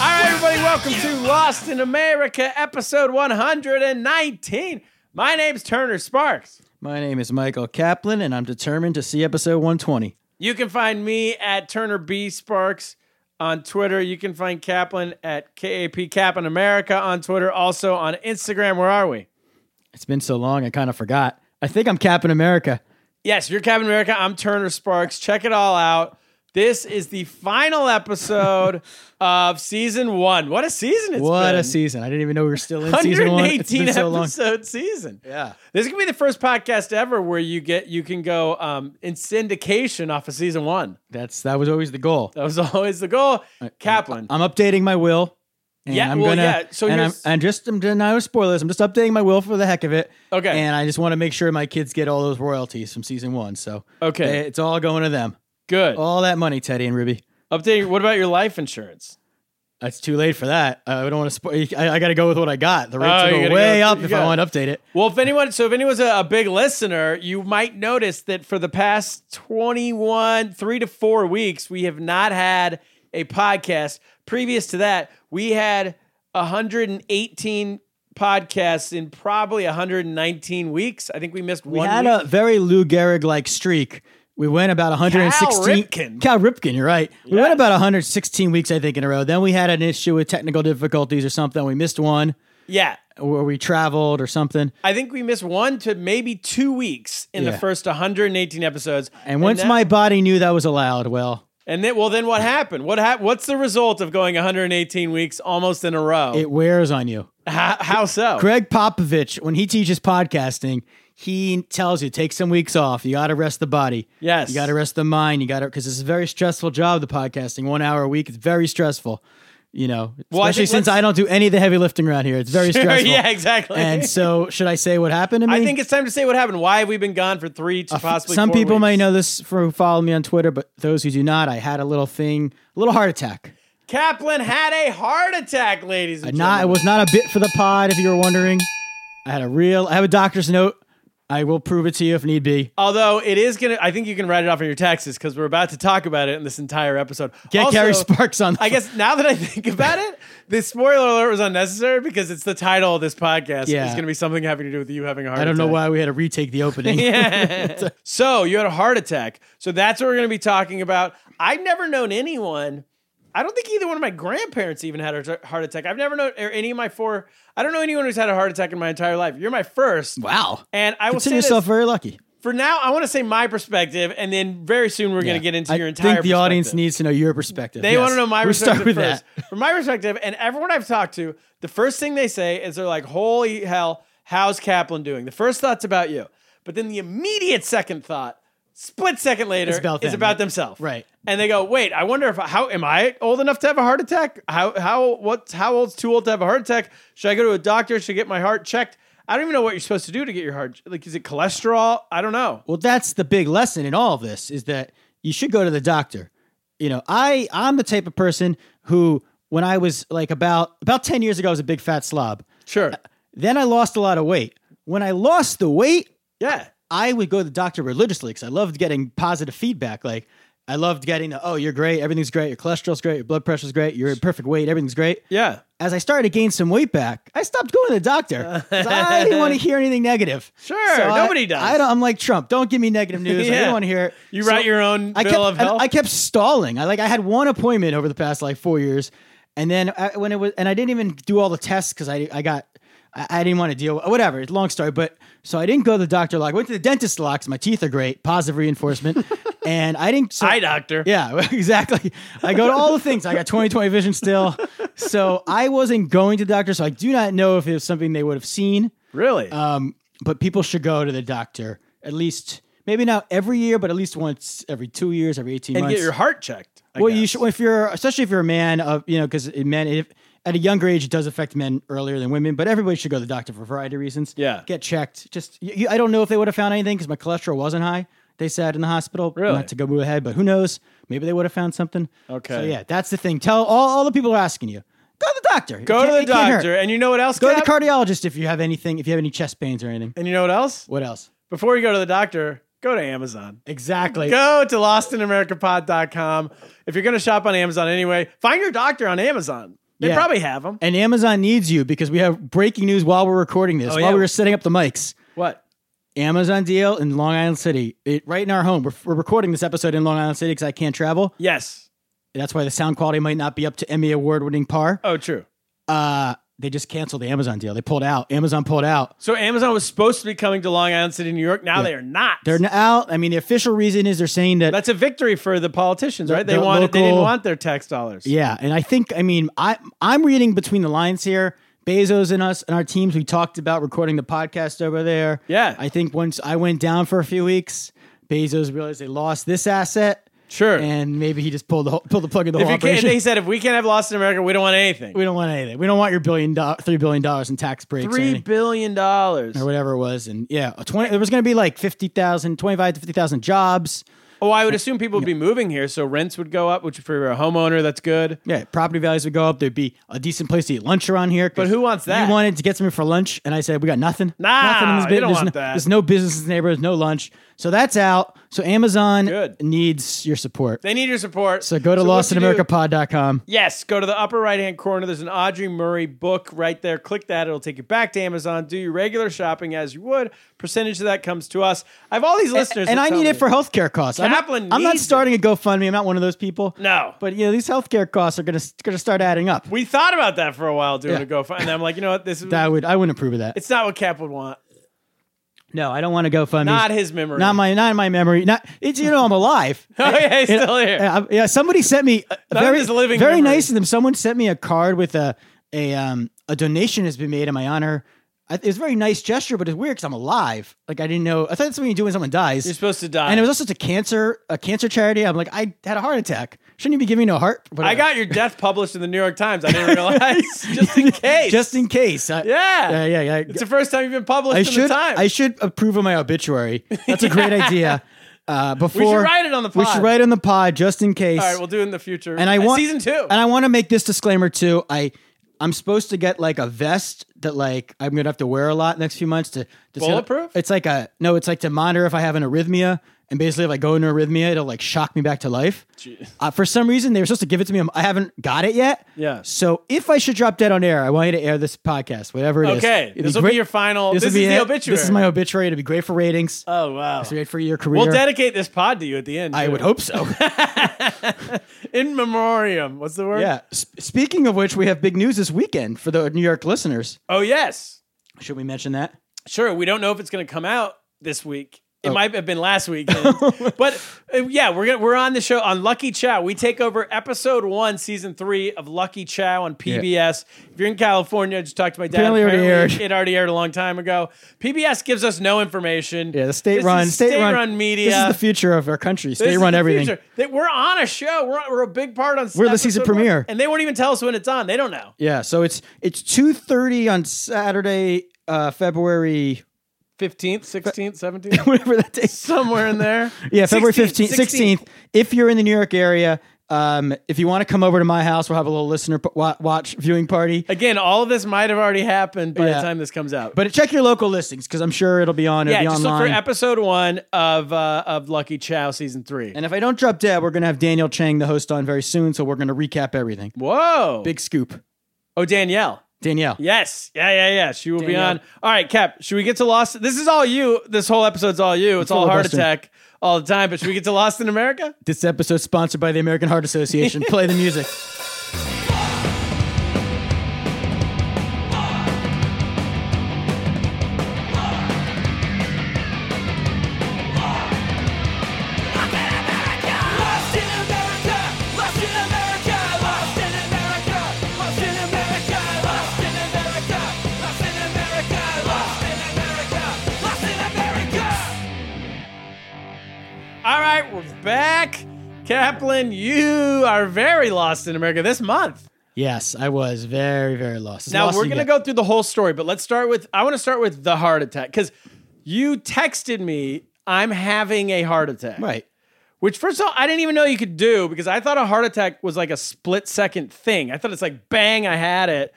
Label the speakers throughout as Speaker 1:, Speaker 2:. Speaker 1: All right, everybody, welcome to Lost in America, episode 119. My name's Turner Sparks.
Speaker 2: My name is Michael Kaplan, and I'm determined to see episode 120.
Speaker 1: You can find me at Turner B Sparks on Twitter. You can find Kaplan at KAP Kaplan America on Twitter. Also on Instagram. Where are we?
Speaker 2: It's been so long, I kind of forgot. I think I'm Captain America.
Speaker 1: Yes, you're Captain America. I'm Turner Sparks. Check it all out. This is the final episode of season one. What a season it's
Speaker 2: what
Speaker 1: been.
Speaker 2: a season! I didn't even know we were still in season one. It's
Speaker 1: 118
Speaker 2: been so long.
Speaker 1: episode season.
Speaker 2: Yeah,
Speaker 1: This is gonna be the first podcast ever where you get you can go um, in syndication off of season one.
Speaker 2: that's that was always the goal.
Speaker 1: That was always the goal. Kaplan.
Speaker 2: I'm updating my will. And
Speaker 1: Yeah,
Speaker 2: I'm
Speaker 1: well,
Speaker 2: gonna,
Speaker 1: yeah, so
Speaker 2: and I'm,
Speaker 1: here's-
Speaker 2: I'm just I'm not no spoilers. I'm just updating my will for the heck of it.
Speaker 1: Okay.
Speaker 2: and I just want to make sure my kids get all those royalties from season one. So
Speaker 1: Okay.
Speaker 2: they- it's all going to them.
Speaker 1: Good.
Speaker 2: All that money, Teddy and Ruby.
Speaker 1: Updating. What about your life insurance?
Speaker 2: It's too late for that. I don't want to spoil. I, I got to go with what I got. The rates
Speaker 1: Oh,
Speaker 2: will
Speaker 1: you
Speaker 2: go
Speaker 1: gotta
Speaker 2: way
Speaker 1: go-
Speaker 2: up
Speaker 1: you
Speaker 2: if
Speaker 1: got-
Speaker 2: I want to update it.
Speaker 1: Well, if anyone, so if anyone's a, a big listener, you might notice that for the past 21, three to four weeks, we have not had a podcast. Previous to that, we had 118 podcasts in probably 119 weeks. I think we missed
Speaker 2: We
Speaker 1: one
Speaker 2: had
Speaker 1: week.
Speaker 2: a very Lou Gehrig like streak. We went about 116.
Speaker 1: Ripken.
Speaker 2: Cal Ripken, you're right. We went about 116 weeks, I think, in a row. Then we had an issue with technical difficulties or something. We missed one,
Speaker 1: yeah.
Speaker 2: or we traveled or something.
Speaker 1: I think we missed one to maybe two weeks in the
Speaker 2: Yeah.
Speaker 1: first 118 episodes.
Speaker 2: And once
Speaker 1: that-
Speaker 2: my body knew that was allowed, well,
Speaker 1: And then, well, then what happened? What hap- What's the result of going 118 weeks almost in a row?
Speaker 2: it wears on you.
Speaker 1: how, how so?
Speaker 2: Greg Popovich, when he teaches podcasting, he tells you take some weeks off. You got to rest the body.
Speaker 1: Yes.
Speaker 2: You got to rest the mind. You got to because it's a very stressful job. The podcasting, one hour a week, it's very stressful. You know,
Speaker 1: Well, I
Speaker 2: especially
Speaker 1: think
Speaker 2: since
Speaker 1: let's-
Speaker 2: I don't do any of the heavy lifting around here. It's very stressful.
Speaker 1: yeah, exactly.
Speaker 2: And so, should I say what happened to me?
Speaker 1: I think it's time to say what happened. Why have we been gone for three to possibly
Speaker 2: some
Speaker 1: four
Speaker 2: people
Speaker 1: weeks?
Speaker 2: may know this for who follow me on Twitter, but those who do not, I had a little thing, a little heart attack.
Speaker 1: Kaplan had a heart attack, ladies and
Speaker 2: not it
Speaker 1: gentlemen.
Speaker 2: was not a bit for the pod if you were wondering i had a real i have a doctor's note i will prove it to you if need be
Speaker 1: Although it is gonna, I think you can write it off on your taxes because we're about to talk about it in this entire episode.
Speaker 2: get
Speaker 1: Also,
Speaker 2: gary sparks on the
Speaker 1: I guess now that I think about it, the spoiler alert was unnecessary because it's the title of this podcast.
Speaker 2: Yeah.
Speaker 1: It's going to be something having to do with you having a heart
Speaker 2: i don't know
Speaker 1: attack.
Speaker 2: why we had to retake the opening
Speaker 1: Yeah. so you had a heart attack. So that's what we're going to be talking about. I've never known anyone. I don't think either one of my grandparents even had a heart attack. I've never known or any of my four. I don't know anyone who's had a heart attack in my entire life. You're my first.
Speaker 2: wow
Speaker 1: And I will say
Speaker 2: consider yourself
Speaker 1: this,
Speaker 2: very lucky
Speaker 1: for now. I want to say my perspective, and then very soon we're going to get into
Speaker 2: I
Speaker 1: your entire.
Speaker 2: think the audience
Speaker 1: perspective.
Speaker 2: needs to know your perspective
Speaker 1: They
Speaker 2: Yes.
Speaker 1: want to know my
Speaker 2: we
Speaker 1: perspective
Speaker 2: start with
Speaker 1: first.
Speaker 2: that
Speaker 1: From my perspective, and everyone I've talked to, the first thing they say is they're like, "Holy hell, how's Kaplan doing?" The first thought's about you, but then the immediate second thought, split second later,
Speaker 2: about
Speaker 1: is
Speaker 2: them,
Speaker 1: about
Speaker 2: right?
Speaker 1: themselves.
Speaker 2: Right.
Speaker 1: And they go, "Wait, I wonder if how am I old enough to have a heart attack? How how what how old's too old to have a heart attack? Should I go to a doctor? Should I get my heart checked?" I don't even know what you're supposed to do to get your heart. Like, is it cholesterol? I don't know.
Speaker 2: well that's the big lesson in all of this is that you should go to the doctor you know i i'm the type of person who when i was like about about 10 years ago i was a big fat slob
Speaker 1: Sure.
Speaker 2: then i lost a lot of weight when i lost the weight
Speaker 1: Yeah.
Speaker 2: I would go to the doctor religiously because I loved getting positive feedback. Like I loved getting the, oh, you're great, everything's great, your cholesterol's great, your blood pressure's great, you're in perfect weight, everything's great.
Speaker 1: Yeah.
Speaker 2: As I started to gain some weight back, I stopped going to the doctor. 'cause I didn't want to hear anything negative.
Speaker 1: Uh, Sure,
Speaker 2: I-
Speaker 1: nobody does.
Speaker 2: I don't, I'm like Trump. Don't give me negative news. I
Speaker 1: Yeah.
Speaker 2: don't want to hear it.
Speaker 1: You
Speaker 2: So
Speaker 1: write your own
Speaker 2: I
Speaker 1: bill
Speaker 2: kept,
Speaker 1: of
Speaker 2: and
Speaker 1: health.
Speaker 2: I kept stalling. I like I had one appointment over the past like four years, and then I, when it was, and I didn't even do all the tests because I I got I, I didn't want to deal with whatever. It's a long story, but so I didn't go to the doctor a lot. I went to the dentist a lot 'cause my teeth are great, positive reinforcement, and I didn't. So,
Speaker 1: Eye doctor.
Speaker 2: yeah, exactly. I go to all the things. I got 20/20 vision still. So I wasn't going to the doctor. So I do not know if it was something they would have seen.
Speaker 1: Really?
Speaker 2: Um, but people should go to the doctor at least maybe not every year, but at least once every two years, every eighteen
Speaker 1: and
Speaker 2: months.
Speaker 1: get your heart checked. I
Speaker 2: well, you
Speaker 1: guess.
Speaker 2: should if you're especially if you're a man of you know because men if, at a younger age it does affect men earlier than women, but everybody should go to the doctor for a variety of reasons.
Speaker 1: Yeah.
Speaker 2: get checked. Just you, you- I don't know if they would have found anything because my cholesterol wasn't high. They said in the hospital,
Speaker 1: Really?
Speaker 2: not to go move ahead, but who knows? Maybe they would have found something. So
Speaker 1: Okay.
Speaker 2: yeah, that's the thing. Tell all, all the people who are asking you. Go to the
Speaker 1: Go
Speaker 2: doctor. It
Speaker 1: to
Speaker 2: can't-
Speaker 1: the
Speaker 2: it can't hurt.
Speaker 1: doctor, and you know what else?
Speaker 2: Go to the
Speaker 1: Cap?
Speaker 2: cardiologist if you have anything, if you have any chest pains or anything.
Speaker 1: and you know what else?
Speaker 2: What else?
Speaker 1: Before you go to the doctor, go to Amazon.
Speaker 2: Exactly.
Speaker 1: Go to lostinamericapod.com. If you're going to shop on Amazon anyway, find your doctor on Amazon. They
Speaker 2: Yeah.
Speaker 1: probably have them.
Speaker 2: And Amazon needs you because we have breaking news while we're recording this,
Speaker 1: Oh,
Speaker 2: while
Speaker 1: yeah.
Speaker 2: we were setting up the mics.
Speaker 1: What?
Speaker 2: Amazon deal in Long Island City, it, right in our home. We're, we're recording this episode in Long Island City because I can't travel.
Speaker 1: Yes.
Speaker 2: That's why the sound quality might not be up to Emmy award winning par.
Speaker 1: Oh, true.
Speaker 2: Uh, they just canceled the Amazon deal. They pulled out. Amazon pulled out.
Speaker 1: So Amazon was supposed to be coming to Long Island City, New York. Now they are not.
Speaker 2: They're n- out. I mean, the official reason is they're saying that.
Speaker 1: That's a victory for the politicians, right? They
Speaker 2: the
Speaker 1: wanted they didn't
Speaker 2: local-
Speaker 1: want their tax dollars.
Speaker 2: yeah, and I think I mean I I'm reading between the lines here. Bezos and us and our teams. We talked about recording the podcast over there.
Speaker 1: Yeah.
Speaker 2: I think once I went down for a few weeks, Bezos realized they lost this asset,
Speaker 1: Sure.
Speaker 2: and maybe he just pulled the whole, pulled the plug of the
Speaker 1: if
Speaker 2: whole
Speaker 1: you can't,
Speaker 2: operation.
Speaker 1: they said if we can't have lost in America, we don't want anything.
Speaker 2: We don't want anything. We don't want your billion do- three billion dollars in tax breaks or,
Speaker 1: Three
Speaker 2: anything-
Speaker 1: billion dollars.
Speaker 2: or whatever it was. And yeah, a twenty. There was going to be like 50,000, 25 to fifty thousand jobs.
Speaker 1: Oh, I would assume people would be moving here, so rents would go up, which for a homeowner, that's good.
Speaker 2: Yeah, property values would go up. There'd be a decent place to eat lunch around here. 'cause
Speaker 1: But who wants that?
Speaker 2: You wanted to get something for lunch, and I said we got nothing.
Speaker 1: Nah,
Speaker 2: nothing
Speaker 1: you
Speaker 2: bit-
Speaker 1: don't
Speaker 2: there's
Speaker 1: want
Speaker 2: no,
Speaker 1: that.
Speaker 2: There's no business in the neighborhood. No lunch. So that's out. So Amazon
Speaker 1: Good.
Speaker 2: needs your support.
Speaker 1: They need your support.
Speaker 2: So go to
Speaker 1: what you do-
Speaker 2: lostinamericapod.com.
Speaker 1: Yes, go to the upper right hand corner. There's an Audrey Murray book right there. Click that. It'll take you back to Amazon. Do your regular shopping as you would. Percentage of that comes to us. I have all these listeners.
Speaker 2: And
Speaker 1: that
Speaker 2: I
Speaker 1: tell
Speaker 2: need
Speaker 1: me-
Speaker 2: it for healthcare costs. I'm not,
Speaker 1: Kaplan
Speaker 2: I'm not
Speaker 1: needs it.
Speaker 2: starting a GoFundMe. I'm not one of those people.
Speaker 1: No.
Speaker 2: But you know these healthcare costs are gonna gonna start adding up.
Speaker 1: We thought about that for a while doing
Speaker 2: Yeah.
Speaker 1: a GoFundMe. And I'm like, you know what? This is
Speaker 2: That would I wouldn't approve of that.
Speaker 1: it's not what Cap would want.
Speaker 2: no, I don't want to go fund.
Speaker 1: Not his memory.
Speaker 2: Not my not in my memory. Not it's you know I'm alive.
Speaker 1: Oh yeah, he's
Speaker 2: Yeah,
Speaker 1: still here.
Speaker 2: yeah, I'm- yeah, somebody sent me a- a
Speaker 1: Not
Speaker 2: very
Speaker 1: his living
Speaker 2: very
Speaker 1: memory.
Speaker 2: nice of them. Someone sent me a card with a a um a donation has been made in my honor. I- It was a very nice gesture, but it's weird because I'm alive. Like I didn't know. I thought that's what you do when someone dies.
Speaker 1: You're supposed to die.
Speaker 2: and it was also to cancer a cancer charity. I'm like I had a heart attack. Shouldn't you be giving me a heart?
Speaker 1: I got your death published in the New York Times. I didn't realize. just in case.
Speaker 2: just in case. I-
Speaker 1: yeah.
Speaker 2: yeah, yeah, yeah.
Speaker 1: It's the first time you've been published
Speaker 2: I
Speaker 1: in
Speaker 2: should
Speaker 1: the Times.
Speaker 2: I should approve of my obituary. That's a great idea. Uh, before
Speaker 1: write it on the
Speaker 2: We
Speaker 1: pod.
Speaker 2: should write it on the pod just in case.
Speaker 1: All right, we'll do it in the future.
Speaker 2: and I
Speaker 1: Uh,
Speaker 2: want
Speaker 1: season two.
Speaker 2: And I want to make this disclaimer too. I I'm supposed to get like a vest that like I'm gonna have to wear a lot next few months to, to
Speaker 1: Bulletproof?
Speaker 2: It's like a no. It's like to monitor if I have an arrhythmia. And basically, if I go into arrhythmia, it'll like shock me back to life. Uh, for some reason, they were supposed to give it to me. I haven't got it yet.
Speaker 1: Yeah.
Speaker 2: So if I should drop dead on air, I want you to air this podcast, whatever it is.
Speaker 1: Okay,
Speaker 2: It'd
Speaker 1: this will be
Speaker 2: great-
Speaker 1: your final- this
Speaker 2: will
Speaker 1: is
Speaker 2: be
Speaker 1: the
Speaker 2: it.
Speaker 1: obituary.
Speaker 2: This is my obituary. It'll be great for ratings.
Speaker 1: oh wow.
Speaker 2: it's great for your career.
Speaker 1: We'll dedicate this pod to you at the end.
Speaker 2: I
Speaker 1: too.
Speaker 2: would hope so.
Speaker 1: In memoriam. What's the word?
Speaker 2: yeah. S- speaking of which, we have big news this weekend for the New York listeners.
Speaker 1: Oh yes.
Speaker 2: Should we mention that?
Speaker 1: Sure. We don't know if it's going to come out this week.
Speaker 2: Oh.
Speaker 1: It might have been last week, but uh, yeah, we're gonna, we're on the show on Lucky Chow. We take over episode one, season three of Lucky Chow on PBS. If you're in California, just talk to my dad.
Speaker 2: Apparently already aired.
Speaker 1: it already aired a long time ago. PBS gives us no information.
Speaker 2: Yeah, the state run,
Speaker 1: state, run, media.
Speaker 2: This is the future of our country. State
Speaker 1: This is
Speaker 2: run
Speaker 1: the
Speaker 2: everything.
Speaker 1: future. They- we're on a show. We're, we're a big part on.
Speaker 2: We're the season
Speaker 1: episode one.
Speaker 2: premiere.
Speaker 1: and they won't even tell us when it's on. They don't know.
Speaker 2: Yeah, so it's it's two thirty on Saturday, uh, February
Speaker 1: Fifteenth, sixteenth, seventeenth,
Speaker 2: whatever that day.
Speaker 1: somewhere in there.
Speaker 2: Yeah, February
Speaker 1: 16th,
Speaker 2: fifteenth, sixteenth. If you're in the New York area, um, if you want to come over to my house, we'll have a little listener p- wa- watch viewing party.
Speaker 1: Again, all of this might have already happened by
Speaker 2: Yeah.
Speaker 1: the time this comes out.
Speaker 2: But check your local listings because I'm sure it'll be on. It'll
Speaker 1: yeah,
Speaker 2: be
Speaker 1: just look for
Speaker 2: online.
Speaker 1: episode one of uh, of Lucky Chow season three.
Speaker 2: and if I don't drop dead, we're gonna have Daniel Chang, the host, on very soon. So we're gonna recap everything.
Speaker 1: Whoa,
Speaker 2: Big scoop,
Speaker 1: oh Danielle.
Speaker 2: Danielle.
Speaker 1: Yes, yeah, yeah, yeah. She will
Speaker 2: Danielle.
Speaker 1: be on. All right, Cap. Should we get to Lost? This is all you. This whole episode's all you. It's all heart
Speaker 2: filibuster.
Speaker 1: attack all the time. But should we get to Lost in America?
Speaker 2: This episode sponsored by the American Heart Association. Play the music.
Speaker 3: Lost in America, lost in America, lost in America, lost in America, lost in America, lost in America, lost in America, lost in America.
Speaker 1: Kaplan, you are very lost in America this month.
Speaker 2: Yes, I was very, very lost. As
Speaker 1: Now
Speaker 2: lost
Speaker 1: we're
Speaker 2: as you
Speaker 1: gonna
Speaker 2: get.
Speaker 1: go through the whole story, but let's start with I want to start with the heart attack because you texted me I'm having a heart attack.
Speaker 2: right.
Speaker 1: Which first of all, I didn't even know you could do because I thought a heart attack was like a split second thing. I thought it's like bang, I had it.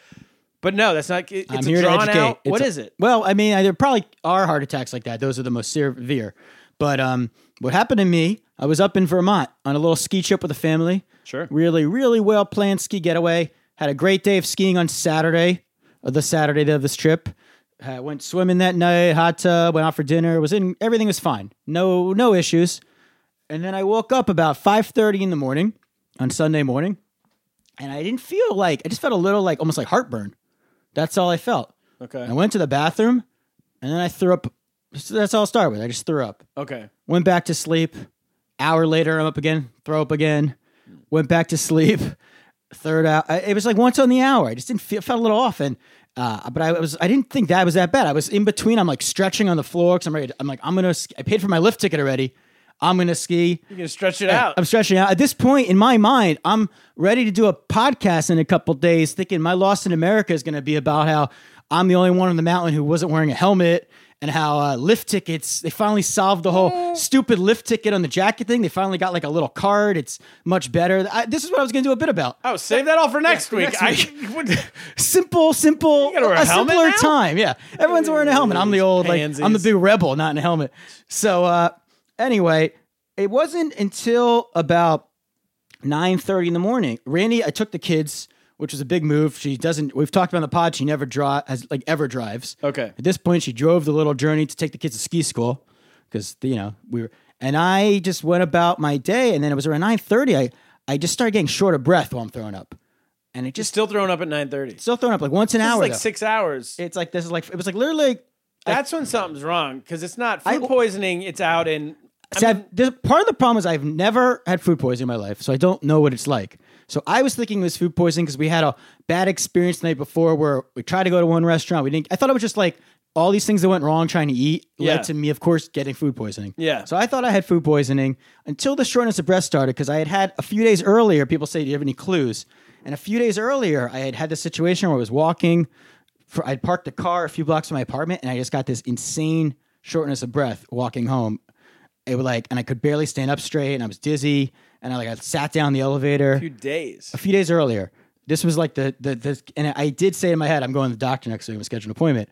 Speaker 1: But no, that's not. It, it's
Speaker 2: I'm
Speaker 1: a
Speaker 2: here to
Speaker 1: drawn
Speaker 2: educate.
Speaker 1: out.
Speaker 2: It's
Speaker 1: What
Speaker 2: a-
Speaker 1: is it?
Speaker 2: Well, I mean, I- there probably are heart attacks like that. Those are the most severe. But um, what happened to me? I was up in Vermont on a little ski trip with the family.
Speaker 1: Sure.
Speaker 2: Really, really well planned ski getaway. Had a great day of skiing on Saturday, uh, the Saturday of this trip. Uh, went swimming that night, hot tub, went out for dinner, was in everything was fine. No no issues. And then I woke up about 5:30 in the morning on Sunday morning, and I didn't feel like I just felt a little like almost like heartburn. That's all I felt.
Speaker 1: Okay.
Speaker 2: I went to the bathroom and then I threw up. So that's all I started with. I just threw up.
Speaker 1: Okay.
Speaker 2: Went back to sleep. Hour later, I'm up again, throw up again. Went back to sleep. Third hour. I, it was like once on the hour. I just didn't feel, felt a little off. And, uh, but I was, I didn't think that was that bad. I was in between. I'm like stretching on the floor because I'm ready. To, I'm like, I'm going to, I paid for my lift ticket already. I'm going to ski.
Speaker 1: You can stretch it out.
Speaker 2: I'm stretching out. At this point in my mind, I'm ready to do a podcast in a couple days, thinking my Lost in America is going to be about how I'm the only one on the mountain who wasn't wearing a helmet and how uh, lift tickets, they finally solved the whole stupid lift ticket on the jacket thing. They finally got like a little card. It's much better. I, this is what I was going to do a bit about.
Speaker 1: oh, save that all for next week.
Speaker 2: next
Speaker 1: I would,
Speaker 2: Simple, simple,
Speaker 1: gotta wear a
Speaker 2: a
Speaker 1: helmet
Speaker 2: simpler
Speaker 1: now?
Speaker 2: time. Yeah. Everyone's wearing a helmet. I'm the old, like, I'm the
Speaker 1: pansies.
Speaker 2: big rebel, not in a helmet. So, uh, anyway, it wasn't until about nine thirty in the morning. Randy, I took the kids, which was a big move. She doesn't. We've talked about on the pod. She never drive has like ever drives.
Speaker 1: Okay.
Speaker 2: At this point, she drove the little journey to take the kids to ski school because you know we were. And I just went about my day, and then it was around nine thirty. I I just started getting short of breath while I'm throwing up, and it just
Speaker 1: still throwing up at nine thirty. It's
Speaker 2: still throwing up like once an hour.
Speaker 1: like
Speaker 2: though.
Speaker 1: six hours.
Speaker 2: It's like this is like it was like literally.
Speaker 1: That's when something's wrong because it's not
Speaker 2: I-
Speaker 1: food poisoning. It's out in.
Speaker 2: See, I've, this, part of the problem is I've never had food poisoning in my life, so I don't know what it's like. So I was thinking it was food poisoning because we had a bad experience the night before where we tried to go to one restaurant. We didn't. I thought it was just like all these things that went wrong trying to eat
Speaker 1: Yeah.
Speaker 2: led to me, of course, getting food poisoning.
Speaker 1: Yeah.
Speaker 2: So I thought I had food poisoning until the shortness of breath started because I had had a few days earlier. People say, "Do you have any clues?" And a few days earlier, I had had this situation where I was walking for I'd parked the car a few blocks from my apartment and I just got this insane shortness of breath walking home. It was like and I could barely stand up straight and I was dizzy and I like I sat down in the elevator
Speaker 1: Two days.
Speaker 2: a few days earlier. This was like the the the and I did say in my head I'm going to the doctor next week I'm schedule an appointment.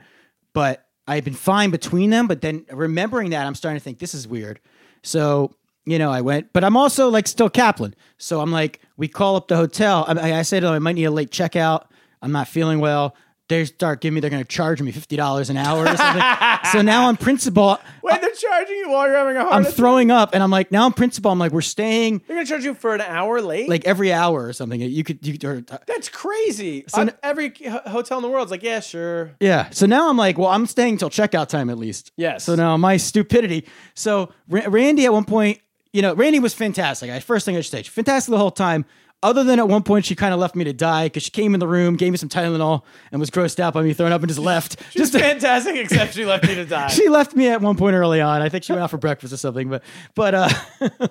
Speaker 2: But I've been fine between them, but then remembering that I'm starting to think this is weird. So, you know, I went, but I'm also like still Kaplan. So I'm like, we call up the hotel. I, I say to them, I might need a late checkout. I'm not feeling well. They start giving me, they're going to charge me $50 an hour or something. so now I'm principal.
Speaker 1: Wait, they're charging you while you're having a heart
Speaker 2: I'm
Speaker 1: attack.
Speaker 2: throwing up and I'm like, now I'm principal. I'm like, we're staying
Speaker 1: They're gonna charge you for an hour late.
Speaker 2: like every hour or something. You could, you could, or, uh,
Speaker 1: that's crazy.
Speaker 2: So
Speaker 1: Uh,
Speaker 2: n-
Speaker 1: every ho- hotel in the world's like, yeah, sure.
Speaker 2: Yeah. So now I'm like, well, I'm staying till checkout time at least.
Speaker 1: Yes.
Speaker 2: So now my stupidity. So Ra- Randy at one point, you know, Randy was fantastic. I first thing I should say, she- fantastic the whole time. Other than at one point she kind of left me to die because she came in the room, gave me some Tylenol, and was grossed out by me throwing up and just left.
Speaker 1: Just
Speaker 2: just
Speaker 1: fantastic, except she left you to die.
Speaker 2: she left me at one point early on. I think she went out for breakfast or something, but but uh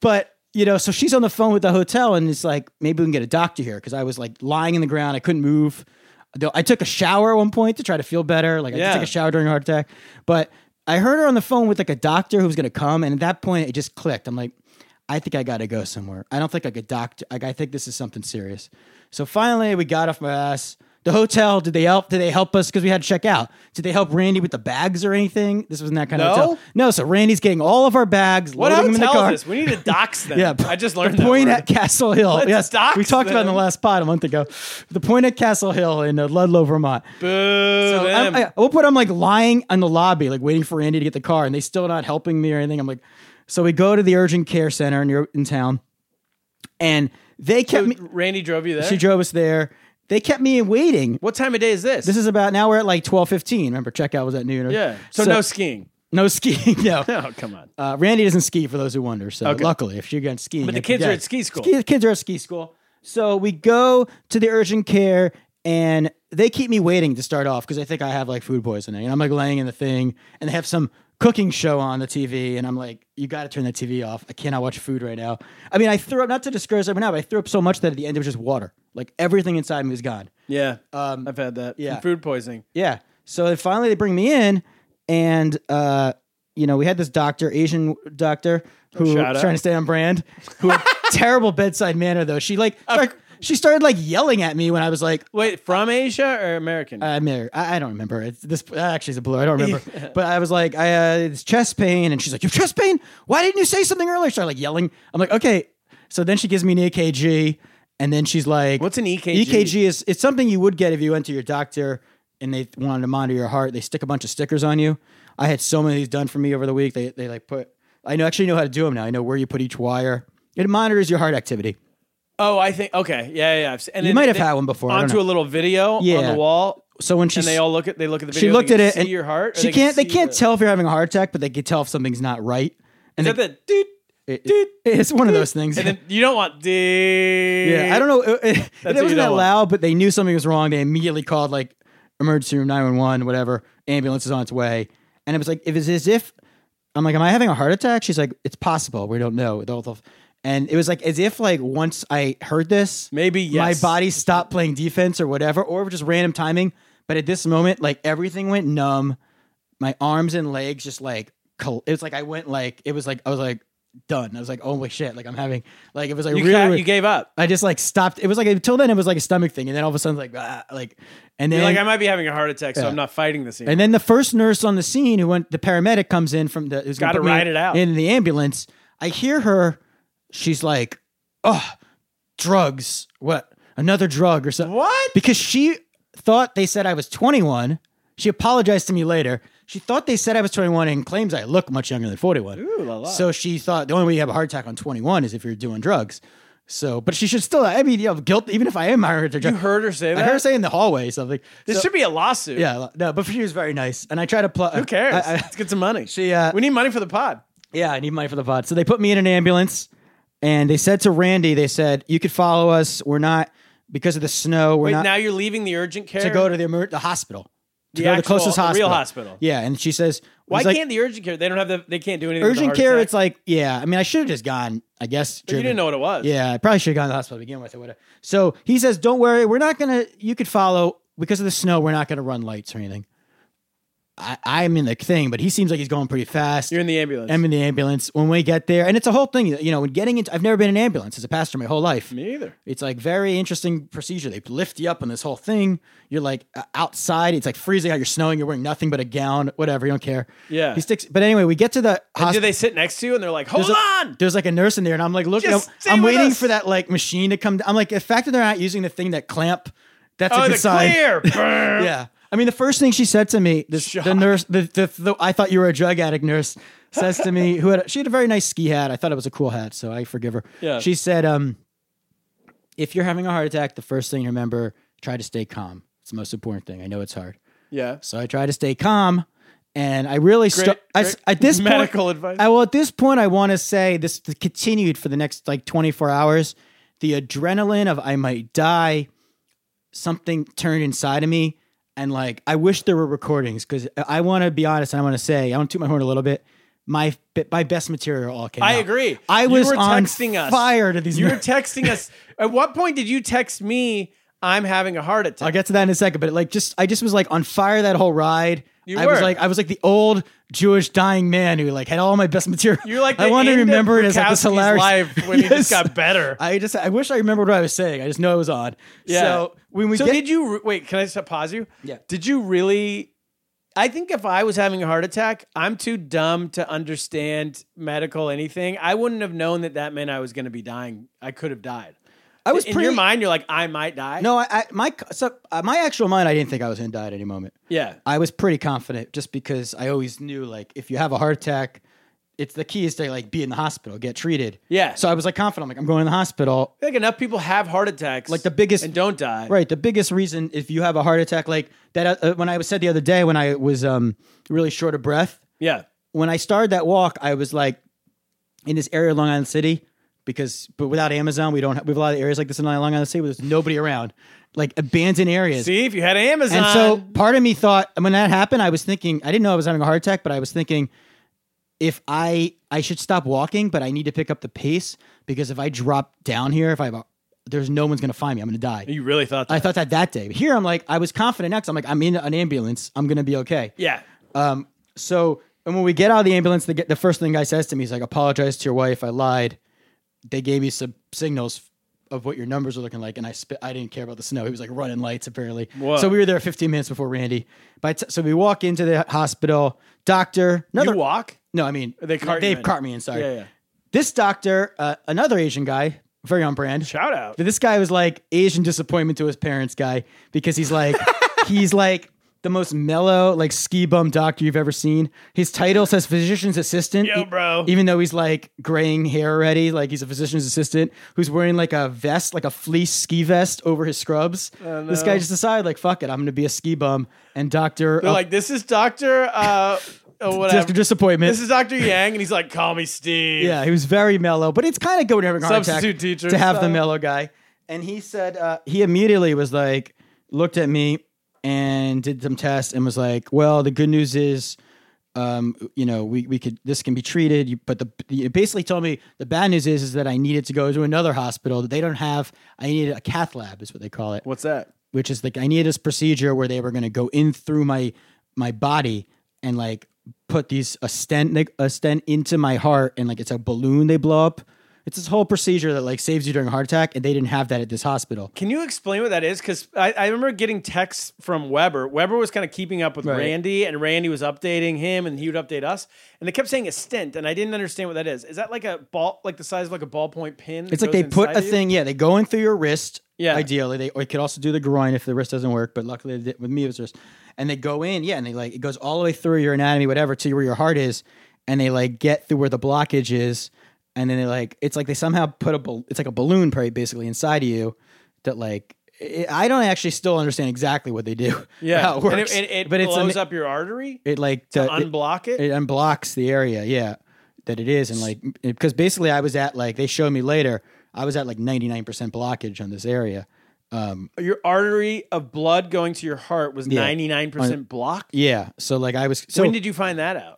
Speaker 2: but you know, so she's on the phone with the hotel and it's like maybe we can get a doctor here because I was like lying in the ground, I couldn't move. Though I took a shower at one point to try to feel better. Like I
Speaker 1: Yeah.
Speaker 2: did take a shower during a heart attack. But I heard her on the phone with like a doctor who was gonna come, and at that point it just clicked. I'm like, I think I gotta go somewhere. I don't think like a doctor like I think this is something serious. So finally we got off my ass. The hotel, did they help? Did they help us because we had to check out? Did they help Randy with the bags or anything? This wasn't that kind
Speaker 1: No?
Speaker 2: of hotel. No, so Randy's getting all of our bags,
Speaker 1: what hotel
Speaker 2: loading them in the
Speaker 1: is
Speaker 2: car.
Speaker 1: this? We need to dox them.
Speaker 2: Yeah,
Speaker 1: I just learned
Speaker 2: the
Speaker 1: that
Speaker 2: point
Speaker 1: word.
Speaker 2: at Castle Hill.
Speaker 1: Let's
Speaker 2: yes,
Speaker 1: dox
Speaker 2: we talked about it in the
Speaker 1: them.
Speaker 2: last pod a month ago. The point at Castle Hill in uh, Ludlow, Vermont.
Speaker 1: Boo
Speaker 2: So
Speaker 1: them.
Speaker 2: I'm, I, at one point, I'm like lying in the lobby, like waiting for Randy to get the car, and they still not helping me or anything. I'm like, so we go to the urgent care center in, your- in town, and they kept me.
Speaker 1: Randy drove you there.
Speaker 2: She drove us there. They kept me waiting.
Speaker 1: what time of day is this?
Speaker 2: This is about now we're at like twelve fifteen. Remember, checkout was at noon.
Speaker 1: yeah. So, no skiing.
Speaker 2: no skiing. No,
Speaker 1: Oh come on.
Speaker 2: uh, Randy doesn't ski for those who wonder. So luckily, if you're going skiing,
Speaker 1: But the
Speaker 2: I'd be
Speaker 1: kids are
Speaker 2: dead.
Speaker 1: at ski school.
Speaker 2: Ski- kids are at ski school. So we go to the urgent care, and they keep me waiting to start off because I think I have like food poisoning, and I'm like laying in the thing, and they have some cooking show on the TV, and I'm like, you got to turn the TV off. I cannot watch food right now. I mean, I threw up not to discourage everyone now, but I threw up so much that at the end it was just water. Like everything inside me was gone.
Speaker 1: Yeah,
Speaker 2: Um,
Speaker 1: I've had that.
Speaker 2: yeah.
Speaker 1: From food poisoning.
Speaker 2: Yeah. So then finally they bring me in, and uh, you know we had this doctor, Asian doctor, who
Speaker 1: shout out.
Speaker 2: trying to stay on brand, who had terrible bedside manner though. She like start- she started like yelling at me when I was like.
Speaker 1: Wait, from Asia or American?
Speaker 2: I mean, I I don't remember. It's this that actually is a blur. I don't remember. But I was like, I uh, it's chest pain, and she's like, you have chest pain? Why didn't you say something earlier? She Started like yelling. I'm like, okay. So then she gives me an EKG, and then she's like,
Speaker 1: What's an E EKG?
Speaker 2: EKG is it's something you would get if you went to your doctor and they wanted to monitor your heart. They stick a bunch of stickers on you. I had so many of these done for me over the week. They they like put. I know actually know how to do them now. I know where you put each wire. It monitors your heart activity.
Speaker 1: oh, I think okay. Yeah, yeah. I've seen, and
Speaker 2: You
Speaker 1: then-
Speaker 2: might have
Speaker 1: then
Speaker 2: had one before, I don't
Speaker 1: Onto
Speaker 2: know.
Speaker 1: a little video on
Speaker 2: Yeah.
Speaker 1: the wall,
Speaker 2: So when she
Speaker 1: and they all look at they look at the video.
Speaker 2: she
Speaker 1: they
Speaker 2: looked
Speaker 1: can
Speaker 2: at it
Speaker 1: see
Speaker 2: and
Speaker 1: your heart. or
Speaker 2: She can't. They
Speaker 1: see
Speaker 2: can't
Speaker 1: the-
Speaker 2: tell if you're having a heart attack, but they can tell if something's not right. And
Speaker 1: Is that
Speaker 2: they-
Speaker 1: the dude?
Speaker 2: it-
Speaker 1: dude?
Speaker 2: it's one of those things.
Speaker 1: And then you don't want dude.
Speaker 2: Yeah, I don't know. uh, It, it,
Speaker 1: what
Speaker 2: it
Speaker 1: you
Speaker 2: wasn't that
Speaker 1: don't want.
Speaker 2: loud, but they knew something was wrong. They immediately called like emergency room, nine one one, whatever. Ambulance is on its way, and it was like it was as if I'm like, am I having a heart attack? She's like, it's possible. We don't know. The whole- the- And it was like as if like once I heard this,
Speaker 1: Maybe yes.
Speaker 2: my body stopped playing defense or whatever, or just random timing. But at this moment, like everything went numb. My arms and legs just like col- it was like I went like it was like I was like done. I was like, holy shit! Like I'm having like it was like
Speaker 1: You,
Speaker 2: really
Speaker 1: ca-
Speaker 2: weird.
Speaker 1: you gave up.
Speaker 2: I just like stopped. It was like until then it was like a stomach thing, and then all of a sudden like ah, like, and then
Speaker 1: You're like I might be having a heart attack, so
Speaker 2: Yeah.
Speaker 1: I'm not fighting this. Anymore.
Speaker 2: and then the first nurse on the scene who went, the paramedic comes in from the who's gonna
Speaker 1: Gotta
Speaker 2: put me
Speaker 1: ride it out.
Speaker 2: in the ambulance. I hear her. She's like, oh, drugs. What? Another drug or something?
Speaker 1: What?
Speaker 2: Because she thought they said I was 21. She apologized to me later. She thought they said I was 21 and claims I look much younger than 41.
Speaker 1: Ooh, la la.
Speaker 2: So she thought the only way you have a heart attack on 21 is if you're doing drugs. So, but she should still. I mean, you know, guilt. Even if I am hired to drug,
Speaker 1: You heard her say
Speaker 2: I
Speaker 1: that.
Speaker 2: heard her say in the hallway something.
Speaker 1: this
Speaker 2: So-
Speaker 1: should be a lawsuit.
Speaker 2: yeah, no, but she was very nice, and I try to plug.
Speaker 1: Who cares?
Speaker 2: I, I-
Speaker 1: Let's get some money.
Speaker 2: She, uh,
Speaker 1: we need money for the pod.
Speaker 2: yeah, I need money for the pod. So they put me in an ambulance, and they said to Randy, they said, "You could follow us. We're not because of the snow. We're
Speaker 1: Wait,
Speaker 2: not
Speaker 1: now you're leaving the urgent care
Speaker 2: to go to the emer- the hospital, to
Speaker 1: The
Speaker 2: go to the
Speaker 1: actual-
Speaker 2: closest
Speaker 1: the real
Speaker 2: hospital,
Speaker 1: hospital.
Speaker 2: Yeah, and she says,
Speaker 1: Why
Speaker 2: he's like,
Speaker 1: can't the urgent care? They don't have the. They can't do anything. with the
Speaker 2: urgent
Speaker 1: heart
Speaker 2: care?
Speaker 1: attack.
Speaker 2: It's like, yeah. I mean, I should have just gone. I guess
Speaker 1: But you didn't know what it was.
Speaker 2: Yeah, I probably should have gone to the hospital to begin with or whatever. So he says, "Don't worry, we're not gonna. You could follow because of the snow. We're not gonna run lights or anything." I, I'm in the thing, but he seems like he's going pretty fast.
Speaker 1: You're in the ambulance.
Speaker 2: I'm in the ambulance when we get there, and it's a whole thing. You know, when getting into, I've never been in an ambulance as a pastor my whole life.
Speaker 1: Me either.
Speaker 2: It's like very interesting procedure. They lift you up on this whole thing. You're like uh, outside. It's like freezing out. You're snowing. You're wearing nothing but a gown. Whatever. You don't care.
Speaker 1: Yeah.
Speaker 2: He sticks. But anyway, we get to the
Speaker 1: And do
Speaker 2: hospital.
Speaker 1: they sit next to you and they're like, "Hold
Speaker 2: There's a-
Speaker 1: on"?
Speaker 2: There's like a nurse in there, and I'm like, look, I'm,
Speaker 1: Just stay
Speaker 2: I'm
Speaker 1: with
Speaker 2: waiting
Speaker 1: us.
Speaker 2: for that like machine to come. d- I'm like, the fact that they're not using the thing that clamp, that's
Speaker 1: oh,
Speaker 2: a
Speaker 1: the
Speaker 2: good sign.
Speaker 1: clear. Brrr.
Speaker 2: Yeah. I mean, the first thing she said to me, this, the nurse, the, the, the, I thought you were a drug addict nurse, says to me, who had, she had a very nice ski hat. I thought it was a cool hat, so I forgive her.
Speaker 1: Yeah.
Speaker 2: She said, um, if you're having a heart attack, the first thing to remember, try to stay calm. It's the most important thing. I know it's hard.
Speaker 1: yeah.
Speaker 2: So I try to stay calm, and I really stu- I s-
Speaker 1: great
Speaker 2: at this
Speaker 1: medical
Speaker 2: point,
Speaker 1: advice.
Speaker 2: I well at this point I want to say this continued for the next like 24 hours. The adrenaline of I might die, something turned inside of me, and like I wish there were recordings because I want to be honest. and I want to say I want to toot my horn a little bit. My my best material all came.
Speaker 1: I
Speaker 2: out.
Speaker 1: agree.
Speaker 2: I
Speaker 1: You
Speaker 2: was
Speaker 1: were
Speaker 2: on
Speaker 1: texting us.
Speaker 2: fire to these.
Speaker 1: You were
Speaker 2: nerds.
Speaker 1: texting us. At what point did you text me? I'm having a heart attack.
Speaker 2: I'll get to that in a second, but like just I just was like on fire that whole ride.
Speaker 1: You
Speaker 2: I was
Speaker 1: were.
Speaker 2: like I was like the old Jewish dying man who like had all my best material.
Speaker 1: You're like
Speaker 2: I
Speaker 1: the
Speaker 2: want to
Speaker 1: end of
Speaker 2: remember it as like this
Speaker 1: Bukowski's
Speaker 2: hilarious
Speaker 1: life when he just
Speaker 2: Yes.
Speaker 1: got better.
Speaker 2: I just I wish I remembered what I was saying. I just know it was odd.
Speaker 1: Yeah.
Speaker 2: So when we
Speaker 1: so
Speaker 2: get,
Speaker 1: did you re- wait? Can I just pause you?
Speaker 2: Yeah.
Speaker 1: Did you really? I think if I was having a heart attack, I'm too dumb to understand medical anything. I wouldn't have known that that meant I was going to be dying. I could have died.
Speaker 2: I was
Speaker 1: in
Speaker 2: pretty
Speaker 1: your mind. You're like, I might die.
Speaker 2: No, I, I my so, uh, my actual mind I didn't think I was going to die at any moment.
Speaker 1: Yeah.
Speaker 2: I was pretty confident just because I always knew like if you have a heart attack, it's the key is to like be in the hospital, get treated.
Speaker 1: Yeah.
Speaker 2: So I was like confident. I'm like I'm going to the hospital.
Speaker 1: I think enough people have heart attacks,
Speaker 2: Like the biggest-
Speaker 1: and don't die.
Speaker 2: Right. The biggest reason if you have a heart attack, like that, uh, when I was said the other day when I was um, really short of breath,
Speaker 1: Yeah.
Speaker 2: when I started that walk, I was like in this area of Long Island City because, but without Amazon, we don't have, we have a lot of areas like this in Long Island City where there's nobody around, like abandoned areas.
Speaker 1: See, if you had Amazon,
Speaker 2: and so part of me thought, and when that happened, I was thinking, I didn't know I was having a heart attack, but I was thinking, if I I should stop walking, but I need to pick up the pace because if I drop down here, if I there's no one's gonna find me, I'm gonna die.
Speaker 1: You really thought that?
Speaker 2: I thought that that day. But here I'm like, I was confident next. I'm like, I'm in an ambulance. I'm gonna be okay.
Speaker 1: yeah.
Speaker 2: Um. So, and when we get out of the ambulance, the, the first thing the guy says to me is like, "Apologize to your wife. I lied. They gave me some signals of what your numbers were looking like, and I spit. I didn't care about the snow. He was like running lights apparently.
Speaker 1: Whoa.
Speaker 2: So we were there 15 minutes before Randy. By t- so we walk into the hospital. Doctor, another
Speaker 1: You walk?
Speaker 2: No, I mean
Speaker 1: They cart you
Speaker 2: They've
Speaker 1: in.
Speaker 2: cart me in. Sorry.
Speaker 1: Yeah, yeah.
Speaker 2: This doctor, uh, another Asian guy, very on brand.
Speaker 1: Shout out.
Speaker 2: But this guy was like Asian disappointment to his parents guy because he's like he's like the most mellow like ski bum doctor you've ever seen. His title says physician's assistant.
Speaker 1: Yo,
Speaker 2: e-
Speaker 1: bro.
Speaker 2: Even though he's like graying hair already, like he's a physician's assistant who's wearing like a vest, like a fleece ski vest over his scrubs. This guy just decided like fuck it, I'm going to be a ski bum and doctor
Speaker 1: They're like, this is Doctor uh uh, whatever.
Speaker 2: Doctor disappointment.
Speaker 1: this is Doctor Yang, and he's like, call me Steve.
Speaker 2: Yeah, he was very mellow, but it's kind of good when you're having a heart attack
Speaker 1: Substitute teacher
Speaker 2: to have the
Speaker 1: style.
Speaker 2: mellow guy. And he said uh, he immediately was like, looked at me and did some tests and was like, well, the good news is, um, you know, we, we could this can be treated. You, but the he basically told me the bad news is is that I needed to go to another hospital that they don't have. I needed a cath lab is what they call it
Speaker 1: What's that?
Speaker 2: which is like I needed this procedure where they were going to go in through my my body and like put these a stent like, a stent into my heart and like it's a balloon they blow up. It's this whole procedure that like saves you during a heart attack, and they didn't have that at this hospital.
Speaker 1: Can you explain what that is? Because I, I remember getting texts from Weber. Weber was kind of keeping up with
Speaker 2: Right.
Speaker 1: Randy, and Randy was updating him, and he would update us. And they kept saying a stint, and I didn't understand what that is. Is that like a ball, like the size of like a ballpoint pin? that
Speaker 2: It's like
Speaker 1: goes
Speaker 2: they put
Speaker 1: inside
Speaker 2: a
Speaker 1: of you?
Speaker 2: thing, yeah, they go in through your wrist.
Speaker 1: Yeah.
Speaker 2: Ideally, they or you could also do the groin if the wrist doesn't work, but luckily they did- with me it was wrist. And they go in, yeah, and they like it goes all the way through your anatomy, whatever, to where your heart is, and they like get through where the blockage is, and then they like it's like they somehow put a bal- it's like a balloon probably basically inside of you that like it, I don't actually still understand exactly what they do.
Speaker 1: Yeah,
Speaker 2: how it works,
Speaker 1: And it, it, it
Speaker 2: but it's
Speaker 1: blows
Speaker 2: an-
Speaker 1: up your artery.
Speaker 2: it like the- it-
Speaker 1: unblock it.
Speaker 2: it unblocks the area yeah that it is and like because basically i was at like they showed me later i was at like 99% blockage on this area
Speaker 1: your artery of blood going to your heart was
Speaker 2: Yeah.
Speaker 1: ninety nine percent blocked.
Speaker 2: yeah so like i was so
Speaker 1: when did you find that out?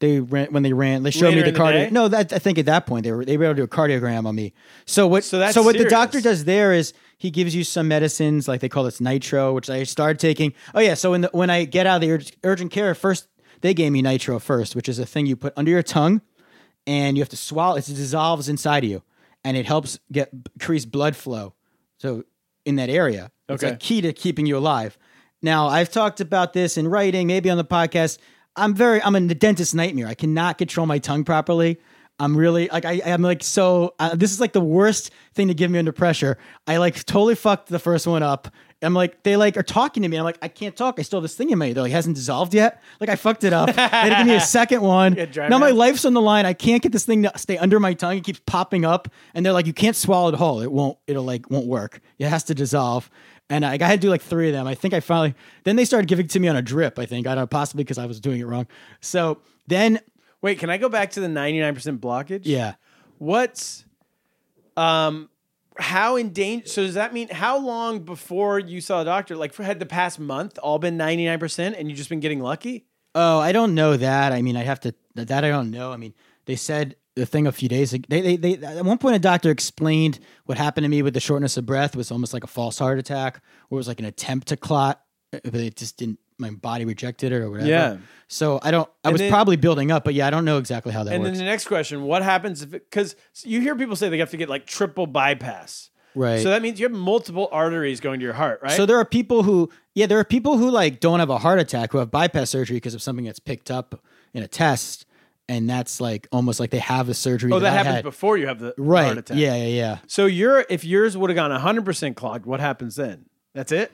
Speaker 2: they ran when they ran they showed
Speaker 1: Later
Speaker 2: me the
Speaker 1: in the day?
Speaker 2: cardio no that i think at that point they were they were able to do a cardiogram on me so what
Speaker 1: So
Speaker 2: so,
Speaker 1: that's
Speaker 2: what
Speaker 1: serious.
Speaker 2: the doctor does there is he gives you some medicines like they call this nitro which i started taking oh yeah so when the, when i get out of the urg- urgent care first they gave me nitro first which is a thing you put under your tongue and you have to swallow it dissolves inside of you and it helps get increase blood flow so in that area it's
Speaker 1: Okay.
Speaker 2: like key to keeping you alive now i've talked about this in writing maybe on the podcast i'm very i'm a dentist nightmare i cannot control my tongue properly i'm really like I, i'm like so uh, this is like the worst thing to give me under pressure i like totally fucked the first one up I'm like, they like are talking to me. I'm like, I can't talk. I still have this thing in my ear. They're like, it hasn't dissolved yet. Like, I fucked it up. They had to give me a second one.
Speaker 1: dry
Speaker 2: Now my
Speaker 1: mouth.
Speaker 2: life's on the line. I can't get this thing to stay under my tongue. It keeps popping up, and they're like, "You can't swallow it whole. It won't. It'll like won't work. It has to dissolve." And I, I had to do like three of them. I think I finally. Then they started giving it to me on a drip. I think I don't know, possibly because I was doing it wrong. So then,
Speaker 1: Wait, can I go back to the ninety nine percent blockage?
Speaker 2: yeah,
Speaker 1: What's um how in danger so does that mean how long before you saw a doctor like had the past month all been 99% and you just been getting lucky
Speaker 2: Oh, I don't know that. I mean, I have to that that I don't know. I mean, they said the thing a few days ago. They, they, they at one point a doctor explained what happened to me with the shortness of breath was almost like a false heart attack, or it was like an attempt to clot, uh, but it just didn't. My body rejected it or whatever.
Speaker 1: Yeah.
Speaker 2: So I don't. I was
Speaker 1: then-
Speaker 2: probably building up, but yeah, I don't know exactly how that
Speaker 1: and
Speaker 2: works.
Speaker 1: then the next question what happens if because you hear people say they have to get like triple bypass
Speaker 2: Right.
Speaker 1: so that means you have multiple arteries going to your heart right
Speaker 2: So there are people who, yeah, there are people who like don't have a heart attack who have bypass surgery because of something that's picked up in a test, and that's like almost like they have the surgery.
Speaker 1: oh that
Speaker 2: I
Speaker 1: happens
Speaker 2: had.
Speaker 1: before you have the
Speaker 2: Right.
Speaker 1: heart attack
Speaker 2: Yeah, yeah, yeah.
Speaker 1: so your if yours would have gone 100% clogged what happens then that's it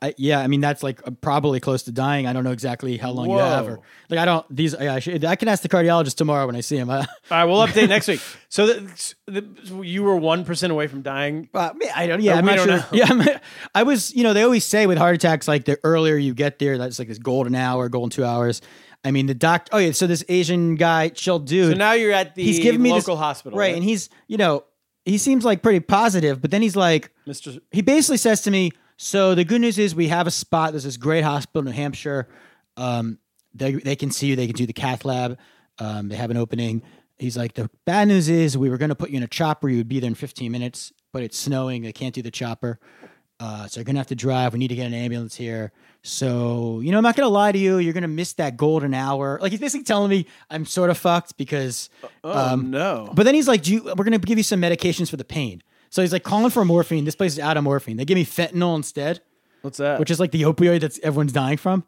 Speaker 2: I, yeah, I mean that's like uh, probably close to dying. I don't know exactly how long you have, or
Speaker 1: Whoa.
Speaker 2: like I don't these. Yeah, I, should, I can ask the cardiologist tomorrow when I see him. Uh,
Speaker 1: all
Speaker 2: I,
Speaker 1: right we'll update next week so that, the, you were 1% away from dying
Speaker 2: I mean, I don't. Yeah, I'm
Speaker 1: we
Speaker 2: not
Speaker 1: don't
Speaker 2: sure.
Speaker 1: know.
Speaker 2: Yeah, I'm, I was. You know, they always say with heart attacks, like the earlier you get there, that's like this golden hour, golden two hours. I mean, the doctor. Oh yeah, so this Asian guy, chill dude.
Speaker 1: So now you're at the
Speaker 2: he's giving me this-
Speaker 1: local hospital,
Speaker 2: right?
Speaker 1: right?
Speaker 2: And he's, you know, he seems like pretty positive, but then he's like,
Speaker 1: Mr.
Speaker 2: he basically says to me, "So the good news is we have a spot. There's this great hospital in New Hampshire. Um, they they can see you. They can do the cath lab. Um, they have an opening. He's like, the bad news is we were going to put you in a chopper. You would be there in 15 minutes, but it's snowing. They can't do the chopper. Uh, so you're going to have to drive. We need to get an ambulance here. So, you know, I'm not going to lie to you. You're going to miss that golden hour. Like, he's basically telling me I'm sort of fucked because
Speaker 1: Oh no.
Speaker 2: Um, but then he's like, Do you, "We're gonna give you some medications for the pain." So he's like calling for morphine. This place is out of morphine. They give me fentanyl instead,
Speaker 1: What's that?
Speaker 2: which is like the opioid that everyone's dying from.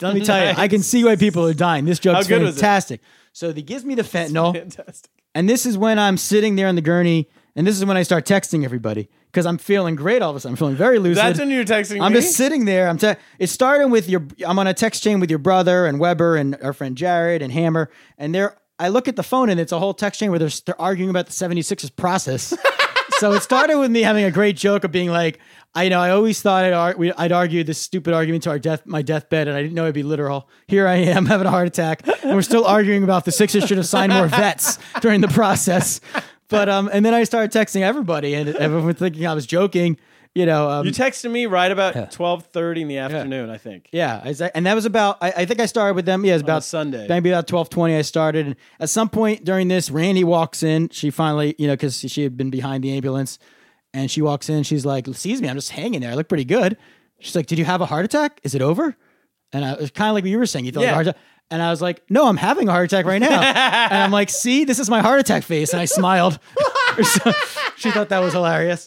Speaker 2: Let me tell you, I can see why people are dying. This joke's
Speaker 1: good was it?
Speaker 2: fantastic. So he gives me the fentanyl,
Speaker 1: fantastic.
Speaker 2: and this is when I'm sitting there on the gurney, and this is when I start texting everybody because I'm feeling great all of a sudden. I'm feeling very lucid.
Speaker 1: That's when you were texting
Speaker 2: I'm
Speaker 1: me?
Speaker 2: just sitting there. I'm te- it's starting with your. I'm on a text chain with your brother and Weber and our friend Jared and Hammer, and they're. I look at the phone and it's a whole text chain where they're, they're arguing about the 76ers process. so it started with me having a great joke of being like, I know I always thought I'd, ar- we, I'd argue this stupid argument to our death, my deathbed, and I didn't know it'd be literal. Here I am having a heart attack, and we're still arguing about the Sixers should have signed more vets during the process. But um, and then I started texting everybody, and everyone was thinking I was joking. You know, um,
Speaker 1: You texted me right about twelve thirty in the afternoon, I think.
Speaker 2: yeah, I was- and that was about. I, I think I started with them. Yeah, it was about
Speaker 1: Sunday.
Speaker 2: Maybe about twelve twenty. I started, and at some point during this, Randy walks in. She finally, you know, because she had been behind the ambulance, and she walks in. She's like, "Sees me. I'm just hanging there. I look pretty good." She's like, "Did you have a heart attack? Is it over?" And I it was kind of like what you were saying. You thought
Speaker 1: Yeah.
Speaker 2: a heart attack. And I was like, no, I'm having a heart attack right now. and I'm like, see, this is my heart attack face. And I smiled. So she thought that was hilarious.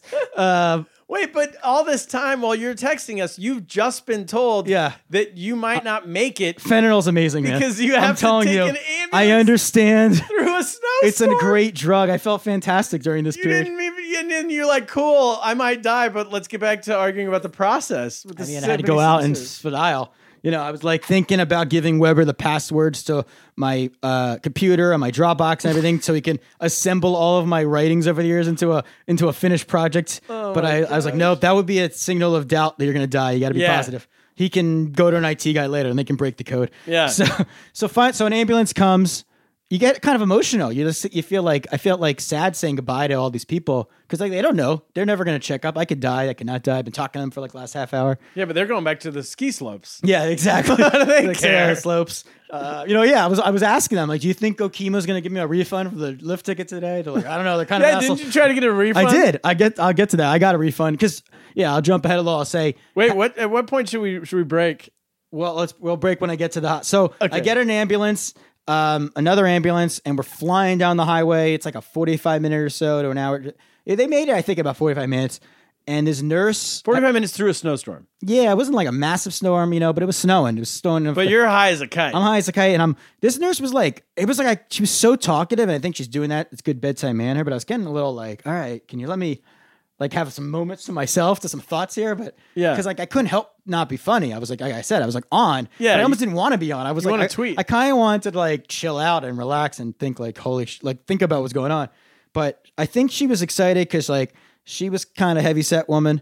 Speaker 1: Wait, but all this time while you're texting us, you've just been told
Speaker 2: Yeah.
Speaker 1: that you might not make it
Speaker 2: Fentanyl's amazing, man.
Speaker 1: Because you
Speaker 2: I'm
Speaker 1: have to
Speaker 2: telling
Speaker 1: take
Speaker 2: you,
Speaker 1: an
Speaker 2: I
Speaker 1: ambulance.
Speaker 2: understand.
Speaker 1: through a snowstorm.
Speaker 2: It's a great drug. I felt fantastic during this
Speaker 1: You
Speaker 2: period.
Speaker 1: didn't even, and then you're like, cool, I might die, but let's get back to arguing about the process. With the
Speaker 2: I mean, I had to go out and spadile. You know, I was like thinking about giving Weber the passwords to my uh, computer and my Dropbox and everything, so he can assemble all of my writings over the years into a into a finished project.
Speaker 1: Oh
Speaker 2: but I, I was like, nope, that would be a signal of doubt that you're going to die. You got to be
Speaker 1: Yeah.
Speaker 2: positive. He can go to an IT guy later, and they can break the code.
Speaker 1: Yeah.
Speaker 2: So so fine. So an ambulance comes. You get kind of emotional. You just you feel like I felt like sad saying goodbye to all these people because like they don't know they're never going to check up. I could die. I could not die. I've been talking to them for like the last half hour.
Speaker 1: Yeah, but they're going back to the ski slopes.
Speaker 2: Yeah, exactly.
Speaker 1: they care?
Speaker 2: Like, Sierra slopes. Uh, you know, yeah, I was I was asking them like, do you think Okima's gonna give me a refund for the lift ticket today? They're like, I don't know. They're kind of
Speaker 1: Yeah, didn't you try to get a refund?
Speaker 2: I did. I get. I'll get to that. I got a refund because yeah, I'll jump ahead a little. I'll say,
Speaker 1: Wait, what? At what point should we should we break?
Speaker 2: well, let's we'll break when I get to the hot. So
Speaker 1: Okay.
Speaker 2: I get an ambulance, um, another ambulance, and we're flying down the highway. It's like a forty-five minute or so to an hour. Yeah, They made it, I think, about forty-five minutes. And this nurse,
Speaker 1: Forty five minutes through a snowstorm,
Speaker 2: yeah, it wasn't like a massive storm, you know, but it was snowing. It was snowing.
Speaker 1: but you're high as a kite.
Speaker 2: I'm high as a kite, and I'm. This nurse was like, it was like I, she was so talkative, and I think she's doing that. It's good bedtime manner, but I was getting a little like, all right, can you let me, like, have some moments to myself, to some thoughts here, but
Speaker 1: Yeah.
Speaker 2: because like I couldn't help not be funny. I was like, like I said, I was like on.
Speaker 1: Yeah,
Speaker 2: but I
Speaker 1: you-
Speaker 2: almost didn't want to be on. I was
Speaker 1: you
Speaker 2: like,
Speaker 1: wanna
Speaker 2: I,
Speaker 1: tweet.
Speaker 2: I kind of wanted to like chill out and relax and think like, holy, sh-, like think about what's going on. But I think she was excited because like she was kind of heavy set woman.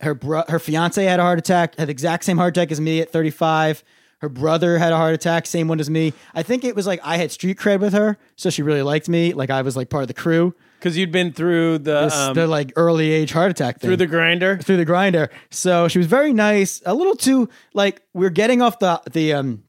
Speaker 2: Her bro- her fiance had a heart attack, had the exact same heart attack as me at 35. Her brother had a heart attack, same one as me. I think it was like I had street cred with her, so she really liked me. Like I was like part of the crew.
Speaker 1: Because you'd been through the
Speaker 2: This,
Speaker 1: um,
Speaker 2: the like early age heart attack thing
Speaker 1: through the grinder.
Speaker 2: through the grinder. So she was very nice. A little too like we're getting off the the um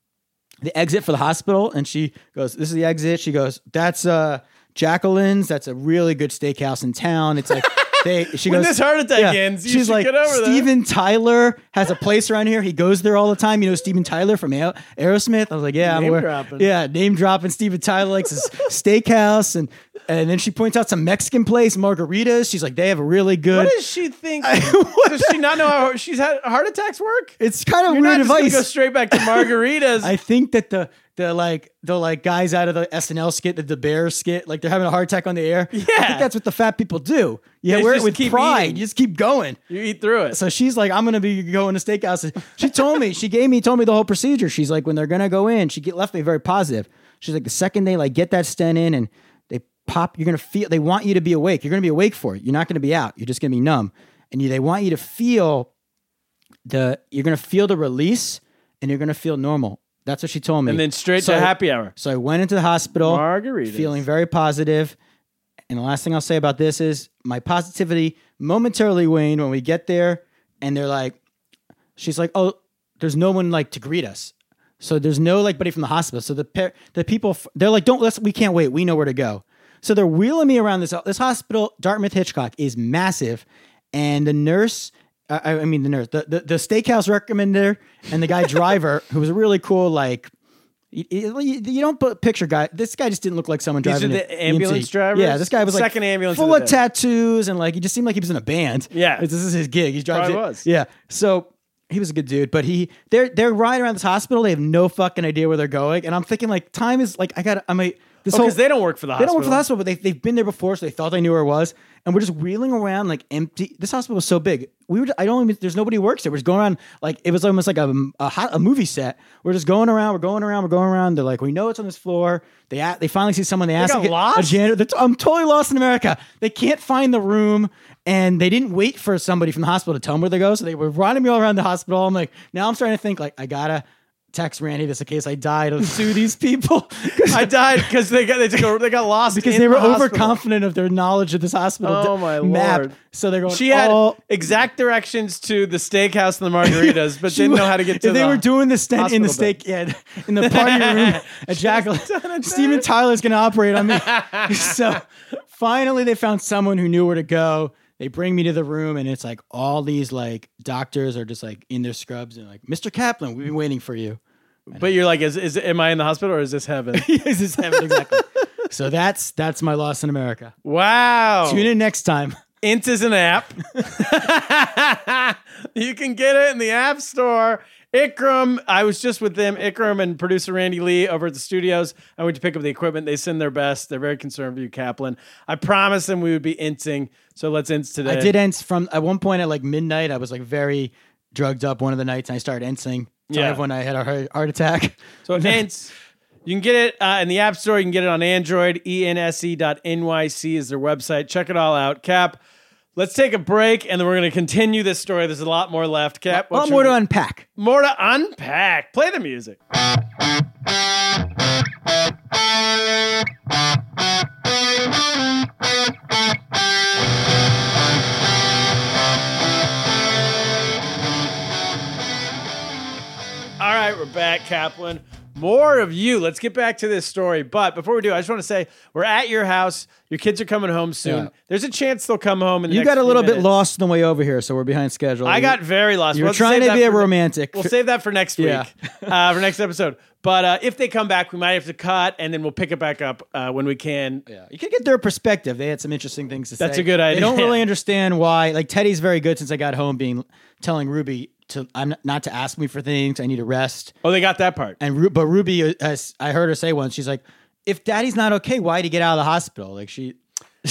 Speaker 2: the exit for the hospital, and she goes, "This is the exit." She goes, "That's uh Jacqueline's. That's a really good steakhouse in town." It's like. They, she
Speaker 1: When
Speaker 2: goes,
Speaker 1: this heart attack ends, you
Speaker 2: she's
Speaker 1: should
Speaker 2: like,
Speaker 1: get over that.
Speaker 2: Steven Tyler has a place around here. He goes there all the time. You know, Steven Tyler from Aer- Aerosmith. I was like, yeah, I'm
Speaker 1: Name
Speaker 2: aware.
Speaker 1: dropping.
Speaker 2: yeah, name dropping. Steven Tyler likes his steakhouse, and and then she points out some Mexican place, margaritas. She's like, they have a really good.
Speaker 1: What does she think? does she not know how she's had heart attacks work?
Speaker 2: It's kind of
Speaker 1: You're not
Speaker 2: weird
Speaker 1: just gonna
Speaker 2: advice.
Speaker 1: go straight back to margaritas.
Speaker 2: I think that the the like the like guys out of the SNL skit, the, the bear skit, like they're having a heart attack on the air. Yeah, I think that's what the fat people do. Yeah,
Speaker 1: They
Speaker 2: we're
Speaker 1: just
Speaker 2: with
Speaker 1: keep
Speaker 2: pride.
Speaker 1: eating.
Speaker 2: You just keep going.
Speaker 1: you eat through it.
Speaker 2: So she's like, I'm gonna be going to steakhouse. She told me, she gave me, told me the whole procedure. She's like, when they're gonna go in, she get, left me very positive. She's like, the second they like get that stent in and they pop, you're gonna feel. They want you to be awake. You're gonna be awake for it. You're not gonna be out. You're just gonna be numb. And you, they want you to feel the. You're gonna feel the release, and you're gonna feel normal. That's what she told me.
Speaker 1: and then straight
Speaker 2: So-
Speaker 1: to happy hour.
Speaker 2: so I went into the hospital,
Speaker 1: Margaritas.
Speaker 2: feeling very positive. And the last thing I'll say about this is my positivity momentarily waned when we get there, and they're like, she's like, oh, there's no one like to greet us. So there's no like buddy from the hospital. So the par- the people f- they're like, don't let's we can't wait. We know where to go. So they're wheeling me around this this hospital. Dartmouth Hitchcock is massive, and the nurse. I, I- I mean the nurse, the, the the steakhouse recommender, and the guy driver who was a really cool like. You, you- you don't put- picture guy. This guy just didn't look like someone
Speaker 1: These
Speaker 2: driving
Speaker 1: are
Speaker 2: an
Speaker 1: the ambulance
Speaker 2: EMT.
Speaker 1: drivers?
Speaker 2: Yeah, this guy was like
Speaker 1: Second ambulance
Speaker 2: full
Speaker 1: of the
Speaker 2: of
Speaker 1: day.
Speaker 2: tattoos and like he just seemed like he was in a band.
Speaker 1: Yeah.
Speaker 2: this is his gig. He drives.
Speaker 1: Probably
Speaker 2: it-
Speaker 1: was.
Speaker 2: Yeah, so he was a good dude, but he they're they're riding around this hospital. They have no fucking idea where they're going, and I'm thinking like time is like I got I'm a this whole
Speaker 1: because Oh, they don't work for the
Speaker 2: they
Speaker 1: hospital.
Speaker 2: don't work for the hospital, but they they've been there before, so they thought they knew where it was. And we're just wheeling around like empty. This hospital was so big. We were I don't even there's nobody who works there. We're just going around like it was almost like a a, hot, a movie set. We're just going around. We're going around. We're going around. They're like we know it's on this floor. They a- they finally see someone. They, ask
Speaker 1: got
Speaker 2: to get a
Speaker 1: lost?
Speaker 2: janitor. They're t- I'm totally lost in America. They can't find the room, and they didn't wait for somebody from the hospital to tell them where they go. So they were running me all around the hospital. I'm like now I'm starting to think like I gotta. Text Randy this in case I die to sue these people.
Speaker 1: I died because they got they took a, they got lost
Speaker 2: because
Speaker 1: in
Speaker 2: they were
Speaker 1: the hospital.
Speaker 2: overconfident of their knowledge of this hospital
Speaker 1: Oh,
Speaker 2: d-
Speaker 1: my
Speaker 2: map.
Speaker 1: Lord.
Speaker 2: So they're going.
Speaker 1: She had
Speaker 2: oh.
Speaker 1: exact directions to the steakhouse and the margaritas, but
Speaker 2: She
Speaker 1: didn't
Speaker 2: wa-
Speaker 1: know how to get to.
Speaker 2: They
Speaker 1: the-
Speaker 2: were doing the stent in the
Speaker 1: hospital bed.
Speaker 2: steak, yeah, in the party room at Jacqueline. Steven Tyler's going to operate on me. so finally, they found someone who knew where to go. They bring me to the room, and it's like all these like doctors are just like in their scrubs and like, Mr. Kaplan, we've been waiting for you.
Speaker 1: But you're like, is, is am I in the hospital or is this heaven?
Speaker 2: This is heaven, exactly. so that's that's my loss in America.
Speaker 1: wow.
Speaker 2: Tune in next time.
Speaker 1: Int is an app. you can get it in the App Store. Ikram, I was just with them, Ikram and producer Randy Lee over at the studios. I went to pick up the equipment. They send their best. They're very concerned for you, Kaplan. I promised them we would be inting. So let's int today.
Speaker 2: I did ents from at one point at like midnight. I was like very drugged up one of the nights, and I started entsing.
Speaker 1: Yeah.
Speaker 2: Yeah. Everyone, I had a heart, heart attack.
Speaker 1: So Nance, you can get it uh, in the App Store. You can get it on Android. E ENSE.NYC is their website. Check it all out. Cap, let's take a break and then we're going to continue this story. There's a lot more left. Cap,
Speaker 2: a lot
Speaker 1: what's
Speaker 2: more
Speaker 1: your-
Speaker 2: to unpack.
Speaker 1: more to unpack. Play the music. All right, we're back, Kaplan. More of you. Let's get back to this story. But before we do, I just want to say we're at your house. Your kids are coming home soon.
Speaker 2: Yeah.
Speaker 1: There's a chance they'll come home. In the
Speaker 2: You
Speaker 1: next
Speaker 2: got a
Speaker 1: few
Speaker 2: little bit
Speaker 1: minutes.
Speaker 2: lost on the way over here, so we're behind schedule.
Speaker 1: I got very lost.
Speaker 2: You were
Speaker 1: We'll have
Speaker 2: trying
Speaker 1: save
Speaker 2: to
Speaker 1: that
Speaker 2: be a
Speaker 1: for-
Speaker 2: romantic.
Speaker 1: We'll save that for next week,
Speaker 2: Yeah.
Speaker 1: uh, for next episode. But uh, if they come back, we might have to cut, and then we'll pick it back up uh, when we can.
Speaker 2: Yeah. You can get their perspective. They had some interesting things to say.
Speaker 1: That's a good idea.
Speaker 2: They don't really understand why. Like Teddy's very good since I got home, being telling Ruby to I'm not, not to ask me for things. I need to rest.
Speaker 1: Oh, they got that part.
Speaker 2: And Ru- but Ruby, uh, as I heard her say once, she's like, "If Daddy's not okay, why would he get out of the hospital?" Like she,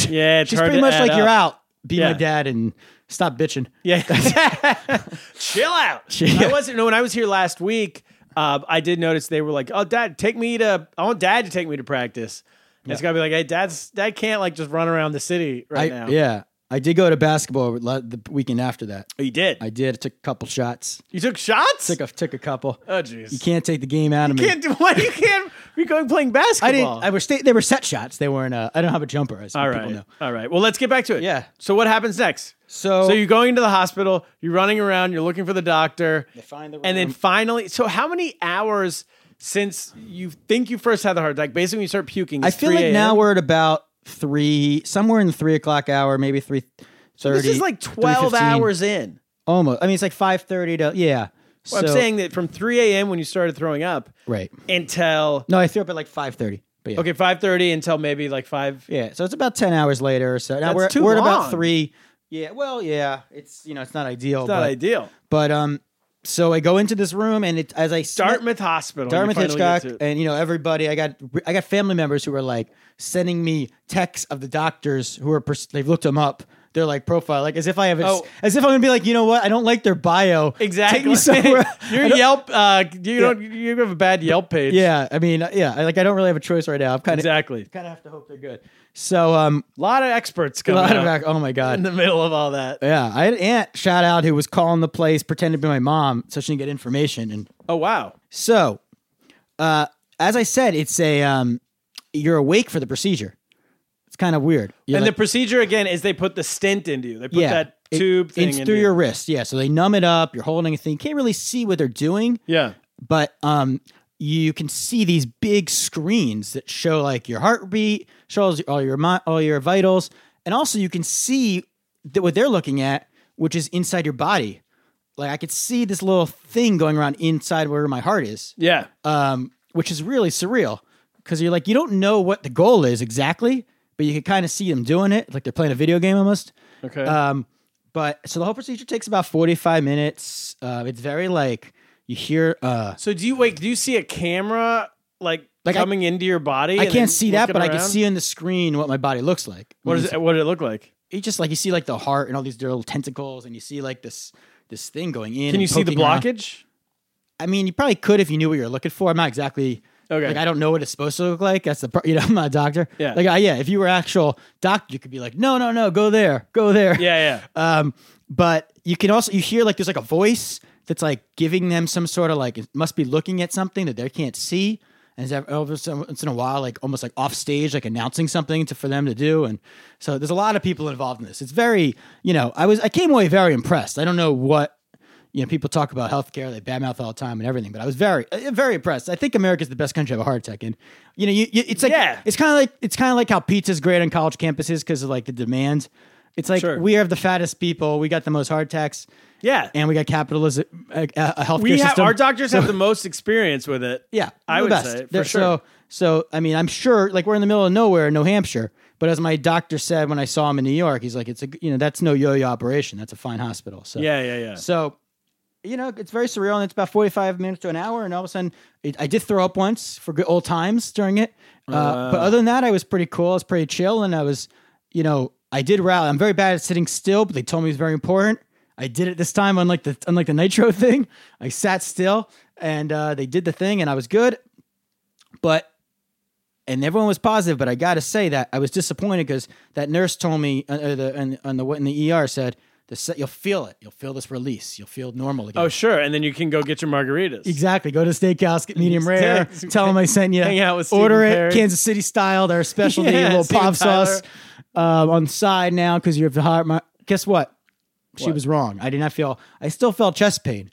Speaker 1: Yeah, it's
Speaker 2: she's
Speaker 1: hard to
Speaker 2: pretty much
Speaker 1: add
Speaker 2: like,
Speaker 1: up.
Speaker 2: "You're out. Be
Speaker 1: Yeah.
Speaker 2: my dad and stop bitching."
Speaker 1: Yeah, chill out. I wasn't. No, when I was here last week, uh, I did notice they were like, "Oh, Dad, take me to. I want Dad to take me to practice." And It's gotta be like, "Hey, Dad's Dad can't like just run around the city
Speaker 2: I,
Speaker 1: right now."
Speaker 2: yeah, I did go to basketball la- the weekend after that.
Speaker 1: Oh, you did.
Speaker 2: I did. I took a couple shots.
Speaker 1: you took shots.
Speaker 2: Took a took a couple.
Speaker 1: oh, jeez.
Speaker 2: You can't take the game out of me.
Speaker 1: can't do what you can't. You're going playing basketball.
Speaker 2: I didn't. I was. Sta- they were set shots. They weren't. Uh, I don't have a jumper. As
Speaker 1: All
Speaker 2: people
Speaker 1: right.
Speaker 2: know.
Speaker 1: All right. Well, let's get back to it.
Speaker 2: Yeah.
Speaker 1: So what happens next?
Speaker 2: So,
Speaker 1: So you're going to the hospital. You're running around. You're looking for the doctor. They
Speaker 2: find the
Speaker 1: And then
Speaker 2: room.
Speaker 1: finally, so how many hours since you think you first had the heart attack? Basically, when you start puking.
Speaker 2: I
Speaker 1: it's
Speaker 2: feel
Speaker 1: 3
Speaker 2: like
Speaker 1: a.m.?
Speaker 2: now we're at about three, somewhere in the three o'clock hour, maybe three thirty.
Speaker 1: This is like 12 hours in.
Speaker 2: almost. I mean, it's like five thirty to yeah.
Speaker 1: Well, I'm
Speaker 2: So-
Speaker 1: saying that from 3 a.m. when you started throwing up
Speaker 2: right.
Speaker 1: until
Speaker 2: No, I threw up at like five thirty. But yeah.
Speaker 1: okay 5:30 until maybe like five.
Speaker 2: Yeah, so it's about ten hours later or so. Now
Speaker 1: That's
Speaker 2: we're
Speaker 1: too
Speaker 2: we're at
Speaker 1: long.
Speaker 2: about three. Yeah, well, yeah, it's you know it's not ideal.
Speaker 1: Not
Speaker 2: Oh, but,
Speaker 1: ideal.
Speaker 2: But um, so I go into this room and it as I sn-
Speaker 1: Dartmouth Hospital. you
Speaker 2: Dartmouth
Speaker 1: finally get
Speaker 2: Hitchcock,
Speaker 1: to it.
Speaker 2: and you know everybody. I got I got family members who were like sending me texts of the doctors who are pers- they've looked them up. They're like profile, like as if I have a,
Speaker 1: Oh.
Speaker 2: as if I'm gonna be like, you know what? I don't like their bio. Take
Speaker 1: Exactly.
Speaker 2: me somewhere.
Speaker 1: Your
Speaker 2: I don't-
Speaker 1: Yelp, uh, you don't, you have a bad Yelp page.
Speaker 2: Yeah, I mean, uh, yeah, I, like I don't really have a choice right now. I'm kind of
Speaker 1: exactly.
Speaker 2: kind of have to hope they're good. So um,
Speaker 1: A lot of experts
Speaker 2: a
Speaker 1: coming
Speaker 2: lot
Speaker 1: out
Speaker 2: of ac- oh my god,
Speaker 1: in the middle of all that.
Speaker 2: Yeah, I had an aunt shout out who was calling the place, pretending to be my mom, so she didn't get information. And
Speaker 1: Oh wow.
Speaker 2: so, uh, as I said, it's a um, you're awake for the procedure. It's kind of weird. You're
Speaker 1: and
Speaker 2: like-
Speaker 1: the procedure again is they put the stent into you. They put that
Speaker 2: it-
Speaker 1: tube thing
Speaker 2: it's
Speaker 1: into
Speaker 2: through
Speaker 1: you.
Speaker 2: your wrist. Yeah, so they numb it up. You're holding a thing. You can't really see what they're doing.
Speaker 1: yeah.
Speaker 2: but um you can see these big screens that show like your heartbeat, shows all your mi- all your vitals, and also you can see that what they're looking at, which is inside your body. Like I could see this little thing going around inside where my heart is
Speaker 1: Yeah.
Speaker 2: um, which is really surreal because you're like you don't know what the goal is exactly, but you can kind of see them doing it, like they're playing a video game almost.
Speaker 1: Okay.
Speaker 2: Um, but so the whole procedure takes about 45 minutes. Uh, it's very like you hear. Uh,
Speaker 1: so do you wait? Do you see a camera like,
Speaker 2: Like, I-
Speaker 1: coming into your body?
Speaker 2: I
Speaker 1: and then
Speaker 2: can't see that,
Speaker 1: looking
Speaker 2: but I can
Speaker 1: around?
Speaker 2: see on the screen what my body looks like.
Speaker 1: What is it? What did it look like?
Speaker 2: You just like you see like the heart and all these little tentacles, and you see like this this thing going in.
Speaker 1: Can
Speaker 2: and
Speaker 1: you see the
Speaker 2: poking around.
Speaker 1: blockage?
Speaker 2: I mean, you probably could if you knew what you're looking for. I'm not exactly
Speaker 1: Okay.
Speaker 2: Like I don't know what it's supposed to look like. That's the pro- you know I'm not a doctor.
Speaker 1: Yeah.
Speaker 2: Like I, yeah, if you were actual doctor, you could be like, no, no, no, go there, go there.
Speaker 1: Yeah, yeah.
Speaker 2: Um, but you can also you hear like there's like a voice that's like giving them some sort of like it must be looking at something that they can't see. And it's ev- over some- once in a while, like almost like off stage, like announcing something to, for them to do. And so there's a lot of people involved in this. It's very, you know, I was I came away very impressed. I don't know what you know, people talk about healthcare, they badmouth all the time and everything, but I was very, uh, very impressed. I think America's the best country to have a heart attack in. You know, you, you, it's like,
Speaker 1: Yeah.
Speaker 2: it's kind of like, it's kind of like how pizza's great on college campuses because of like the demand. It's like,
Speaker 1: Sure.
Speaker 2: we have the fattest people, we got the most heart attacks,
Speaker 1: Yeah.
Speaker 2: and we got capitalism, a, a a healthcare
Speaker 1: we have
Speaker 2: system.
Speaker 1: our doctors have the most experience with it.
Speaker 2: Yeah,
Speaker 1: I
Speaker 2: the
Speaker 1: would
Speaker 2: best.
Speaker 1: say for
Speaker 2: They're-
Speaker 1: sure.
Speaker 2: So, so I mean, I'm sure. Like we're in the middle of nowhere, in New Hampshire. But as my doctor said when I saw him in New York, he's like, "It's a you know that's no yo-yo operation. That's a fine hospital." So
Speaker 1: yeah, yeah, yeah.
Speaker 2: so, you know, it's very surreal, and it's about forty-five minutes to an hour, and all of a sudden, it, I did throw up once for good old times during it. Uh, but other than that, I was pretty cool. I was pretty chill, and I was, you know, I did rally. I'm very bad at sitting still, but they told me it was very important. I did it this time, unlike the unlike the nitro thing. I sat still, and uh, they did the thing, and I was good. But and everyone was positive, but I got to say that I was disappointed because that nurse told me uh, uh, the, on, on the in the ER said the se- you'll feel it, you'll feel this release, you'll feel normal again.
Speaker 1: oh, sure. And then you can go get your margaritas.
Speaker 2: exactly. Go to steakhouse, get medium rare.
Speaker 1: Exactly.
Speaker 2: tell them I sent you.
Speaker 1: Hang out with Stephen
Speaker 2: order it
Speaker 1: Perry.
Speaker 2: Kansas City style, their specialty
Speaker 1: Yeah,
Speaker 2: little
Speaker 1: Steven
Speaker 2: pop
Speaker 1: Tyler.
Speaker 2: sauce um, on the side now because you have the heart. My, guess what? She was wrong. I did not feel. I still felt chest pain,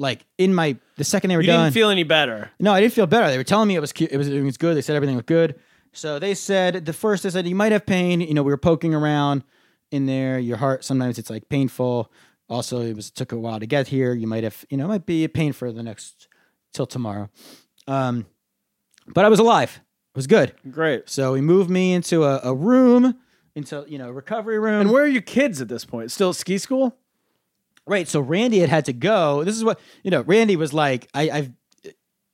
Speaker 2: like in my the second they were
Speaker 1: You
Speaker 2: done.
Speaker 1: didn't feel any better.
Speaker 2: No, I didn't feel better. They were telling me it was cu- it was it was good. They said everything was good. So they said the first they said you might have pain. You know, we were poking around in there. Your heart sometimes it's like painful. Also, it was took a while to get here. You might have you know it might be a pain for the next till tomorrow. Um, but I was alive. It was good.
Speaker 1: Great.
Speaker 2: So he moved me into a, a room, into you know recovery room.
Speaker 1: And where are your kids at this point? Still at ski school?
Speaker 2: Right. So Randy had had to go. This is what you know. Randy was like, I, I've.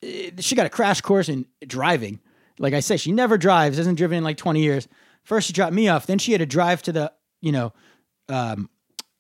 Speaker 2: eh, She got a crash course in driving. Like I say, she never drives. Hasn't driven in like twenty years. First, she dropped me off. Then she had to drive to the you know, um,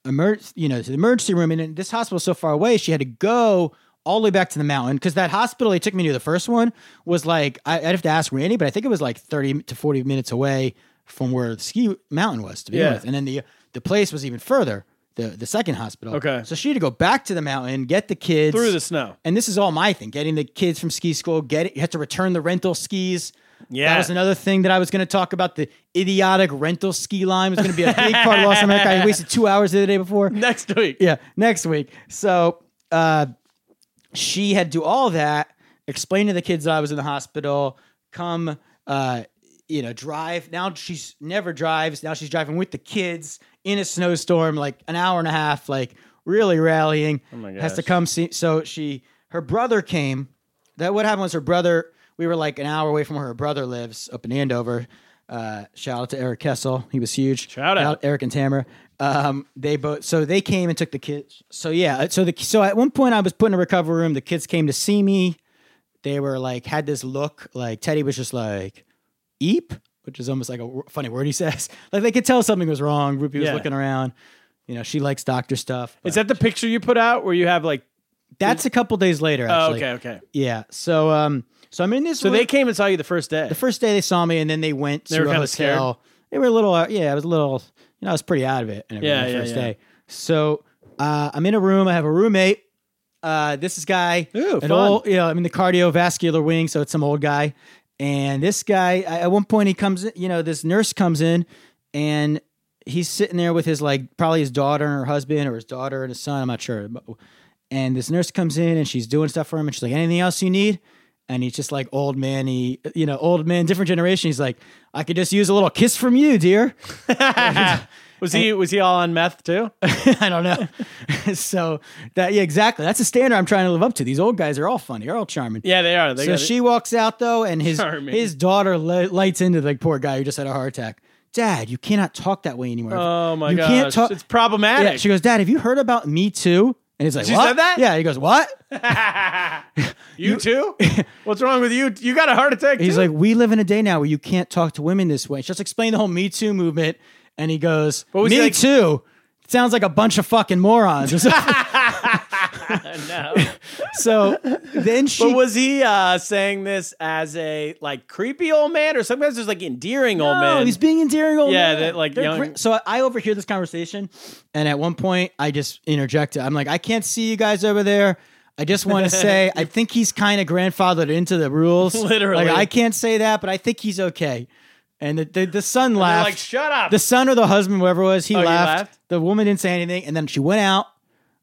Speaker 2: emer- you know, to the emergency room. And then this hospital was so far away, she had to go all the way back to the mountain because that hospital they took me to the first one was like I, I'd have to ask Randy, but I think it was like thirty to forty minutes away from where the ski mountain was to begin
Speaker 1: Yeah.
Speaker 2: with. And then the the place was even further. The, the second hospital.
Speaker 1: Okay.
Speaker 2: So she had to go back to the mountain, get the kids
Speaker 1: Through the snow.
Speaker 2: And this is all my thing: getting the kids from ski school. Get it, you had to return the rental skis.
Speaker 1: Yeah.
Speaker 2: that was another thing that I was going to talk about. The idiotic rental ski line was going to be a big part of Los America. I wasted two hours the other day before.
Speaker 1: Next week.
Speaker 2: Yeah, next week. So uh, she had to do all that, explain to the kids that I was in the hospital, come, uh, you know, drive. Now she's never drives. Now she's driving with the kids in a snowstorm, like an hour and a half, like really rallying. Oh
Speaker 1: my
Speaker 2: Has to
Speaker 1: gosh.
Speaker 2: come see. So she, her brother came. That what happened was her brother. We were like an hour away from where her brother lives up in Andover. Uh, shout out to Eric Kessel. He was huge.
Speaker 1: Shout out.
Speaker 2: Eric and Tamara. Um, they both so they came and took the kids. So yeah, uh, so the so at one point I was put in a recovery room. The kids came to see me. They were like had this look like Teddy was just like eep, which is almost like a w- funny word he says. Like they could tell something was wrong. Ruby was
Speaker 1: Yeah.
Speaker 2: looking around. You know, she likes doctor stuff.
Speaker 1: Is
Speaker 2: but
Speaker 1: that the picture you put out where you have like?
Speaker 2: that's a couple days later?
Speaker 1: Oh,
Speaker 2: Actually.
Speaker 1: okay, okay.
Speaker 2: Yeah. So um, so I'm in this.
Speaker 1: So
Speaker 2: room-
Speaker 1: they came and saw you the first day.
Speaker 2: the first day they saw me, and then they went
Speaker 1: They
Speaker 2: to
Speaker 1: were
Speaker 2: a
Speaker 1: kinda
Speaker 2: hotel.
Speaker 1: scared.
Speaker 2: They were a little, uh, yeah, I was a little, you know, I was pretty out of it. And everything
Speaker 1: Yeah,
Speaker 2: the
Speaker 1: yeah,
Speaker 2: first
Speaker 1: yeah.
Speaker 2: day. So uh, I'm in a room. I have a roommate. Uh, this is guy,
Speaker 1: Ooh,
Speaker 2: an
Speaker 1: fun.
Speaker 2: old, you know, I'm in the cardiovascular wing, so it's some old guy. And this guy, I- at one point, he comes, in- you know, this nurse comes in, and he's sitting there with his like probably his daughter and her husband or his daughter and his son. I'm not sure. And this nurse comes in and she's doing stuff for him, and she's like, "Anything else you need?" And he's just like old man. He, you know, old man, different generation. He's like, "I could just use a little kiss from you, dear."
Speaker 1: Was he was he all on meth too?
Speaker 2: I don't know. so that yeah, exactly. That's a standard I'm trying to live up to. These old guys are all funny. They're all charming.
Speaker 1: Yeah, they are. They
Speaker 2: so
Speaker 1: got it.
Speaker 2: she walks out though, and his
Speaker 1: Charming.
Speaker 2: his daughter li- lights into the poor guy who just had a heart attack. Dad, you cannot talk that way anymore.
Speaker 1: Oh my
Speaker 2: you
Speaker 1: gosh,
Speaker 2: can't talk.
Speaker 1: it's problematic.
Speaker 2: Yeah, she goes, Dad, have you heard about Me Too? And he's like,
Speaker 1: She
Speaker 2: what?
Speaker 1: said that?
Speaker 2: Yeah, he goes, what?
Speaker 1: you, too? What's wrong with you? You got a heart attack.
Speaker 2: He's
Speaker 1: too?
Speaker 2: like, we live in a day now where you can't talk to women this way. She just explained the whole Me Too movement, and he goes,
Speaker 1: was he
Speaker 2: Me
Speaker 1: like-
Speaker 2: Too. Sounds like a bunch of fucking morons. or something. so then she
Speaker 1: But was he uh, saying this as a like creepy old man, or sometimes there's like endearing old
Speaker 2: No,
Speaker 1: man?
Speaker 2: he's being endearing old
Speaker 1: Yeah,
Speaker 2: man.
Speaker 1: that, like,
Speaker 2: They're
Speaker 1: young-
Speaker 2: great. So I overhear this conversation, and at one point I just interject. I'm like, I can't see you guys over there. I just want to say, I think he's kind of grandfathered into the rules.
Speaker 1: Literally.
Speaker 2: like, I can't say that, but I think he's okay. And the the, the son
Speaker 1: They're
Speaker 2: laughed.
Speaker 1: like, shut up.
Speaker 2: the son or the husband, whoever it was, he
Speaker 1: Oh, he
Speaker 2: laughed.
Speaker 1: laughed?
Speaker 2: The woman didn't say anything, and then she went out.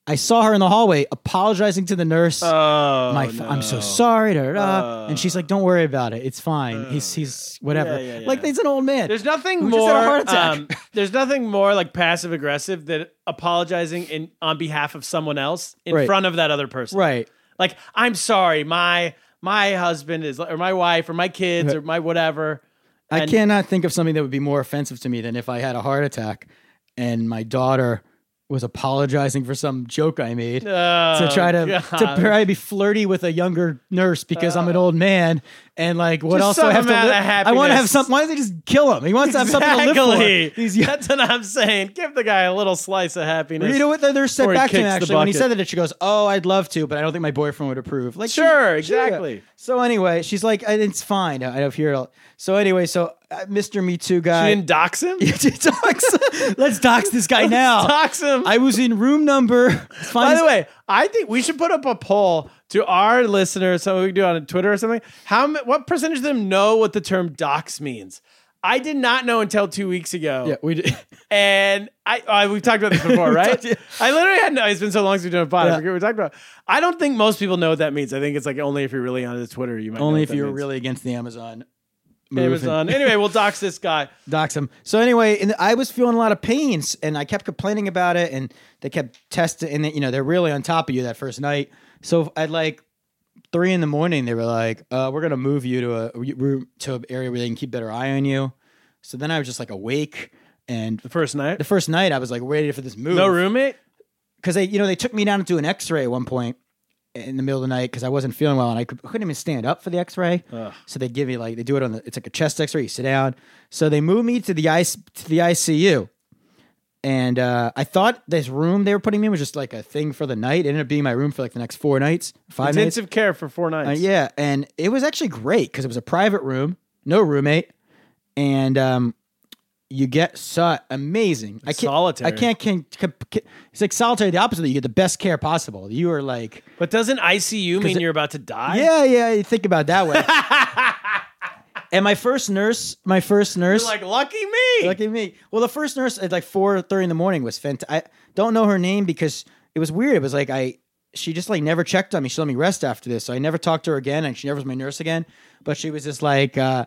Speaker 2: I saw her in the hallway apologizing to the nurse.
Speaker 1: oh,
Speaker 2: My, f- I'm so sorry. Da, da, da. and she's like, "Don't worry about it. It's fine. he's he's whatever.
Speaker 1: Oh, Yeah, yeah,
Speaker 2: Like
Speaker 1: yeah.
Speaker 2: he's an old man.
Speaker 1: There's nothing
Speaker 2: Who
Speaker 1: more.
Speaker 2: just had a heart attack.
Speaker 1: um, there's nothing more like passive aggressive than apologizing in on behalf of someone else in
Speaker 2: Right.
Speaker 1: front of that other person.
Speaker 2: Right.
Speaker 1: Like, I'm sorry, my my husband is or my wife or my kids or my whatever.
Speaker 2: I
Speaker 1: And-
Speaker 2: cannot think of something that would be more offensive to me than if I had a heart attack and my daughter was apologizing for some joke I made to try to, to
Speaker 1: Oh, God.
Speaker 2: try to be flirty with a younger nurse because I'm an old man and like what
Speaker 1: Just
Speaker 2: else do I
Speaker 1: some
Speaker 2: have to
Speaker 1: amount
Speaker 2: li-
Speaker 1: of
Speaker 2: I want to have
Speaker 1: happiness.
Speaker 2: some why does he just kill him? He wants to have something to
Speaker 1: Exactly.
Speaker 2: live for. These young,
Speaker 1: That's what I'm saying. Give the guy a little slice of happiness.
Speaker 2: you know what the nurse said
Speaker 1: Or he
Speaker 2: back to him
Speaker 1: kicks the
Speaker 2: actually when he
Speaker 1: bucket.
Speaker 2: said that she goes, "Oh, I'd love to, but I don't think my boyfriend would approve." Like,
Speaker 1: Sure,
Speaker 2: she- she- yeah.
Speaker 1: exactly.
Speaker 2: So anyway, she's like, "I- "It's fine. I don't hear it." All. So anyway, so uh, Mr. Me Too
Speaker 1: You
Speaker 2: guy,
Speaker 1: didn't dox him?
Speaker 2: Dox- Let's dox this guy now.
Speaker 1: dox him.
Speaker 2: I was in room number. Find
Speaker 1: By the way, I think we should put up a poll to our listeners, something we can do on Twitter or something. How m- what percentage of them know what the term dox means? I did not know until two weeks ago,
Speaker 2: yeah, we did.
Speaker 1: and I, I we've talked about this before, right?
Speaker 2: talked- yeah.
Speaker 1: I literally had no. It's been so long since we've done a pod.
Speaker 2: Yeah.
Speaker 1: I forget what we talked about. I don't think most people know what that means. I think it's like only if you're really on the Twitter, you might know
Speaker 2: Only
Speaker 1: what
Speaker 2: if
Speaker 1: that
Speaker 2: you were
Speaker 1: means.
Speaker 2: really against the Amazon. move
Speaker 1: Amazon.
Speaker 2: and-
Speaker 1: anyway, we'll dox this guy.
Speaker 2: dox him. So anyway, and I was feeling a lot of pains, and I kept complaining about it, and they kept testing, and you know they're really on top of you that first night. So at like three in the morning, they were like, uh, "We're gonna move you to a room to an area where they can keep better eye on you." So then I was just like awake, and
Speaker 1: The first night,
Speaker 2: the first night I was like ready for this move.
Speaker 1: no roommate.
Speaker 2: because they, you know, they took me down to do an X-ray at one point in the middle of the night because I wasn't feeling well and I could, couldn't even stand up for the X-ray. So they give me like they do it on the it's like a chest X-ray. You sit down. So they moved me to the ice to the ICU, and uh, I thought this room they were putting me in was just like a thing for the night. It ended up being my room for like the next four nights, five nights.
Speaker 1: Intensive care for four
Speaker 2: Uh,
Speaker 1: nights.
Speaker 2: yeah, and it was actually great because it was a private room, no roommate, and um, you get so amazing. I can't,
Speaker 1: solitary.
Speaker 2: I can't, can can- can- It's like solitary. The opposite. You get the best care possible. You are like,
Speaker 1: But doesn't ICU mean you're about to die?
Speaker 2: yeah, yeah. You think about it that way. and my first nurse, my first nurse,
Speaker 1: Like lucky me.
Speaker 2: Look at me. Well, the first nurse at like four thirty in the morning was fantastic. I don't know her name because it was weird. It was like I she just like never checked on me. She let me rest after this, so I never talked to her again, and she never was my nurse again. But she was just like uh,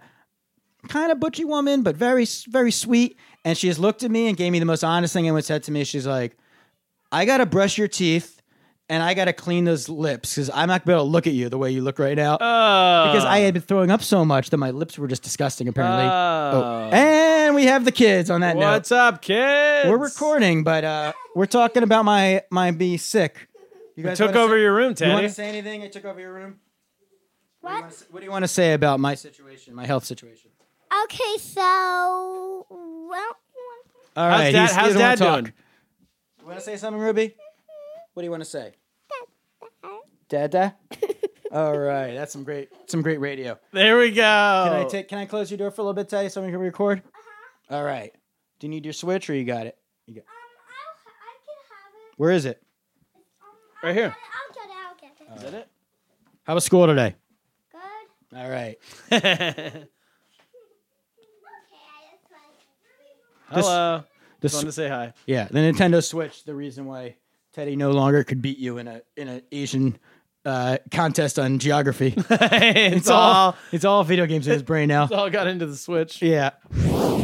Speaker 2: kind of butchy woman, but very very sweet. And she just looked at me and gave me the most honest thing anyone said to me. She's like, "I gotta brush your teeth." And I gotta clean those lips because I'm not gonna be able to look at you the way you look right now
Speaker 1: Uh,
Speaker 2: because I had been throwing up so much that my lips were just disgusting. Apparently,
Speaker 1: Oh.
Speaker 2: and we have the kids on that note.
Speaker 1: What's up, kids?
Speaker 2: We're recording, but uh, we're talking about my my be sick. You guys
Speaker 1: Took
Speaker 2: wanna
Speaker 1: over
Speaker 2: say,
Speaker 1: your room,
Speaker 2: You want
Speaker 1: Teddy.
Speaker 2: to say anything? I took over your room. What? do you wanna say- What do you want to say about my situation, my health situation?
Speaker 4: Okay, so well, um,
Speaker 2: All
Speaker 1: How's
Speaker 2: right,
Speaker 1: dad-
Speaker 2: he's- he
Speaker 1: how's
Speaker 2: doesn't wanna
Speaker 1: dad
Speaker 2: talk.
Speaker 1: doing?
Speaker 2: You want to say something, Ruby? What do you want to say? Dada. All right, that's some great some great radio.
Speaker 1: There we go.
Speaker 2: Can I take? Can I close your door for a little bit, Teddy, so we can record? All right. Do you need your switch, or you got it? You got. Where is it?
Speaker 1: Right here.
Speaker 4: Um, I'll get it. I'll get it.
Speaker 1: Is that it?
Speaker 2: How was school today?
Speaker 4: Good.
Speaker 2: All right.
Speaker 4: Okay, I just like.
Speaker 1: Hello.
Speaker 2: The
Speaker 1: Just wanted to say hi.
Speaker 2: Yeah, the Nintendo Switch, the reason why Teddy no longer could beat you in a in an Asian uh, contest on geography. it's,
Speaker 1: it's, all,
Speaker 2: it's all video games in his brain now.
Speaker 1: it's all got into the switch.
Speaker 2: Yeah,
Speaker 1: All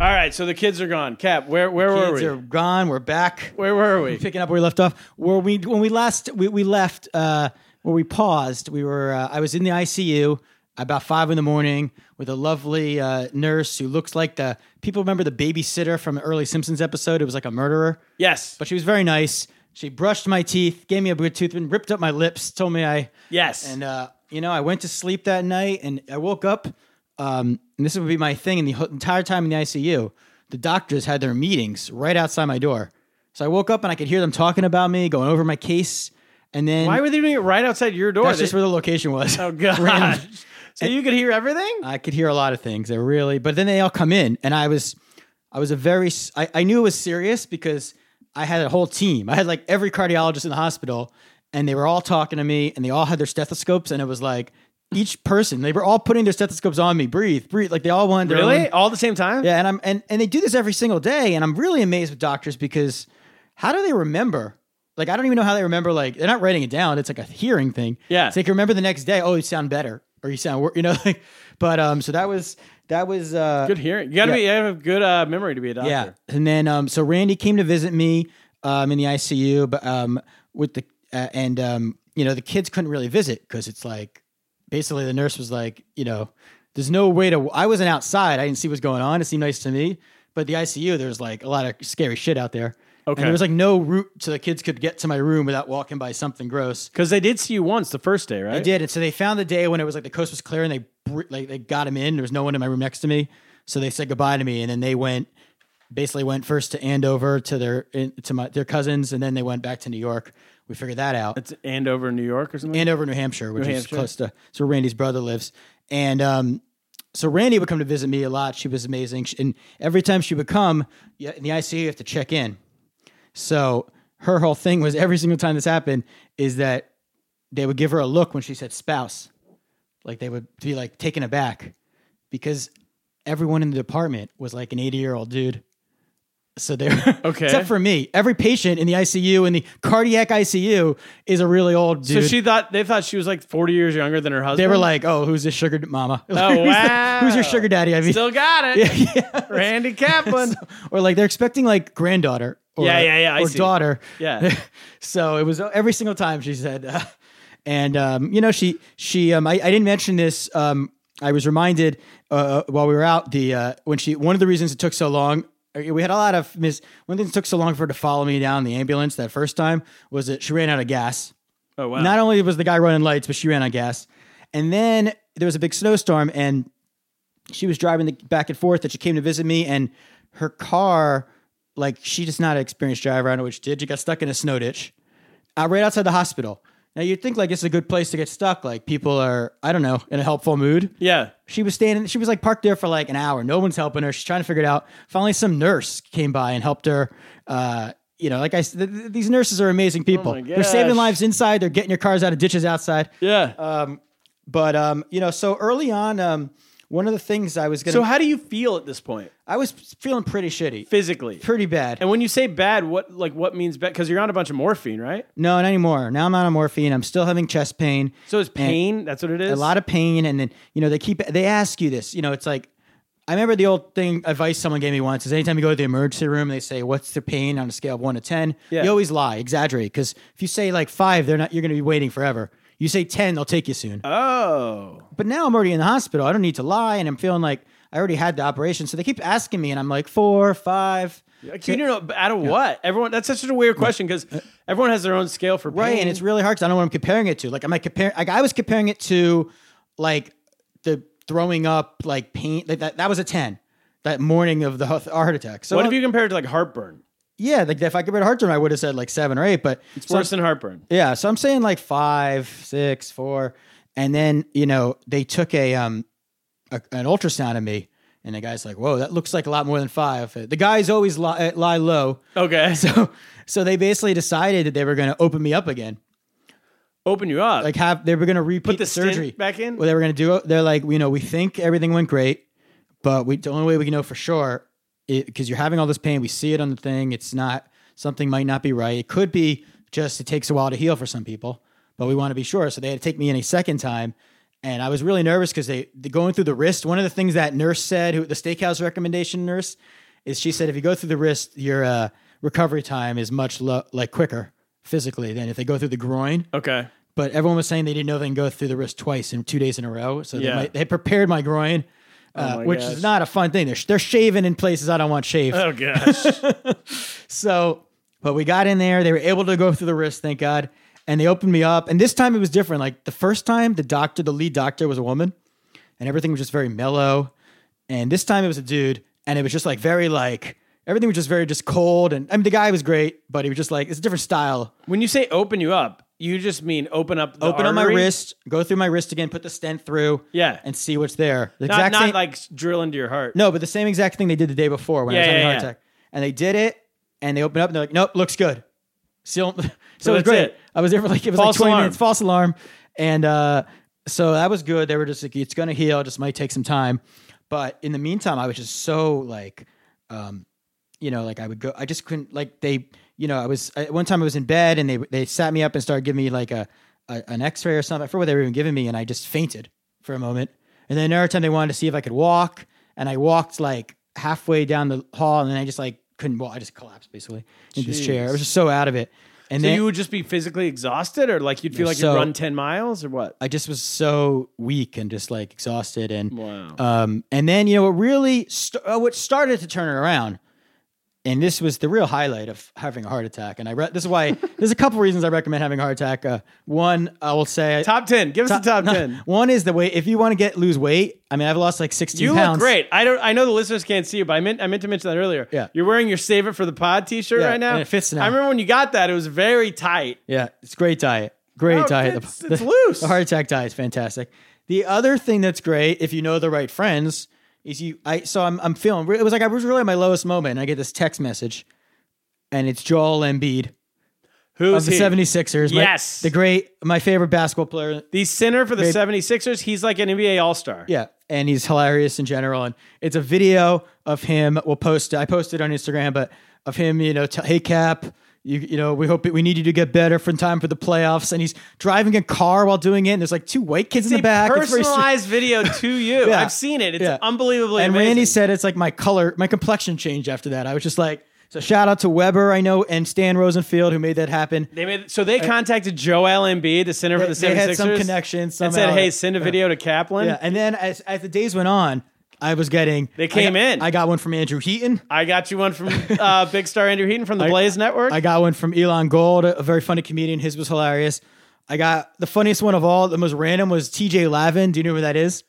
Speaker 1: right, so the kids are gone. Cap, where where were
Speaker 2: kids
Speaker 1: we?
Speaker 2: are gone. We're back.
Speaker 1: where were we?
Speaker 2: picking up where we left off. Where we when we last we, we left uh, where we paused, we were uh, I was in the ICU about five in the morning with a lovely uh, nurse who looks like the people remember the babysitter from an early Simpsons episode. It was like a murderer,
Speaker 1: Yes.
Speaker 2: but she was very nice. She brushed my teeth, gave me a good tooth, and ripped up my lips. Told me I
Speaker 1: yes.
Speaker 2: and uh, you know, I went to sleep that night, and I woke up. Um, and this would be my thing. And the ho- entire time in the ICU, the doctors had their meetings right outside my door. So I woke up and I could hear them talking about me, going over my case. And then
Speaker 1: Why were they doing it right outside your door?
Speaker 2: that's
Speaker 1: They-
Speaker 2: just where the location was.
Speaker 1: oh gosh.
Speaker 2: Random.
Speaker 1: so you could hear everything?
Speaker 2: I could hear a lot of things. They really, but then they all come in, and I was, I was a very, s- I, I knew it was serious because I had a whole team. I had like every cardiologist in the hospital, and they were all talking to me, and they all had their stethoscopes, and it was like each person, they were all putting their stethoscopes on me, breathe, breathe, like they all wanted. their
Speaker 1: really?
Speaker 2: own-
Speaker 1: All at the same time?
Speaker 2: yeah, and I'm and and they do this every single day, and I'm really amazed with doctors because how do they remember? Like I don't even know how they remember. Like they're not writing it down. It's like a hearing thing.
Speaker 1: Yeah.
Speaker 2: it's like you remember the next day. Oh, you sound better, or you sound worse. You know, like. But um, so that was that was uh,
Speaker 1: Good hearing. You gotta
Speaker 2: Yeah.
Speaker 1: be you have a good uh, memory to be a doctor.
Speaker 2: yeah. And then um, so Randy came to visit me um in the ICU, but um with the uh, and um you know the kids couldn't really visit because it's like basically the nurse was like you know there's no way to I wasn't outside I didn't see what's going on it seemed nice to me but the ICU there's like a lot of scary shit out there
Speaker 1: Okay.
Speaker 2: and there was like no route so the kids could get to my room without walking by something gross
Speaker 1: Because they did see you once the first day, right?
Speaker 2: I did, and so they found the day when it was like the coast was clear, and they br- like they got him in. There was no one in my room next to me, so they said goodbye to me, and then they went basically went first to Andover to their in, to my their cousins, and then they went back to New York. We figured that out.
Speaker 1: It's Andover, New York or something?
Speaker 2: Andover, New Hampshire, which is
Speaker 1: Hampshire.
Speaker 2: close to so Randy's brother lives, and um, so Randy would come to visit me a lot. She was amazing, She- and every time she would come, yeah, in the ICU you have to check in. So her whole thing was every single time this happened is that they would give her a look when she said spouse, like they would be like taken aback because everyone in the department was like an eighty year old dude. So they were,
Speaker 1: Okay.
Speaker 2: except for me, every patient in the ICU in the cardiac ICU is a really old dude.
Speaker 1: so she thought they thought she was like forty years younger than her husband.
Speaker 2: They were like, "Oh, who's this sugar d- mama? Oh, who's,
Speaker 1: wow.
Speaker 2: who's your sugar daddy?" I mean,
Speaker 1: Still got it. Randy Kaplan.
Speaker 2: or like they're expecting like granddaughter, or,
Speaker 1: Yeah, yeah, yeah, I
Speaker 2: or
Speaker 1: see.
Speaker 2: daughter.
Speaker 1: Yeah.
Speaker 2: so it was uh, every single time she said, uh, and um, you know, she she um, I, I didn't mention this. Um, I was reminded uh, while we were out the uh, when she one of the reasons it took so long. uh, We had a lot of miss. One thing that took so long for her to follow me down the ambulance that first time was that she ran out of gas.
Speaker 1: Oh wow.
Speaker 2: Not only was the guy running lights, but she ran on gas. And then there was a big snowstorm, and she was driving the, back and forth. That she came to visit me, and her car, like she just not an experienced driver. I don't know what she did. She got stuck in a snow ditch, uh, right outside the hospital. Now you'd think like it's a good place to get stuck. Like people are, I don't know, in a helpful mood.
Speaker 1: yeah.
Speaker 2: She was standing. She was like parked there for like an hour. No one's helping her. She's trying to figure it out. Finally, some nurse came by and helped her. Uh, you know, like I, s- th- th- these nurses are amazing people.
Speaker 1: Oh my
Speaker 2: they're saving
Speaker 1: gosh.
Speaker 2: lives inside. They're getting your cars out of ditches outside.
Speaker 1: Yeah.
Speaker 2: Um, But um, you know, so early on, um, one of the things I was gonna,
Speaker 1: so how do you feel at this point?
Speaker 2: I was feeling pretty shitty,
Speaker 1: Physically.
Speaker 2: pretty bad.
Speaker 1: And when you say bad, what like what means bad? Because you're on a bunch of morphine, right?
Speaker 2: no, not anymore. Now I'm out on morphine. I'm still having chest pain.
Speaker 1: So it's
Speaker 2: And-
Speaker 1: pain. that's what it is.
Speaker 2: a lot of pain and then you know they keep they ask you this you know it's like i remember the old thing advice someone gave me once is anytime you go to the emergency room they say what's their pain on a scale of 1 to 10
Speaker 1: Yeah.
Speaker 2: you always lie exaggerate because if you say like 5 they're not you're going to be waiting forever you say 10 they'll take you soon
Speaker 1: Oh.
Speaker 2: but now i'm already in the hospital i don't need to lie and i'm feeling like i already had the operation so they keep asking me and i'm like 4 5
Speaker 1: Can you know but out of what? Everyone that's such a weird question because everyone has their own scale for pain.
Speaker 2: Right, and it's really hard because I don't know what I'm comparing it to. Like, am I comparing? Like, I was comparing it to, like, the throwing up, like pain. Like that. That was a ten. That morning of the heart heart attack. So
Speaker 1: what if you compare it to like heartburn?
Speaker 2: Yeah, like if I compared heart to, I would have said like seven or eight. But
Speaker 1: It's worse than heartburn.
Speaker 2: yeah, so I'm saying like five, six, four, and then you know they took a um a, an ultrasound of me, and the guy's like, "Whoa, that looks like a lot more than five. The guys always lie, lie low.
Speaker 1: Okay.
Speaker 2: So so they basically decided that they were going to open me up again.
Speaker 1: Open you up.
Speaker 2: like have they were going to repeat
Speaker 1: the stint
Speaker 2: surgery
Speaker 1: back in?
Speaker 2: Well, they were going to do. They're like, you know, we think everything went great, but we the only way we can know for sure because you're having all this pain. We see it on the thing. It's not. something might not be right. It could be just it takes a while to heal for some people, but we want to be sure. So they had to take me in a second time. And I was really nervous because they the- going through the wrist. One of the things that nurse said, who the steakhouse recommendation nurse, is she said if you go through the wrist, your uh, recovery time is much lo- like quicker physically than if they go through the groin
Speaker 1: Okay.
Speaker 2: but everyone was saying they didn't know they can go through the wrist twice in two days in a row. So
Speaker 1: Yeah.
Speaker 2: they, might, they prepared my groin, uh,
Speaker 1: Oh my
Speaker 2: which
Speaker 1: gosh.
Speaker 2: is not a fun thing. They're, they're shaving in places I don't want shaved.
Speaker 1: Oh gosh.
Speaker 2: So, but we got in there. They were able to go through the wrist, thank God. And they opened me up. And this time it was different. Like the first time, the doctor, the lead doctor was a woman and everything was just very mellow. And this time it was a dude and it was just like very like, everything was just very just cold. And I mean, the guy was great, but he was just like, it's a different style.
Speaker 1: when you say open you up, you just mean open up. The
Speaker 2: open up my
Speaker 1: artery?
Speaker 2: wrist, go through my wrist again, put the stent through,
Speaker 1: Yeah.
Speaker 2: and see what's there. The
Speaker 1: Not,
Speaker 2: exact
Speaker 1: not
Speaker 2: same,
Speaker 1: like s- drill into your heart.
Speaker 2: no, but the same exact thing they did the day before when I
Speaker 1: Yeah,
Speaker 2: was having
Speaker 1: yeah,
Speaker 2: a heart
Speaker 1: yeah.
Speaker 2: attack, and they did it, and they opened up, and they're like, "Nope, looks good." So, so it was
Speaker 1: that's
Speaker 2: great.
Speaker 1: it.
Speaker 2: I was there for like it was
Speaker 1: False
Speaker 2: like twenty
Speaker 1: alarm.
Speaker 2: minutes, false alarm, and uh, so that was good. They were just like, "It's gonna heal, just might take some time," but in the meantime, I was just so like you know, like I would go, I just couldn't, like they, you know, I was, I, one time I was in bed and they, they sat me up and started giving me like a, a an x-ray or something. I forget what they were even giving me. And I just fainted for a moment. And then another time they wanted to see if I could walk. And I walked like halfway down the hall and then I just like couldn't walk. I just collapsed basically in this chair. I was just so out of it. And
Speaker 1: So
Speaker 2: then
Speaker 1: you would just be physically exhausted, or like you'd feel like
Speaker 2: So-
Speaker 1: you'd run ten miles, or what?
Speaker 2: I just was so weak and just like exhausted. And
Speaker 1: Wow.
Speaker 2: Um, and then you know what really st- uh, what started to turn it around, and this was the real highlight of having a heart attack. And I re- this is why there's a couple reasons I recommend having a heart attack. Uh, one, I will say
Speaker 1: Top ten. Give us the top
Speaker 2: no,
Speaker 1: ten.
Speaker 2: One is the weight. If you want to get lose weight, I mean I've lost like 16
Speaker 1: You
Speaker 2: pounds.
Speaker 1: look great. I don't. I know the listeners can't see you, but I meant I meant to mention that earlier.
Speaker 2: Yeah.
Speaker 1: You're wearing your "Save It for the Pod" T-shirt
Speaker 2: Yeah,
Speaker 1: right now.
Speaker 2: and it fits now.
Speaker 1: I remember when you got that; it was very tight.
Speaker 2: Yeah, it's great diet. Great
Speaker 1: Oh,
Speaker 2: diet.
Speaker 1: it's- it's loose.
Speaker 2: The heart attack diet is fantastic. The other thing that's great, if you know the right friends, is you. I so I'm I'm feeling. It was like I was really at my lowest moment, and I get this text message, and it's Joel Embiid
Speaker 1: Who's
Speaker 2: of the
Speaker 1: he?
Speaker 2: 76ers. my-
Speaker 1: Yes.
Speaker 2: the great, my favorite basketball player.
Speaker 1: The center for the
Speaker 2: Babe.
Speaker 1: 76ers. He's like an NBA All Star.
Speaker 2: Yeah, and he's hilarious in general. And it's a video of him. We'll post. I posted on Instagram, but of him, you know, tell, hey Cap, you you know, we hope we need you to get better for time for the playoffs. And he's driving a car while doing it. And there's like two white kids in the back. It's very sweet.
Speaker 1: personalized video to you.
Speaker 2: Yeah.
Speaker 1: I've seen it. It's
Speaker 2: Yeah.
Speaker 1: unbelievably
Speaker 2: and
Speaker 1: amazing.
Speaker 2: Randy said it's like my color, my complexion changed after that. I was just like, so shout out to Weber, I know, and Stan Rosenfield who made that happen.
Speaker 1: they made so they contacted Joel Embiid, the center for the 76ers.
Speaker 2: Uh, They- they had some connection
Speaker 1: and said,
Speaker 2: somehow.
Speaker 1: "Hey, send a video to Kaplan."
Speaker 2: Yeah, and then as, as the days went on, I was getting
Speaker 1: They came
Speaker 2: I got-
Speaker 1: in.
Speaker 2: I got one from Andrew Heaton.
Speaker 1: I got you one from uh, Big Star Andrew Heaton from the Blaze Network.
Speaker 2: I got one from Elon Gold, a very funny comedian. His was hilarious. I got the funniest one of all, the most random was TJ Lavin. Do you know who that is?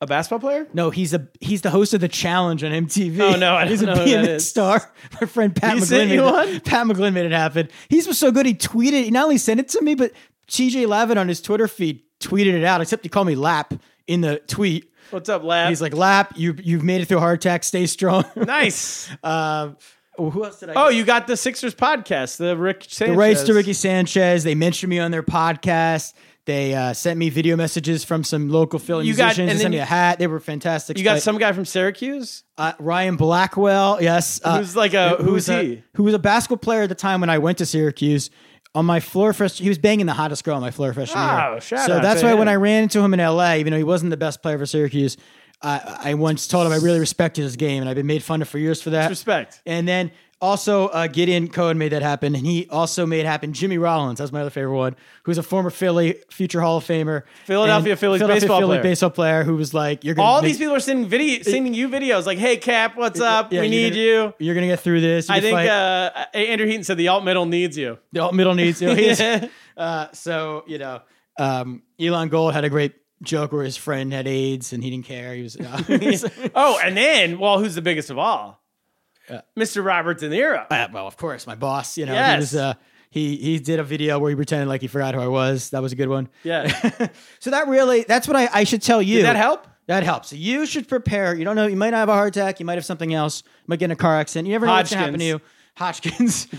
Speaker 1: a basketball player?
Speaker 2: No, he's a he's the host of the Challenge on MTV.
Speaker 1: Oh, no, I don't
Speaker 2: he's a
Speaker 1: know who that
Speaker 2: BMX
Speaker 1: is.
Speaker 2: star. My friend Pat
Speaker 1: He
Speaker 2: McGlynn.
Speaker 1: sent
Speaker 2: made
Speaker 1: you
Speaker 2: it-
Speaker 1: one?
Speaker 2: Pat McGlynn made it happen. He was so good. He tweeted. He not only sent it to me, but TJ Lavin on his Twitter feed tweeted it out. Except he called me Lap in the tweet.
Speaker 1: What's up, lad?
Speaker 2: He's like Lap. You you've made it through a heart attack. Stay strong.
Speaker 1: nice.
Speaker 2: um, who else did I?
Speaker 1: Oh, you got the Sixers podcast, the Rick Sanchez.
Speaker 2: the rights to Ricky Sanchez. They mentioned me on their podcast. They uh, sent me video messages from some local Philly
Speaker 1: You got-
Speaker 2: musicians.
Speaker 1: and
Speaker 2: they sent
Speaker 1: then
Speaker 2: me a hat. They were fantastic.
Speaker 1: You got
Speaker 2: Like,
Speaker 1: some guy from Syracuse.
Speaker 2: uh, Ryan Blackwell. Yes, uh,
Speaker 1: Who's like a-
Speaker 2: who
Speaker 1: who's
Speaker 2: was a-
Speaker 1: he?
Speaker 2: who was a basketball player at the time when I went to Syracuse. On my floor fresh, he was banging the hottest girl on my floor freshman
Speaker 1: Oh,
Speaker 2: year.
Speaker 1: shout
Speaker 2: so
Speaker 1: out
Speaker 2: that's
Speaker 1: to
Speaker 2: why
Speaker 1: him.
Speaker 2: when I ran into him in L.A., even though he wasn't the best player for Syracuse, I I once told him I really respected his game, and I've been made fun of for years for that.
Speaker 1: Respect.
Speaker 2: And then also uh, Gideon Cohen made that happen, and he also made happen Jimmy Rollins. That's my other favorite one, who's a former Philly, future Hall of Famer,
Speaker 1: Philadelphia
Speaker 2: and
Speaker 1: Phillies baseball
Speaker 2: Philly
Speaker 1: player.
Speaker 2: baseball player, who was like, "You're gonna
Speaker 1: All
Speaker 2: make-
Speaker 1: these people are sending video, sending you videos like, "Hey, Cap, what's up?
Speaker 2: yeah,
Speaker 1: we
Speaker 2: you're
Speaker 1: need
Speaker 2: gonna-
Speaker 1: you."
Speaker 2: You're gonna get through this." You
Speaker 1: I
Speaker 2: can
Speaker 1: think
Speaker 2: fight.
Speaker 1: uh, Andrew Heaton said the alt middle needs you.
Speaker 2: the alt middle needs you.
Speaker 1: Yeah.
Speaker 2: uh, so you know, um, Elon Gold had a great joke where his friend had AIDS and he didn't care. He was uh,
Speaker 1: Oh, and then, well, who's the biggest of all? Mr. Robert De Niro.
Speaker 2: Uh, well, of course, my boss. You know,
Speaker 1: Yes.
Speaker 2: he was. Uh, he he did a video where he pretended like he forgot who I was. That was a good one.
Speaker 1: Yeah.
Speaker 2: So that really, that's what I, I should tell you.
Speaker 1: Did that help?
Speaker 2: That helps. So you should prepare. You don't know. You might not have a heart attack. You might have something else. You might get in a car accident. You never know what's going to happen to
Speaker 1: Hodgkin's.
Speaker 2: you.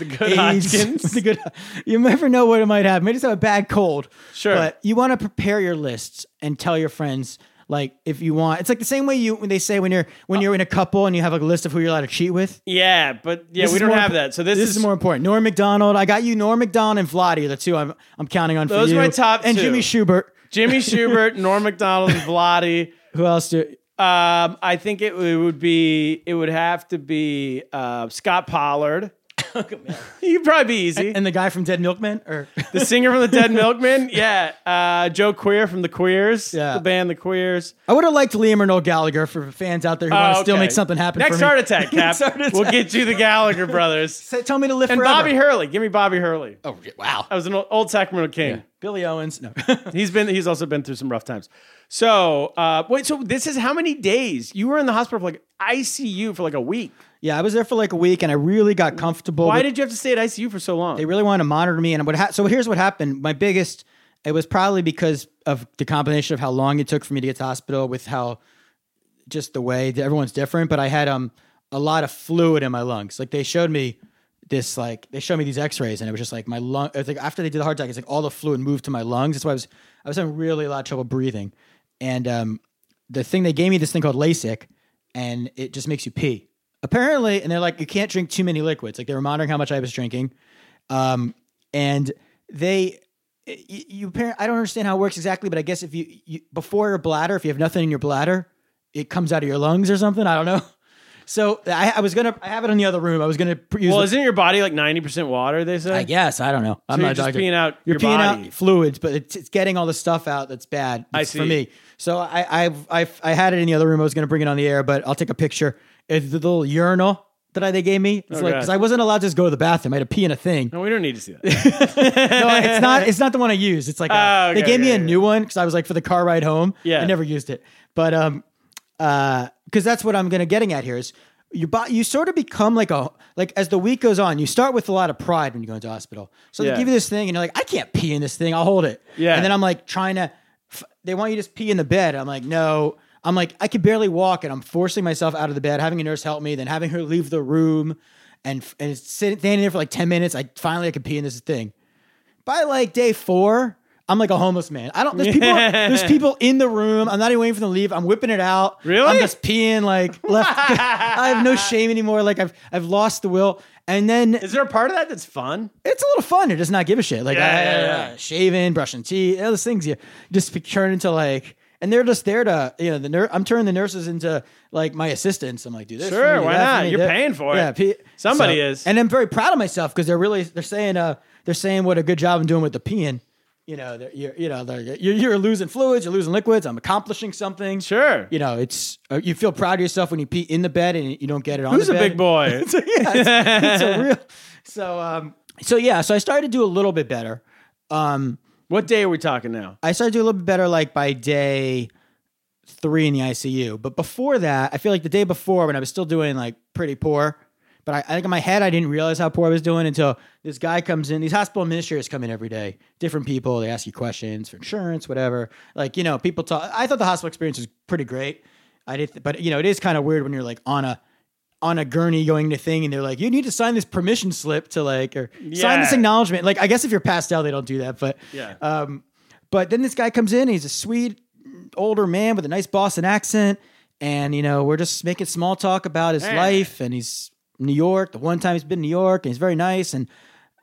Speaker 2: Hodgkins. The
Speaker 1: good Hodgkins.
Speaker 2: The good. You never know what it might happen. Maybe just have a bad cold.
Speaker 1: Sure.
Speaker 2: But you want to prepare your lists and tell your friends. Like if you want, it's like the same way you when they say when you're when you're in a couple and you have like a list of who you're allowed to cheat with.
Speaker 1: Yeah, but yeah,
Speaker 2: This
Speaker 1: we
Speaker 2: is
Speaker 1: don't
Speaker 2: more
Speaker 1: have
Speaker 2: imp-
Speaker 1: that. So this,
Speaker 2: is, more important. Norm McDonald, I got you. Norm McDonald and Vladi are the two I'm I'm counting on.
Speaker 1: Those
Speaker 2: for
Speaker 1: are my
Speaker 2: you.
Speaker 1: top
Speaker 2: And
Speaker 1: two.
Speaker 2: Jimmy Schubert.
Speaker 1: Jimmy Schubert, Norm Macdonald, and Vladi.
Speaker 2: Who else? Do
Speaker 1: Um, I think it, w- would be it would have to be uh, Scott Pollard. He'd probably be easy.
Speaker 2: Oh, and the guy from Dead Milkman or
Speaker 1: the singer from the Dead Milkmen, yeah. Uh, Joe Queer from the Queers,
Speaker 2: Yeah.
Speaker 1: the band the Queers.
Speaker 2: I would have liked Liam or Noel Gallagher for fans out there who want to
Speaker 1: Oh,
Speaker 2: still
Speaker 1: okay.
Speaker 2: make something happen.
Speaker 1: Next
Speaker 2: for me.
Speaker 1: heart attack, Cap.
Speaker 2: Next heart attack.
Speaker 1: We'll get you the Gallagher brothers
Speaker 2: Say- Tell me to live
Speaker 1: and
Speaker 2: forever.
Speaker 1: Bobby Hurley. Give me Bobby Hurley.
Speaker 5: Oh wow.
Speaker 1: I was an old, old Sacramento King.
Speaker 2: Billy Owens. No.
Speaker 1: He's been. He's also been through some rough times. So uh, wait. So this is how many days you were in the hospital for like ICU for like a week.
Speaker 2: yeah, I was there for like a week and I really got comfortable.
Speaker 1: Why
Speaker 2: with-
Speaker 1: did you have to stay at ICU for so long?
Speaker 2: they really wanted to monitor me and what ha- so here's what happened my biggest it was probably because of the combination of how long it took for me to get to the hospital with how just the way that everyone's different but i had um a lot of fluid in my lungs like they showed me this like they showed me these x-rays and it was just like my lung it's like after they did the heart attack it's like all the fluid moved to my lungs that's why i was i was having really a lot of trouble breathing and um the thing they gave me this thing called lasik and it just makes you pee apparently and they're like you can't drink too many liquids like they were monitoring how much i was drinking um, and they you, you apparent I don't understand how it works exactly, but I guess if you, you before your bladder, if you have nothing in your bladder, it comes out of your lungs or something. I don't know. So I, I was gonna I have it in the other room. I was gonna pr- use.
Speaker 1: well,
Speaker 2: the-
Speaker 1: isn't your body like ninety percent water? They say.
Speaker 2: I guess I don't know. I'm
Speaker 1: you're
Speaker 2: not a
Speaker 1: just
Speaker 2: doctor.
Speaker 1: peeing out
Speaker 2: You're
Speaker 1: your
Speaker 2: peeing
Speaker 1: body.
Speaker 2: out fluids, but it's, it's getting all the stuff out that's bad.
Speaker 1: I
Speaker 2: It's
Speaker 1: see.
Speaker 2: for me. So I I I I had it in the other room. I was gonna bring it on the air, but I'll take a picture. It's the little urinal that I, they gave me. It's like
Speaker 1: God.
Speaker 2: because I wasn't allowed to just go to the bathroom. I had to pee in a thing
Speaker 1: No, we don't need to see that.
Speaker 2: no, it's not. It's not the one I used. It's like a,
Speaker 1: Oh, okay,
Speaker 2: they gave me
Speaker 1: okay,
Speaker 2: a
Speaker 1: okay.
Speaker 2: new one because I was like for the car ride home.
Speaker 1: Yeah.
Speaker 2: I never used it, but um, uh, because that's what I'm gonna getting at here is your body. You sort of become like a like as the week goes on, you start with a lot of pride when you go into hospital. So
Speaker 1: Yeah.
Speaker 2: they give you this thing, and you're like, I can't pee in this thing. I'll hold it.
Speaker 1: Yeah.
Speaker 2: and then I'm like trying to. f- They want you to just pee in the bed. I'm like, no. I'm like, I could barely walk, and I'm forcing myself out of the bed, having a nurse help me, then having her leave the room, and f- and sitting standing there for like ten minutes. I finally I could pee in this thing by like day four, I'm like a homeless man. I don't. There's people. there's people in the room. I'm not even waiting for them to leave. I'm whipping it out.
Speaker 1: Really?
Speaker 2: I'm just peeing like left. I have no shame anymore. Like I've I've lost the will. And then
Speaker 1: Is there a part of that that's fun?
Speaker 2: it's a little fun to just not give a shit. Like
Speaker 1: Yeah,
Speaker 2: I-
Speaker 1: yeah,
Speaker 2: I-
Speaker 1: yeah.
Speaker 2: I- shaving, brushing teeth, all those things you just be- turn into like. And they're just there to, you know, the nurse. I'm turning the nurses into like my assistants. I'm like, do this. for
Speaker 1: Sure,
Speaker 2: me, do
Speaker 1: why
Speaker 2: that for
Speaker 1: not?
Speaker 2: me,
Speaker 1: You're
Speaker 2: that-
Speaker 1: paying for it.
Speaker 2: Yeah, pe-
Speaker 1: Somebody is.
Speaker 2: And I'm very proud of myself because they're really they're saying uh they're saying what a good job I'm doing with the peeing. You know, they're, you're, you know, they're, you're, you're losing fluids, you're losing liquids. I'm accomplishing something.
Speaker 1: Sure.
Speaker 2: You know, it's uh, you feel proud of yourself when you pee in the bed and you don't get it on.
Speaker 1: Who's
Speaker 2: the
Speaker 1: a
Speaker 2: bed.
Speaker 1: big boy?
Speaker 2: So, yeah, it's, it's a real. So um, so yeah, so I started to do a little bit better. Um,
Speaker 1: what day are we talking now?
Speaker 2: I started to do a little bit better like by day three in the ICU. But before that, I feel like the day before when I was still doing like pretty poor. But I, I think in my head I didn't realize how poor I was doing until this guy comes in. These hospital administrators come in every day, different people. They ask you questions for insurance, whatever. Like you know, people talk. I thought the hospital experience was pretty great. I did, but you know, it is kind of weird when you're like on a on a gurney going to thing, and they're like, you need to sign this permission slip to like or sign this
Speaker 1: Yeah.
Speaker 2: acknowledgement. Like I guess if you're passed out, they don't do that, but
Speaker 1: Yeah.
Speaker 2: um, but then this guy comes in. He's a Swede, older man with a nice Boston accent, and you know we're just making small talk about his life, and he's New York. The one time he's been in New York, and he's very nice. And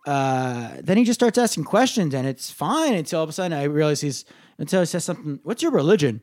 Speaker 2: uh, then he just starts asking questions, and it's fine until all of a sudden I realize he's until he says something. What's your religion?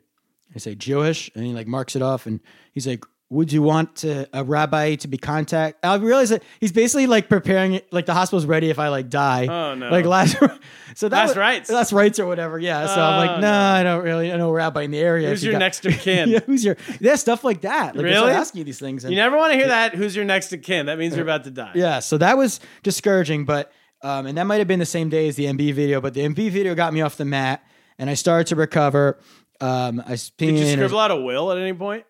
Speaker 2: I say Jewish, and he like marks it off, and he's like, "Would you want to, a rabbi to be contact?" I realize that he's basically like preparing it, like the hospital's ready if I like die.
Speaker 1: Oh, no.
Speaker 2: Like last, so that
Speaker 1: Last
Speaker 2: was-
Speaker 1: rights.
Speaker 2: last rights or whatever. Yeah. So I'm
Speaker 1: Oh,
Speaker 2: like, no, I don't really I know a rabbi in the area.
Speaker 1: Who's
Speaker 2: if you
Speaker 1: your
Speaker 2: got-
Speaker 1: next of kin?
Speaker 2: yeah, who's your yeah stuff like that? Like, they start
Speaker 1: Really?
Speaker 2: asking you these things. And,
Speaker 1: You never want to hear that. Who's your next of kin? That means you're about to die.
Speaker 2: yeah. So that was discouraging, but um, and that might have been the same day as the MB video, but the MB video got me off the mat, and I started to recover. Um, I was
Speaker 1: Did you
Speaker 2: peeing-
Speaker 1: scribble out a will at any point?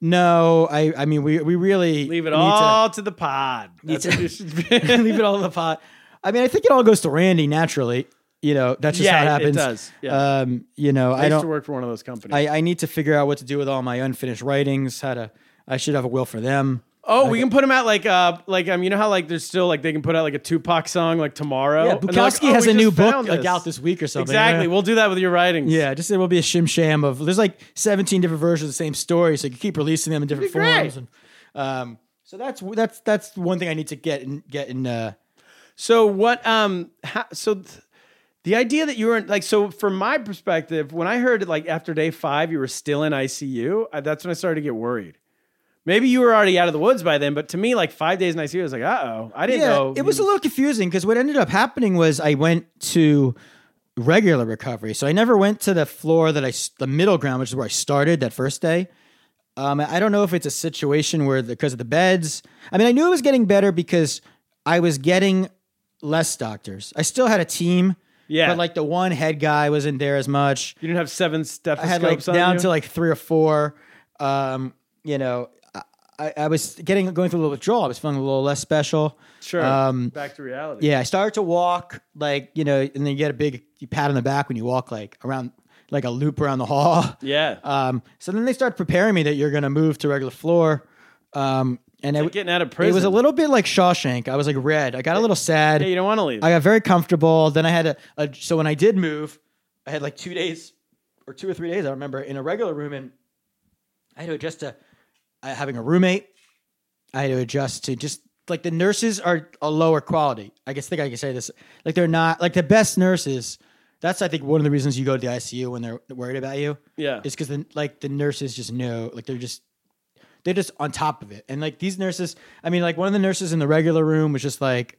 Speaker 2: No, I I mean we we really
Speaker 1: Leave it
Speaker 2: need to-
Speaker 1: all to, the pod. That's
Speaker 2: to-
Speaker 1: what you should be.
Speaker 2: leave it all in the pot. I mean, I think it all goes to Randy naturally. You know, that's just
Speaker 1: Yeah,
Speaker 2: how it
Speaker 1: it
Speaker 2: happens.
Speaker 1: does. Yeah.
Speaker 2: Um, you know,
Speaker 1: I
Speaker 2: I
Speaker 1: used
Speaker 2: don't.
Speaker 1: to work for one of those companies.
Speaker 2: I, I need to figure out what to do with all my unfinished writings. How to I should have a will for them.
Speaker 1: Oh, we can put them out like uh like um you know how like there's still like they can put out like a Tupac song like tomorrow.
Speaker 2: Yeah,
Speaker 1: And they're like,
Speaker 2: Bukowski
Speaker 1: oh,
Speaker 2: has
Speaker 1: we
Speaker 2: a new
Speaker 1: just
Speaker 2: book
Speaker 1: found
Speaker 2: like out this week or something.
Speaker 1: Exactly.
Speaker 2: Yeah.
Speaker 1: We'll do that with your writings.
Speaker 2: Yeah, just it will be a shim sham of there's like 17 different versions of the same story, so you keep releasing them in different
Speaker 1: It'd be great.
Speaker 2: forms. And, um, so that's that's that's one thing I need to get in get in. Uh,
Speaker 1: So what? Um. ha so th- the idea that you were in, like, so from my perspective, when I heard like after day five you were still in ICU, I, that's when I started to get worried. Maybe you were already out of the woods by then, but to me, like five days in ICU, I was like, uh oh, I didn't
Speaker 2: yeah,
Speaker 1: know.
Speaker 2: it was a little confusing because what ended up happening was I went to regular recovery, so I never went to the floor that I s- the middle ground, which is where I started that first day. Um, I don't know if it's a situation where because of the beds. I mean, I knew it was getting better because I was getting less doctors. I still had a team.
Speaker 1: Yeah.
Speaker 2: But like the one head guy wasn't there as much.
Speaker 1: you didn't have seven
Speaker 2: I had like
Speaker 1: stethoscopes on
Speaker 2: down
Speaker 1: you?
Speaker 2: to like three or four. Um, you know, I- I, I was getting going through a little withdrawal. I was feeling a little less special.
Speaker 1: sure.
Speaker 2: um,
Speaker 1: Back to reality.
Speaker 2: Yeah, I started to walk like you know, and then you get a big pat on the back when you walk like around like a loop around the hall.
Speaker 1: Yeah.
Speaker 2: Um, so then they start preparing me that you're gonna move to regular floor. Um, and I,
Speaker 1: like getting out of prison.
Speaker 2: it was a little bit like Shawshank. I was like red. I got a little sad.
Speaker 1: Yeah, you don't want to leave.
Speaker 2: I got very comfortable. Then I had a, a so when I did move, I had like two days or two or three days. I remember in a regular room, and I had to adjust to uh, having a roommate. I had to adjust to just like the nurses are a lower quality. I guess think I can say this. Like they're not like the best nurses. That's I think one of the reasons you go to the ICU when they're worried about you
Speaker 1: yeah.
Speaker 2: is because the like the nurses just know like they're just they're just on top of it and like these nurses i mean like one of the nurses in the regular room was just like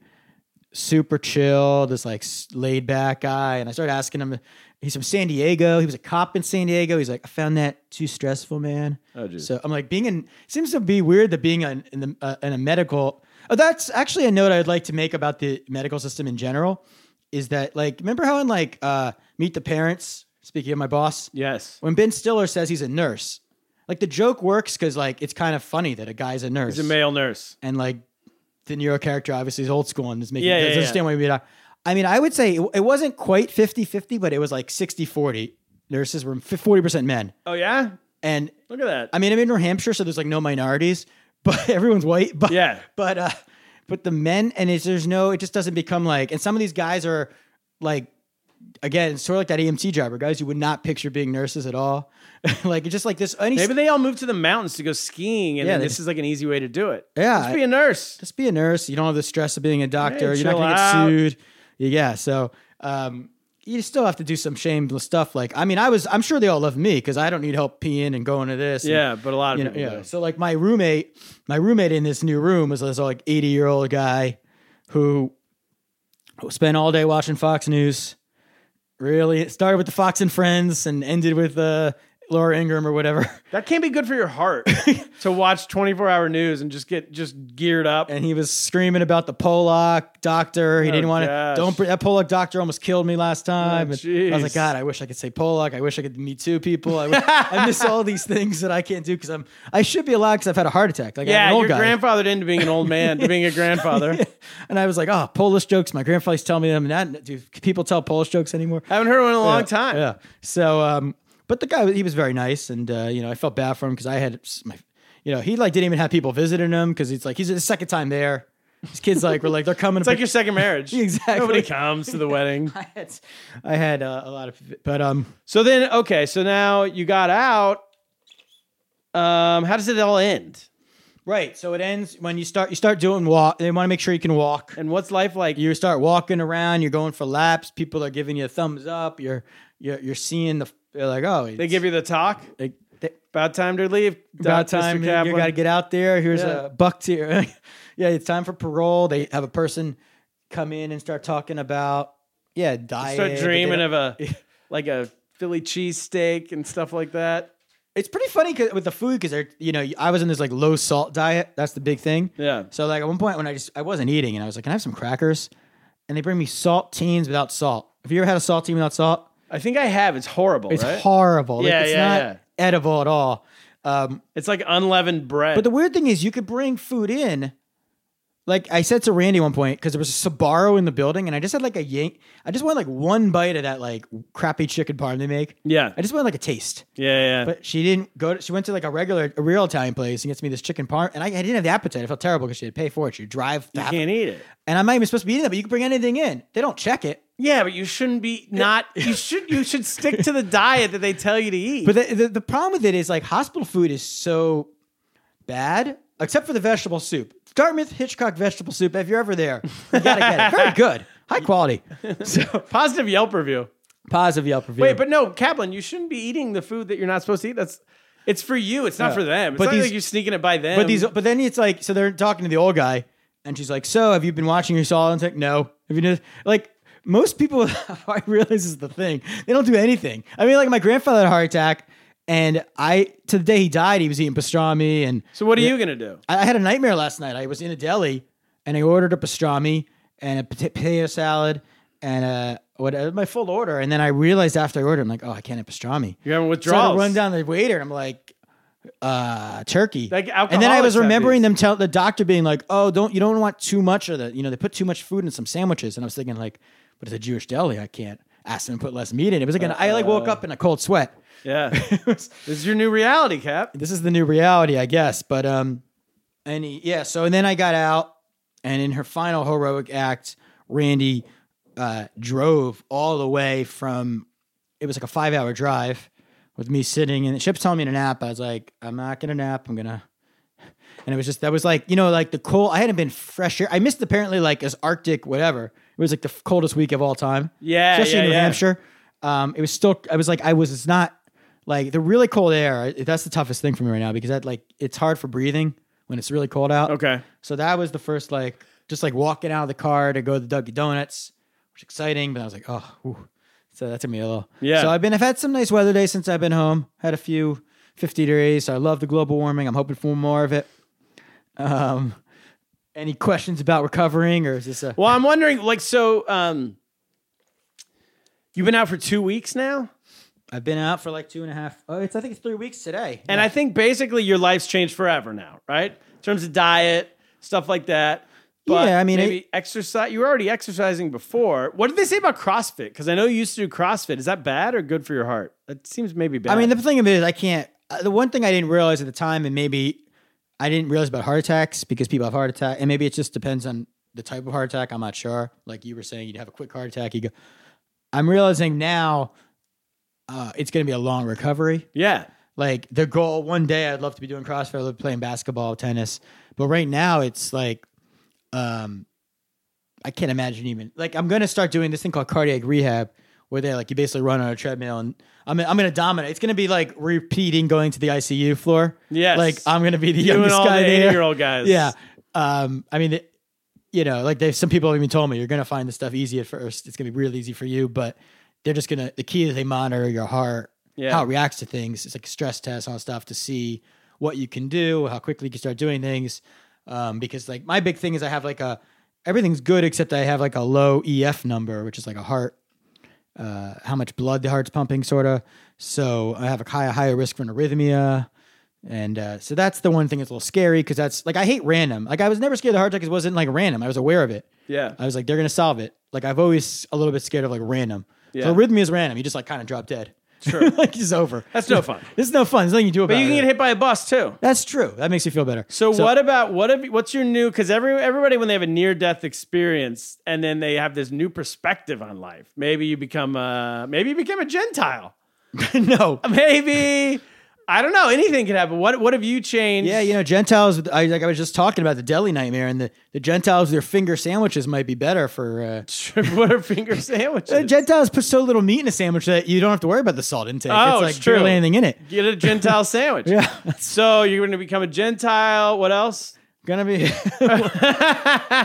Speaker 2: super chill this like s- laid back guy and i started asking him he's from san diego he was a cop in san diego he's like i found that too stressful man
Speaker 1: Oh, geez.
Speaker 2: so i'm like being in seems to be weird that being on in, the, uh, in a medical oh that's actually a note i'd like to make about the medical system in general is that like remember how in like uh meet the parents speaking of my boss
Speaker 1: Yes.
Speaker 2: when Ben Stiller says he's a nurse, like the joke works because like it's kind of funny that a guy's a nurse
Speaker 1: He's a male nurse.
Speaker 2: and like De Niro character obviously is old school and is making
Speaker 1: Yeah, yeah,
Speaker 2: doesn't
Speaker 1: yeah.
Speaker 2: understand why we not. I mean, I would say it, it wasn't quite 50-50, but it was like 60-40. Nurses were forty percent men,
Speaker 1: Oh yeah.
Speaker 2: and
Speaker 1: Look at that.
Speaker 2: I mean, I'm in New Hampshire, so there's like no minorities, but everyone's white. But
Speaker 1: Yeah.
Speaker 2: but uh, but the men and it's, there's no, it just doesn't become like. And some of these guys are like, again, it's sort of like that E EMT job, or guys you would not picture being nurses at all. like it's just like this. Any,
Speaker 1: Maybe they all moved to the mountains to go skiing, and
Speaker 2: Yeah,
Speaker 1: then
Speaker 2: they
Speaker 1: this
Speaker 2: just-
Speaker 1: is like an easy way to do it.
Speaker 2: Yeah,
Speaker 1: Just
Speaker 2: I-
Speaker 1: be a nurse.
Speaker 2: just be a nurse. You don't have the stress of being a doctor.
Speaker 1: Hey,
Speaker 2: You're not
Speaker 1: chill
Speaker 2: gonna
Speaker 1: out.
Speaker 2: get sued. Yeah. So um, you still have to do some shameless stuff. Like I mean, I was I'm sure they all love me because I don't need help peeing and going to this. and-
Speaker 1: Yeah, but a lot of
Speaker 2: you know,
Speaker 1: people.
Speaker 2: yeah.
Speaker 1: do.
Speaker 2: So like my roommate, my roommate in this new room was this like 80 year old guy who spent all day watching Fox News. Really, it started with the Fox and Friends and ended with uh, Laura Ingram or whatever.
Speaker 1: That can't be good for your heart to watch 24 hour news and just get just geared up.
Speaker 2: And he was screaming about the Pollock doctor. He
Speaker 1: Oh,
Speaker 2: didn't want to.
Speaker 1: gosh. Oh,
Speaker 2: Don't bring- that Pollock doctor almost killed me last time. And I was
Speaker 1: jeez.
Speaker 2: like, God, I wish I could say Pollock. I wish I could meet two people. I, wish, I miss all these things that I can't do because I'm. I should be alive because I've had a heart attack. Like I'm
Speaker 1: yeah,
Speaker 2: an old
Speaker 1: your
Speaker 2: guy.
Speaker 1: grandfathered into being an old man to being a grandfather.
Speaker 2: And I was like, oh, Polish jokes. My grandfather's telling me them. Not, do people tell Polish jokes anymore?
Speaker 1: Haven't heard one in a long
Speaker 2: Yeah,
Speaker 1: time.
Speaker 2: Yeah. So, um, but the guy, he was very nice, and uh, you know, I felt bad for him because I had s- my, you know, he like didn't even have people visiting him because it's like he's the second time there. His kids like were like they're coming.
Speaker 1: It's like your second marriage.
Speaker 2: Exactly.
Speaker 1: Nobody comes to the wedding.
Speaker 2: I had, I had uh, a lot of, but um,
Speaker 1: So then, okay, so now you got out. Um, how does it all end?
Speaker 2: right. So it ends when you start. You start doing walk. They want to make sure you can walk.
Speaker 1: And what's life like?
Speaker 2: you start walking around. You're going for laps. People are giving you a thumbs up. You're you're you're seeing the. They're like, oh,
Speaker 1: They give you the talk.
Speaker 2: They, they,
Speaker 1: About time to leave.
Speaker 2: about
Speaker 1: Doc- Mr.
Speaker 2: time you
Speaker 1: Kaplan.
Speaker 2: got to get out there. Here's
Speaker 1: Yeah.
Speaker 2: a buck tier. yeah, it's time for parole. They have a person come in and start talking about yeah diet.
Speaker 1: start
Speaker 2: but they
Speaker 1: dreaming
Speaker 2: don't-
Speaker 1: of a like a Philly cheesesteak and stuff like that.
Speaker 2: It's pretty funny 'cause- with the food because they're you know I was in this like low salt diet. That's the big thing.
Speaker 1: Yeah.
Speaker 2: So like at one point when I just I wasn't eating and I was like, can I have some crackers? And they bring me saltines without salt. Have you ever had a saltine without salt?
Speaker 1: I think I have. It's horrible,
Speaker 2: It's
Speaker 1: right?
Speaker 2: horrible. Like,
Speaker 1: Yeah,
Speaker 2: it's
Speaker 1: yeah,
Speaker 2: not
Speaker 1: yeah.
Speaker 2: edible at all.
Speaker 1: it's like unleavened bread.
Speaker 2: But the weird thing is, you could bring food in, like I said to Randy one point because there was a Sbarro in the building, and I just had like a yank. I just wanted like one bite of that like crappy chicken parm they make.
Speaker 1: Yeah.
Speaker 2: I just wanted like a taste.
Speaker 1: Yeah, yeah.
Speaker 2: But she didn't go. To, she went to like a regular, a real Italian place and gets me this chicken parm, and I, I didn't have the appetite. I felt terrible because she had to pay for it. She drive.
Speaker 1: you can't eat it.
Speaker 2: And I'm not even supposed to be eating it, but you can bring anything in. They don't check it.
Speaker 1: Yeah, but you shouldn't be not. You should you should stick to the diet that they tell you to eat.
Speaker 2: But the, the, the problem with it is like hospital food is so bad, except for the vegetable soup. Dartmouth Hitchcock vegetable soup. If you're ever there, you gotta get it. Very good, high quality. So
Speaker 1: positive Yelp review.
Speaker 2: positive Yelp review.
Speaker 1: Wait, but no, Kaplan, you shouldn't be eating the food that you're not supposed to eat. That's it's for you. It's not for them. It's
Speaker 2: But
Speaker 1: not
Speaker 2: these-
Speaker 1: like you're sneaking it by them.
Speaker 2: But these, but then it's like, so they're talking to the old guy, and she's like, "So, have you been watching your Saw?" And it's like, "No." Have you done-" like most people? I realize this is the thing. They don't do anything. I mean, like my grandfather had a heart attack, and I to the day he died, he was eating pastrami, and
Speaker 1: So what are you gonna do?
Speaker 2: I, I had a nightmare last night. I was in a deli, and I ordered a pastrami and a pota- potato salad and a what uh, my full order, and then I realized after I ordered, I'm like, "Oh, I can't have pastrami."
Speaker 1: You're having
Speaker 2: So I had to
Speaker 1: withdrawals.
Speaker 2: run down the waiter, and I'm like, uh, turkey.
Speaker 1: Like
Speaker 2: and then I
Speaker 1: alcoholics
Speaker 2: was
Speaker 1: have
Speaker 2: remembering
Speaker 1: these.
Speaker 2: them tell the doctor being like, oh, don't you don't want too much of the, you know, they put too much food in some sandwiches, and I was thinking like, but it's a Jewish deli, I can't ask them to put less meat in. It was like, an, I like woke up in a cold sweat.
Speaker 1: Yeah, this is your new reality, Cap.
Speaker 2: This is the new reality, I guess. But um, and he- yeah, so and then I got out, and in her final heroic act, Randy uh, drove all the way from. It was like a five-hour drive with me sitting, and the ship's telling me to nap. I was like, I'm not gonna nap. I'm gonna. And it was just that was like you know like the cold. I hadn't been fresh air. I missed apparently like as Arctic whatever. It was like the f- coldest week of all time.
Speaker 1: Yeah,
Speaker 2: especially
Speaker 1: yeah,
Speaker 2: in New
Speaker 1: yeah.
Speaker 2: Hampshire. Um, it was still. I was like, I was. It's not like the really cold air. I- That's the toughest thing for me right now because that like it's hard for breathing when it's really cold out.
Speaker 1: Okay.
Speaker 2: So that was the first like just like walking out of the car to go to the Dunkin' Donuts, which is exciting. But I was like, oh, whew. so that took me a little.
Speaker 1: Yeah.
Speaker 2: So I've been. I've had some nice weather days since I've been home. Had a few fifty degrees. So I love the global warming. I'm hoping for more of it. Um, any questions about recovering or is this a?
Speaker 1: Well, I'm wondering, like, so um, you've been out for two weeks now,
Speaker 2: I've been out for like two and a half. Oh, it's I think it's three weeks today.
Speaker 1: and I think basically your life's changed forever now, right? In terms of diet, stuff like that. But
Speaker 2: Yeah, I mean,
Speaker 1: maybe exercise. You were already exercising before. What did they say about CrossFit? Because I know you used to do CrossFit. Is that bad or good for your heart? That seems maybe bad.
Speaker 2: I mean, the thing of it is, I can't. uh, The one thing I didn't realize at the time, and maybe I didn't realize about heart attacks because people have heart attack, and maybe it just depends on the type of heart attack. I'm not sure. Like you were saying, you'd have a quick heart attack. You go. I'm realizing now, uh, it's going to be a long recovery.
Speaker 1: yeah,
Speaker 2: Like the goal, one day I'd love to be doing CrossFit, I'd love to be playing basketball, tennis, but right now it's like, um, I can't imagine even like I'm gonna start doing this thing called cardiac rehab, where they like you basically run on a treadmill and I'm I'm gonna dominate. It's gonna be like repeating going to the ICU floor.
Speaker 1: Yes.
Speaker 2: like I'm gonna be the
Speaker 1: you and
Speaker 2: youngest
Speaker 1: all
Speaker 2: guy
Speaker 1: the
Speaker 2: there.
Speaker 1: eighty-year-old guys.
Speaker 2: Yeah, um, I mean, it, you know, like they some people have even told me you're gonna find this stuff easy at first. It's gonna be real easy for you, but they're just gonna. The key is they monitor your heart,
Speaker 1: Yeah.
Speaker 2: how it reacts to things. It's like a stress tests on stuff to see what you can do, how quickly you can start doing things. Um, because like my big thing is I have like a everything's good except I have like a low EF number, which is like a heart uh, how much blood the heart's pumping, sort of. So I have a high, higher risk for an arrhythmia. And uh, so that's the one thing that's a little scary because that's like I hate random. Like I was never scared of the heart attack 'cause it wasn't like random. I was aware of it.
Speaker 1: yeah.
Speaker 2: I was like, they're gonna solve it. Like I've always a little bit scared of like random.
Speaker 1: Yeah.
Speaker 2: So arrhythmia is random. You just like kind of drop dead.
Speaker 1: Sure.
Speaker 2: like it's over.
Speaker 1: That's no fun.
Speaker 2: This is no fun. There's nothing you do about
Speaker 1: But you
Speaker 2: it.
Speaker 1: can get hit by a bus too.
Speaker 2: That's true. That makes you feel better.
Speaker 1: So, what about what have, what's your new? Because every everybody when they have a near death experience and then they have this new perspective on life. Maybe you become a maybe you became a Gentile.
Speaker 2: no.
Speaker 1: Maybe I don't know. Anything could happen. What what have you changed?
Speaker 2: Yeah, you know, Gentiles. I like I was just talking about the deli nightmare, and the, the Gentiles, their finger sandwiches might be better for uh,
Speaker 1: what are finger sandwiches?
Speaker 2: The Gentiles put so little meat in a sandwich that you don't have to worry about the salt intake.
Speaker 1: Oh,
Speaker 2: it's like
Speaker 1: it's true.
Speaker 2: barely anything in it.
Speaker 1: Get a Gentile sandwich.
Speaker 2: Yeah, it's
Speaker 1: So you're going to become a Gentile. What else?
Speaker 2: gonna be. I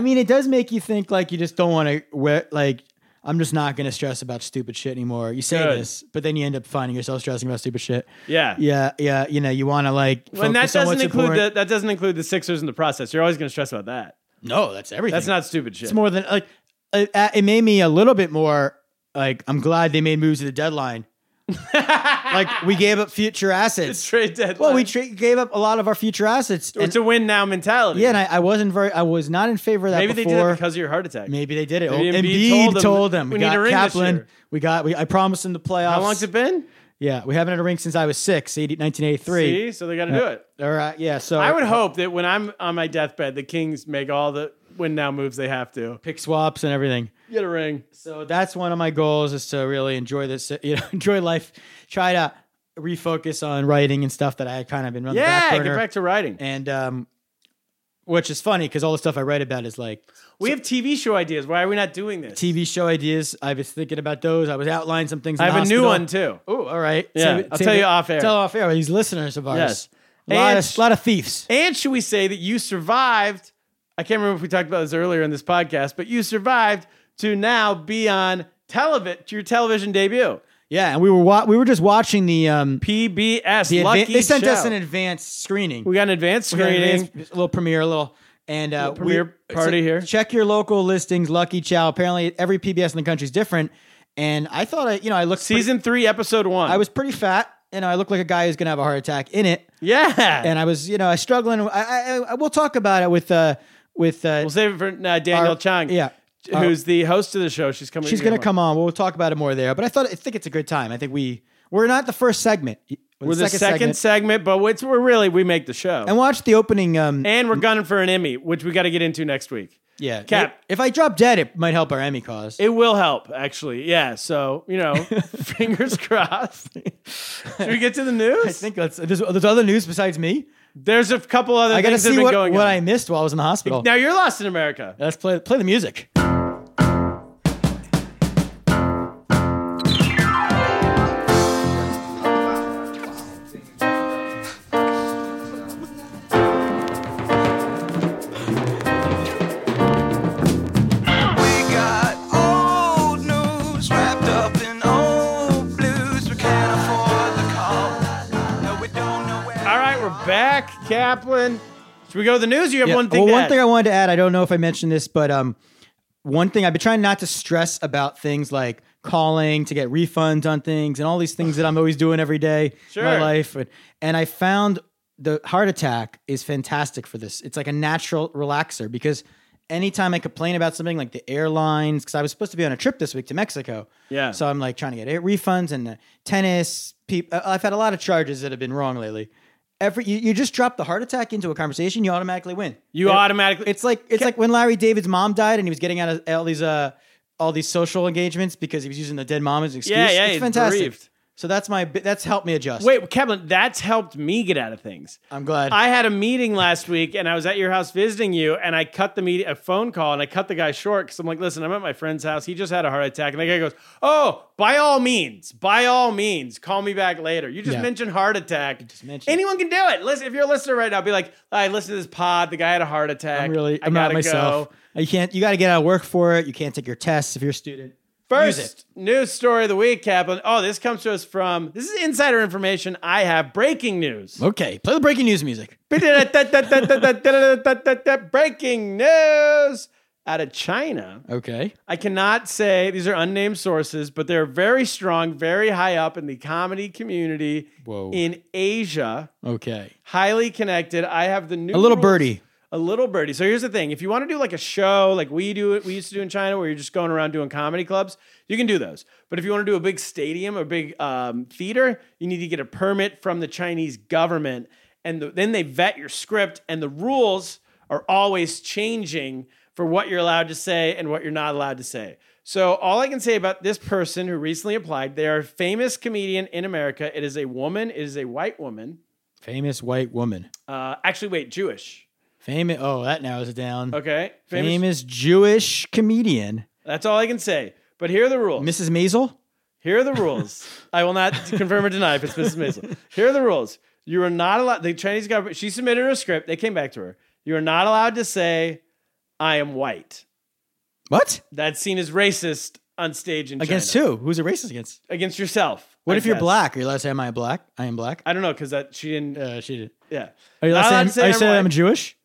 Speaker 2: mean, it does make you think like you just don't want to wear like. I'm just not gonna stress about stupid shit anymore. You say
Speaker 1: Good.
Speaker 2: this, but then you end up finding yourself stressing about stupid shit.
Speaker 1: Yeah.
Speaker 2: Yeah, yeah. You know, you want to like.
Speaker 1: Well, and that
Speaker 2: focus on
Speaker 1: doesn't
Speaker 2: what's
Speaker 1: include the,
Speaker 2: important.
Speaker 1: that doesn't include the Sixers in the process. You're always going to stress about that.
Speaker 2: No, that's everything.
Speaker 1: That's not stupid shit.
Speaker 2: It's more uh, than like. It, it made me a little bit more like. I'm glad they made moves at the deadline. like we gave up future
Speaker 1: It's
Speaker 2: assets.
Speaker 1: trade deadline.
Speaker 2: Well, we tra- gave up a lot of our future assets. and-
Speaker 1: it's a win now mentality.
Speaker 2: yeah, and I, I wasn't very. I was not in favor of that.
Speaker 1: maybe they
Speaker 2: before.
Speaker 1: did it because of your heart attack.
Speaker 2: Maybe they did it.
Speaker 1: Maybe
Speaker 2: oh,
Speaker 1: Embiid
Speaker 2: Embiid,
Speaker 1: told
Speaker 2: told
Speaker 1: them,
Speaker 2: them,
Speaker 1: "We
Speaker 2: We,
Speaker 1: need
Speaker 2: got
Speaker 1: a ring this
Speaker 2: Kaplan.
Speaker 1: year."
Speaker 2: We got. We, I promised him the playoffs.
Speaker 1: How long's it been?
Speaker 2: Yeah, we haven't had a ring since I was six, 80, 1983.
Speaker 1: See, so they got to do it.
Speaker 2: All right. Yeah. So
Speaker 1: I would hope that when I'm on my deathbed, the Kings make all the win now moves they have to
Speaker 2: pick swaps and everything.
Speaker 1: get a ring.
Speaker 2: So that's one of my goals is to really enjoy this. You know, enjoy life. Try to refocus on writing and stuff that I had kind of been on the back
Speaker 1: Yeah,
Speaker 2: burner.
Speaker 1: get back to writing.
Speaker 2: and um, which is funny because all the stuff I write about is like
Speaker 1: We have TV show ideas. Why are we not doing this?
Speaker 2: TV show ideas. I was thinking about those. I was outlining some things.
Speaker 1: I
Speaker 2: in
Speaker 1: have a
Speaker 2: the
Speaker 1: new
Speaker 2: hospital.
Speaker 1: one too.
Speaker 2: Oh, all right.
Speaker 1: Yeah, I'll tell you off air.
Speaker 2: Tell off air. These listeners of ours.
Speaker 1: Yes.
Speaker 2: A lot
Speaker 1: And-
Speaker 2: of, lot of thieves.
Speaker 1: And should we say that you survived? I can't remember if we talked about this earlier in this podcast, but you survived to now be on television, your television debut.
Speaker 2: Yeah, and we were wa- we were just watching the um
Speaker 1: PBS
Speaker 2: the advan-
Speaker 1: Lucky
Speaker 2: they sent us
Speaker 1: Show.
Speaker 2: an advanced screening.
Speaker 1: We got an advanced
Speaker 2: We got an
Speaker 1: screening.
Speaker 2: advanced- a little premiere, a little and uh,
Speaker 1: Little premiere party here.
Speaker 2: Check your local listings, Lucky Chow. Apparently, every PBS in the country is different. And I thought I, you know, I looked pretty-
Speaker 1: Season three, episode one.
Speaker 2: I was pretty fat, and I looked like a guy who's gonna have a heart attack in it.
Speaker 1: yeah.
Speaker 2: And I was, you know, I struggling. I, I, I we'll talk about it with uh with uh
Speaker 1: we'll save it for uh, Daniel
Speaker 2: our-
Speaker 1: Chang.
Speaker 2: Yeah, Our-
Speaker 1: who's the host of the show? She's coming.
Speaker 2: She's
Speaker 1: here
Speaker 2: gonna
Speaker 1: tomorrow.
Speaker 2: come on. We'll talk about it more there. But I thought I think it's a good time. I think we we're not the first segment.
Speaker 1: We're the second, segment. but it's, we're really we make the show,
Speaker 2: And
Speaker 1: and,
Speaker 2: watch the opening. Um,
Speaker 1: we're gunning for an Emmy, which we got to get into next week.
Speaker 2: yeah,
Speaker 1: Cap.
Speaker 2: If I drop dead, it might help our Emmy cause.
Speaker 1: It will help, actually. Yeah. So you know, fingers crossed. Should we get to the news?
Speaker 2: I think that's there's, there's other news besides me.
Speaker 1: there's a couple other
Speaker 2: I gotta
Speaker 1: things that have
Speaker 2: see
Speaker 1: been
Speaker 2: what,
Speaker 1: going
Speaker 2: what
Speaker 1: on.
Speaker 2: I missed while I was in the hospital.
Speaker 1: now you're lost in America.
Speaker 2: Let's play play the music.
Speaker 5: We got old news wrapped up in old blues. We can't afford the call. No, we don't know where.
Speaker 1: All right, we're back, Kaplan. Should we go to the news? You have
Speaker 2: Yeah.
Speaker 1: one thing.
Speaker 2: well,
Speaker 1: to
Speaker 2: one
Speaker 1: add?
Speaker 2: thing I wanted to add. I don't know if I mentioned this, but um, one thing I've been trying not to stress about things like calling to get refunds on things and all these things that I'm always doing every day in
Speaker 1: Sure.
Speaker 2: my life. And, and I found the heart attack is fantastic for this. It's like a natural relaxer because anytime I complain about something like the airlines, because I was supposed to be on a trip this week to Mexico.
Speaker 1: Yeah.
Speaker 2: So I'm like trying to get air- refunds and uh, tennis. Peop- uh, I've had a lot of charges that have been wrong lately. Every you, you just drop the heart attack into a conversation, you automatically win.
Speaker 1: You
Speaker 2: It-
Speaker 1: automatically-
Speaker 2: It's like it's like when Larry David's mom died and he was getting out of all these uh all these social engagements because he was using the dead mom as an excuse.
Speaker 1: Yeah, yeah,
Speaker 2: it's
Speaker 1: he's
Speaker 2: fantastic.
Speaker 1: bereaved.
Speaker 2: So that's my bi- that's helped me adjust.
Speaker 1: Wait, Kaplan, that's helped me get out of things.
Speaker 2: I'm glad.
Speaker 1: I had a meeting last week and I was at your house visiting you and I cut the meeting a phone call and I cut the guy short because I'm like, listen, I'm at my friend's house. He just had a heart attack. And the guy goes, Oh, by all means, by all means, call me back later. You just
Speaker 2: Yeah.
Speaker 1: mentioned heart attack.
Speaker 2: mentioned-
Speaker 1: Anyone can do it. Listen, if you're a listener right now, be like, I listened to this pod, the guy had a heart attack.
Speaker 2: I'm really
Speaker 1: I
Speaker 2: I'm not
Speaker 1: gotta
Speaker 2: myself. Uh,
Speaker 1: go.
Speaker 2: You can't you got to get out of work for it. You can't take your tests if you're a student. Use it.
Speaker 1: First news story of the week, Kaplan. Oh, this comes to us from this is insider information. I have breaking news.
Speaker 2: Okay, play the breaking news music.
Speaker 1: Breaking news out of China.
Speaker 2: Okay.
Speaker 1: I cannot say these are unnamed sources, but they're very strong, very high up in the comedy community
Speaker 2: Whoa.
Speaker 1: in Asia,
Speaker 2: Okay.
Speaker 1: highly connected. I have the new
Speaker 2: A little
Speaker 1: rules-
Speaker 2: birdie.
Speaker 1: a little birdie. So here's the thing: if you want to do like a show, like we do, we used to do in China, where you're just going around doing comedy clubs, you can do those. But if you want to do a big stadium or big um, theater, you need to get a permit from the Chinese government, and the, then they vet your script. And the rules are always changing for what you're allowed to say and what you're not allowed to say. So all I can say about this person who recently applied, they are a famous comedian in America. It is a woman. It is a white woman.
Speaker 2: Famous white woman.
Speaker 1: Uh, actually, wait, Jewish.
Speaker 2: Famous. Oh, that narrows it down.
Speaker 1: Okay,
Speaker 2: Famous, Jewish comedian,
Speaker 1: That's all I can say. But here are the rules.
Speaker 2: Mrs. Maisel.
Speaker 1: Here are the rules. I will not confirm or deny if it's Mrs. Maisel. Here are the rules. You are not allowed. The Chinese government. She submitted her script. They came back to her. You are not allowed to say, "I am white."
Speaker 2: What?
Speaker 1: That's seen as racist on stage in
Speaker 2: Against
Speaker 1: China.
Speaker 2: who? Who's it racist against?
Speaker 1: Against yourself.
Speaker 2: What
Speaker 1: I
Speaker 2: if you're
Speaker 1: guess.
Speaker 2: black? Are you allowed to say, am I black? I am black.
Speaker 1: I don't know because that she didn't. Uh,
Speaker 2: she did.
Speaker 1: yeah.
Speaker 2: Are you
Speaker 1: Not allowed
Speaker 2: allowed
Speaker 1: to
Speaker 2: to
Speaker 1: say
Speaker 2: say, I'm, are you
Speaker 1: I'm
Speaker 2: saying I'm
Speaker 1: white.
Speaker 2: Jewish?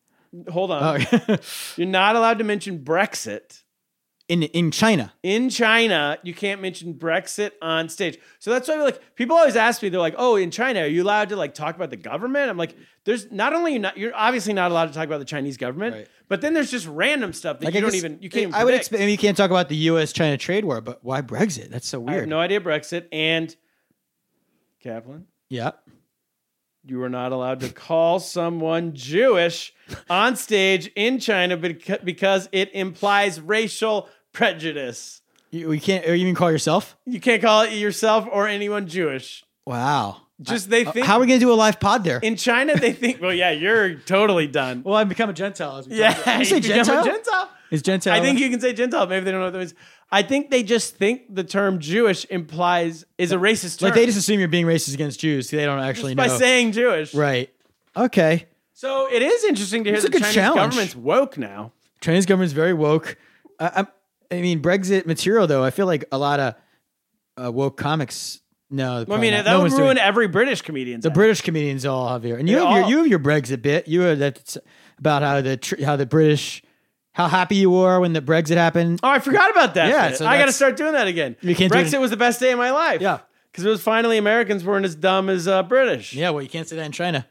Speaker 1: Hold on.
Speaker 2: Oh, okay.
Speaker 1: You're not allowed to mention Brexit.
Speaker 2: in in China.
Speaker 1: in China, you can't mention Brexit on stage. So that's why like people always ask me, they're like, "Oh, in China, are you allowed to like talk about the government?" I'm like, "There's not only you're not you're obviously not allowed to talk about the Chinese government,
Speaker 2: Right.
Speaker 1: but then there's just random stuff that
Speaker 2: Like,
Speaker 1: you
Speaker 2: I
Speaker 1: don't
Speaker 2: guess-
Speaker 1: even you can't. Even
Speaker 2: I would
Speaker 1: predict.
Speaker 2: expect you can't talk about the U.S. China trade war, but why Brexit? That's so
Speaker 1: I have
Speaker 2: weird.
Speaker 1: no idea Brexit and Kaplan.
Speaker 2: yeah.
Speaker 1: You are not allowed to call someone Jewish on stage in China beca- because it implies racial prejudice.
Speaker 2: You, we can't or you even call yourself.
Speaker 1: You can't call it yourself or anyone Jewish.
Speaker 2: Wow.
Speaker 1: Just they
Speaker 2: Uh,
Speaker 1: think
Speaker 2: How are we gonna do a live pod there?
Speaker 1: In China, they think, well, yeah, you're totally done.
Speaker 2: well, I've become a Gentile. As we talked
Speaker 1: yeah,
Speaker 2: about. you say
Speaker 1: become a
Speaker 2: Gentile?
Speaker 1: Gentile.
Speaker 2: Is Gentile?
Speaker 1: I think you can say Gentile. Maybe they don't know what that means. I think they just think the term Jewish implies is a racist term.
Speaker 2: like they just assume you're being racist against Jews. They don't actually
Speaker 1: just
Speaker 2: know.
Speaker 1: by saying Jewish.
Speaker 2: right. Okay.
Speaker 1: So it is interesting to hear
Speaker 2: It's a
Speaker 1: that
Speaker 2: good
Speaker 1: Chinese
Speaker 2: challenge.
Speaker 1: government's woke now.
Speaker 2: Chinese government's very woke. I, I'm, I mean, Brexit material though. I feel like a lot of uh, woke comics. No,
Speaker 1: I
Speaker 2: probably
Speaker 1: mean,
Speaker 2: not.
Speaker 1: that
Speaker 2: No
Speaker 1: would
Speaker 2: one's doing-
Speaker 1: ruin every British comedian's.
Speaker 2: The
Speaker 1: act.
Speaker 2: British comedians all have your and you
Speaker 1: They
Speaker 2: have your,
Speaker 1: all-
Speaker 2: you have your Brexit bit. You were that's about how the tr- how the British how happy you were when the Brexit happened.
Speaker 1: Oh, I forgot about that.
Speaker 2: Yeah,
Speaker 1: bit.
Speaker 2: so
Speaker 1: I got to
Speaker 2: that's-
Speaker 1: start doing that again.
Speaker 2: You can't do
Speaker 1: Brexit
Speaker 2: it-
Speaker 1: was the best day of my life.
Speaker 2: Yeah.
Speaker 1: Because it was finally Americans weren't as dumb as uh, British.
Speaker 2: Yeah, well, you can't say that in China.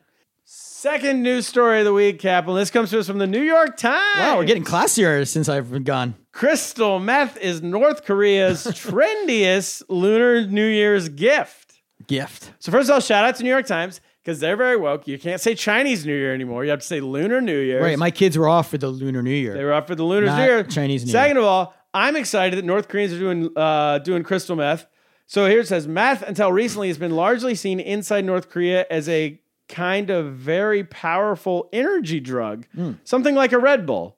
Speaker 1: Second news story of the week, Kaplan. This comes to us from the New York Times.
Speaker 2: Wow, we're getting classier since I've been gone.
Speaker 1: Crystal meth is North Korea's trendiest Lunar New Year's gift.
Speaker 2: Gift.
Speaker 1: So, first of all, shout out to New York Times because they're very woke. You can't say Chinese New Year anymore. You have to say Lunar New Year.
Speaker 2: Right, my kids were off for the Lunar New Year.
Speaker 1: they were up for the Lunar
Speaker 2: Not
Speaker 1: New Year.
Speaker 2: Chinese New
Speaker 1: Second of all, I'm excited that North Koreans are doing uh, doing crystal meth. So here it says meth until recently has been largely seen inside North Korea as a kind of very powerful energy drug,
Speaker 2: Hmm.
Speaker 1: something like a Red Bull.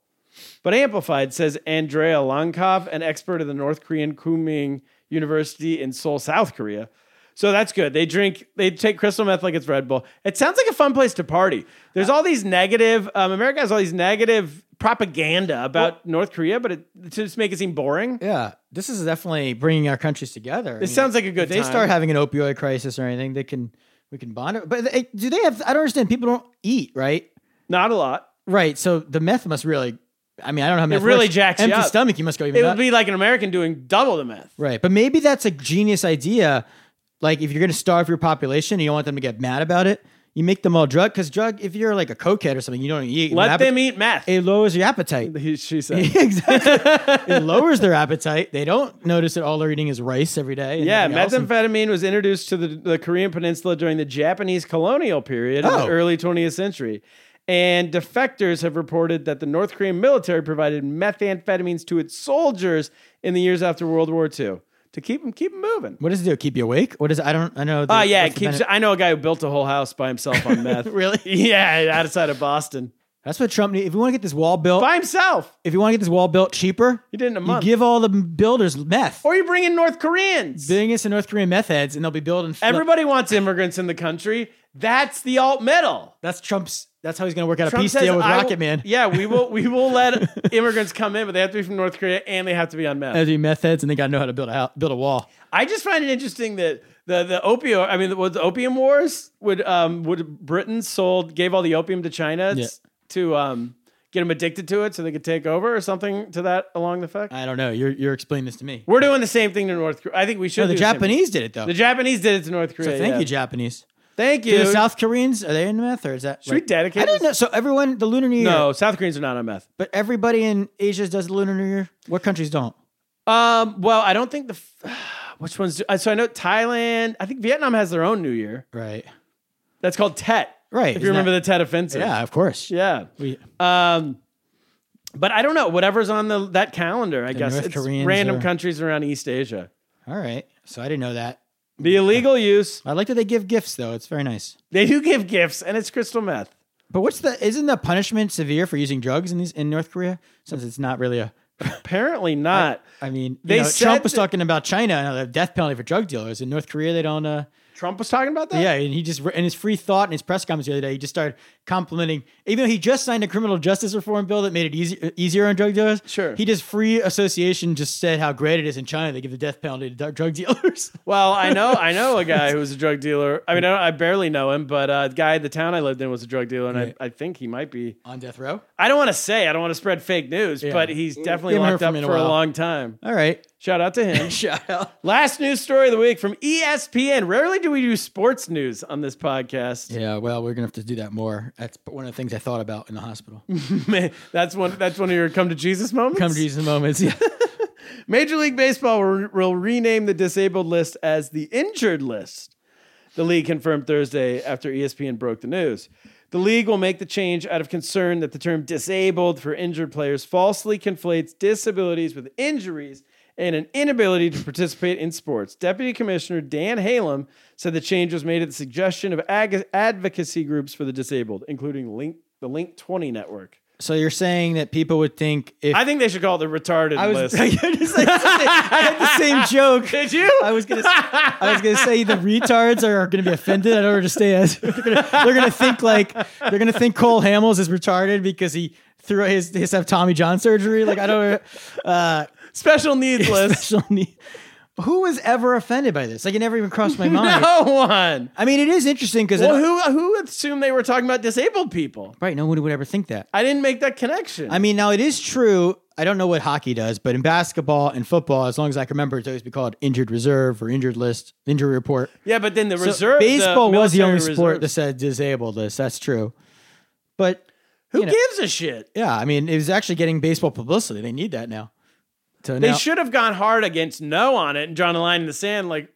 Speaker 1: But amplified, says Andrea Lankov, an expert at the North Korean Kuming University in Seoul, South Korea. So that's good. They drink, they take crystal meth like it's Red Bull. It sounds like a fun place to party. There's all these negative, um, America has all these negative propaganda about North Korea, but it, to just make it seem boring.
Speaker 2: yeah, this is definitely bringing our countries together.
Speaker 1: It sounds like a good
Speaker 2: if they
Speaker 1: time.
Speaker 2: start having an opioid crisis or anything, they can we can bond it. But they, do they have? I don't understand. People don't eat, right?
Speaker 1: Not a lot.
Speaker 2: Right. So the meth must really. I mean, I don't know how meth
Speaker 1: really
Speaker 2: works.
Speaker 1: jacks you
Speaker 2: Empty
Speaker 1: up.
Speaker 2: stomach, you must go even.
Speaker 1: It
Speaker 2: nut-
Speaker 1: would be like an American doing double the meth.
Speaker 2: Right. But maybe that's a genius idea. Like if you're going to starve your population and you don't want them to get mad about it, you make them all drug. Because drug, if you're like a cokehead or something, you don't eat.
Speaker 1: Let
Speaker 2: an
Speaker 1: them eat meth.
Speaker 2: It lowers your appetite.
Speaker 1: He- she said.
Speaker 2: exactly. It lowers their appetite. They don't notice that all they're eating is rice every day. and
Speaker 1: Yeah,
Speaker 2: nothing else. And-
Speaker 1: methamphetamine was introduced to the, the Korean peninsula during the Japanese colonial period in
Speaker 2: Oh.
Speaker 1: the early 20th century. And defectors have reported that the North Korean military provided methamphetamines to its soldiers in the years after World War II to keep them keep 'em moving.
Speaker 2: What does it do? Keep you awake? What is? I don't. I know. the-
Speaker 1: Oh yeah, it
Speaker 2: what's the
Speaker 1: keeps.
Speaker 2: benefit-
Speaker 1: I know a guy who built a whole house by himself on meth.
Speaker 2: Really?
Speaker 1: Yeah, outside of Boston
Speaker 2: That's what Trump needs. If you want to get this wall built,
Speaker 1: by himself.
Speaker 2: if you want to get this wall built cheaper,
Speaker 1: He did it in a
Speaker 2: you
Speaker 1: month.
Speaker 2: give all the builders meth.
Speaker 1: or you bring in North Koreans.
Speaker 2: Bring us the North Korean meth heads, and they'll be building.
Speaker 1: Everybody wants immigrants in the country. That's the alt middle.
Speaker 2: That's Trump's. That's how he's going to work out
Speaker 1: Trump
Speaker 2: a peace
Speaker 1: says,
Speaker 2: deal with
Speaker 1: I will-
Speaker 2: Rocket Man.
Speaker 1: Yeah, we will we will let immigrants come in, but they have to be from North Korea and they have to be on meth.
Speaker 2: As you meth heads, and they got to know how to build a house, build a wall.
Speaker 1: I just find it interesting that the the opio I mean the, was the opium wars would um would Britain sold gave all the opium to China
Speaker 2: Yeah.
Speaker 1: to um get them addicted to it so they could take over or something to that along the fact.
Speaker 2: I don't know. You're you're explaining this to me.
Speaker 1: We're doing the same thing to North Korea. I think we should.
Speaker 2: No, the
Speaker 1: do same thing.
Speaker 2: Japanese did it though.
Speaker 1: The Japanese did it to North Korea.
Speaker 2: so thank
Speaker 1: yeah.
Speaker 2: you, Japanese.
Speaker 1: Thank
Speaker 2: Do
Speaker 1: you.
Speaker 2: the South Koreans are they in meth or is that?
Speaker 1: Should we
Speaker 2: like-
Speaker 1: dedicate
Speaker 2: I didn't
Speaker 1: this-
Speaker 2: know. So everyone, the Lunar New Year.
Speaker 1: no, South Koreans are not on meth.
Speaker 2: but everybody in Asia does the Lunar New Year. What countries don't?
Speaker 1: Um, well, I don't think the f- which ones. Do, uh, so I know Thailand. I think Vietnam has their own New Year.
Speaker 2: Right.
Speaker 1: That's called Tet.
Speaker 2: Right.
Speaker 1: If you
Speaker 2: Isn't
Speaker 1: remember
Speaker 2: that-
Speaker 1: the Tet Offensive.
Speaker 2: yeah, of course.
Speaker 1: Yeah.
Speaker 2: We,
Speaker 1: Um, but I don't know. Whatever's on the that calendar, I guess
Speaker 2: North
Speaker 1: it's
Speaker 2: Koreans
Speaker 1: random
Speaker 2: are-
Speaker 1: countries around East Asia.
Speaker 2: all right. So I didn't know that.
Speaker 1: The illegal use.
Speaker 2: I like that they give gifts though. It's very nice.
Speaker 1: They do give gifts, and it's crystal meth.
Speaker 2: But what's the? Isn't the punishment severe for using drugs in these in North Korea? Since it's not really a
Speaker 1: Apparently not.
Speaker 2: I mean, you
Speaker 1: They
Speaker 2: know,
Speaker 1: said
Speaker 2: Trump was
Speaker 1: that-
Speaker 2: talking about China and the death penalty for drug dealers. In North Korea, they don't. Uh,
Speaker 1: Trump was talking about that?
Speaker 2: Yeah, and he just in his free thought in his press conference the other day, he just started complimenting. Even though he just signed a criminal justice reform bill that made it easy, easier on drug dealers,
Speaker 1: Sure.
Speaker 2: he just free association just said how great it is in China. They give the death penalty to dr- drug dealers.
Speaker 1: Well, I know I know a guy who was a drug dealer. I mean, I, don't, I barely know him, but uh, the guy at the town I lived in was a drug dealer, and
Speaker 2: Yeah.
Speaker 1: I, I think he might be.
Speaker 2: on death row.
Speaker 1: I don't want to say. I don't want to spread fake news,
Speaker 2: Yeah.
Speaker 1: but he's definitely
Speaker 2: haven't heard
Speaker 1: locked up
Speaker 2: from him in
Speaker 1: for
Speaker 2: a
Speaker 1: a
Speaker 2: while.
Speaker 1: long time.
Speaker 2: All right,
Speaker 1: Shout out to him.
Speaker 2: shout out.
Speaker 1: Last news story of the week from E ESPN. Rarely do we do sports news on this podcast.
Speaker 2: Yeah, well, we're gonna have to do that more. That's one of the things I thought about in the hospital.
Speaker 1: Man, that's one. That's one of your come to Jesus moments.
Speaker 2: Come to Jesus moments. Yeah.
Speaker 1: Major League Baseball will, will rename the disabled list as the injured list. The league confirmed Thursday after E ESPN broke the news. The league will make the change out of concern that the term disabled for injured players falsely conflates disabilities with injuries and an inability to participate in sports. Deputy Commissioner Dan Halem said the change was made at the suggestion of ag- advocacy groups for the disabled, including Link, the Link 20 network.
Speaker 2: So you're saying that people would think if
Speaker 1: I think they should call it the retarded
Speaker 2: I was
Speaker 1: list.
Speaker 2: I had the same- I had the same joke.
Speaker 1: Did you?
Speaker 2: I was gonna I was gonna say the retards are gonna be offended. I don't understand. they're, gonna, they're gonna think like they're gonna think Cole Hamels is retarded because he threw his his have Tommy John surgery. Like I don't uh
Speaker 1: Special needs list.
Speaker 2: special need. Who was ever offended by this? Like it never even crossed my mind.
Speaker 1: No one.
Speaker 2: I mean, it is interesting because
Speaker 1: Well, who who assumed they were talking about disabled people?
Speaker 2: right, no one would ever think that.
Speaker 1: I didn't make that connection.
Speaker 2: I mean, now it is true. I don't know what hockey does, but in basketball and football, as long as I can remember, it's always been called injured reserve or injured list, injury report.
Speaker 1: yeah, but then the
Speaker 2: So
Speaker 1: reserve.
Speaker 2: baseball was the only
Speaker 1: military
Speaker 2: sport that
Speaker 1: reserves.
Speaker 2: said disabled list. That's true. But
Speaker 1: Who
Speaker 2: you know.
Speaker 1: gives a shit?
Speaker 2: yeah, I mean, it was actually getting baseball publicity. They need that now. So
Speaker 1: They
Speaker 2: now,
Speaker 1: should have gone hard against no on it and drawn a line in the sand, like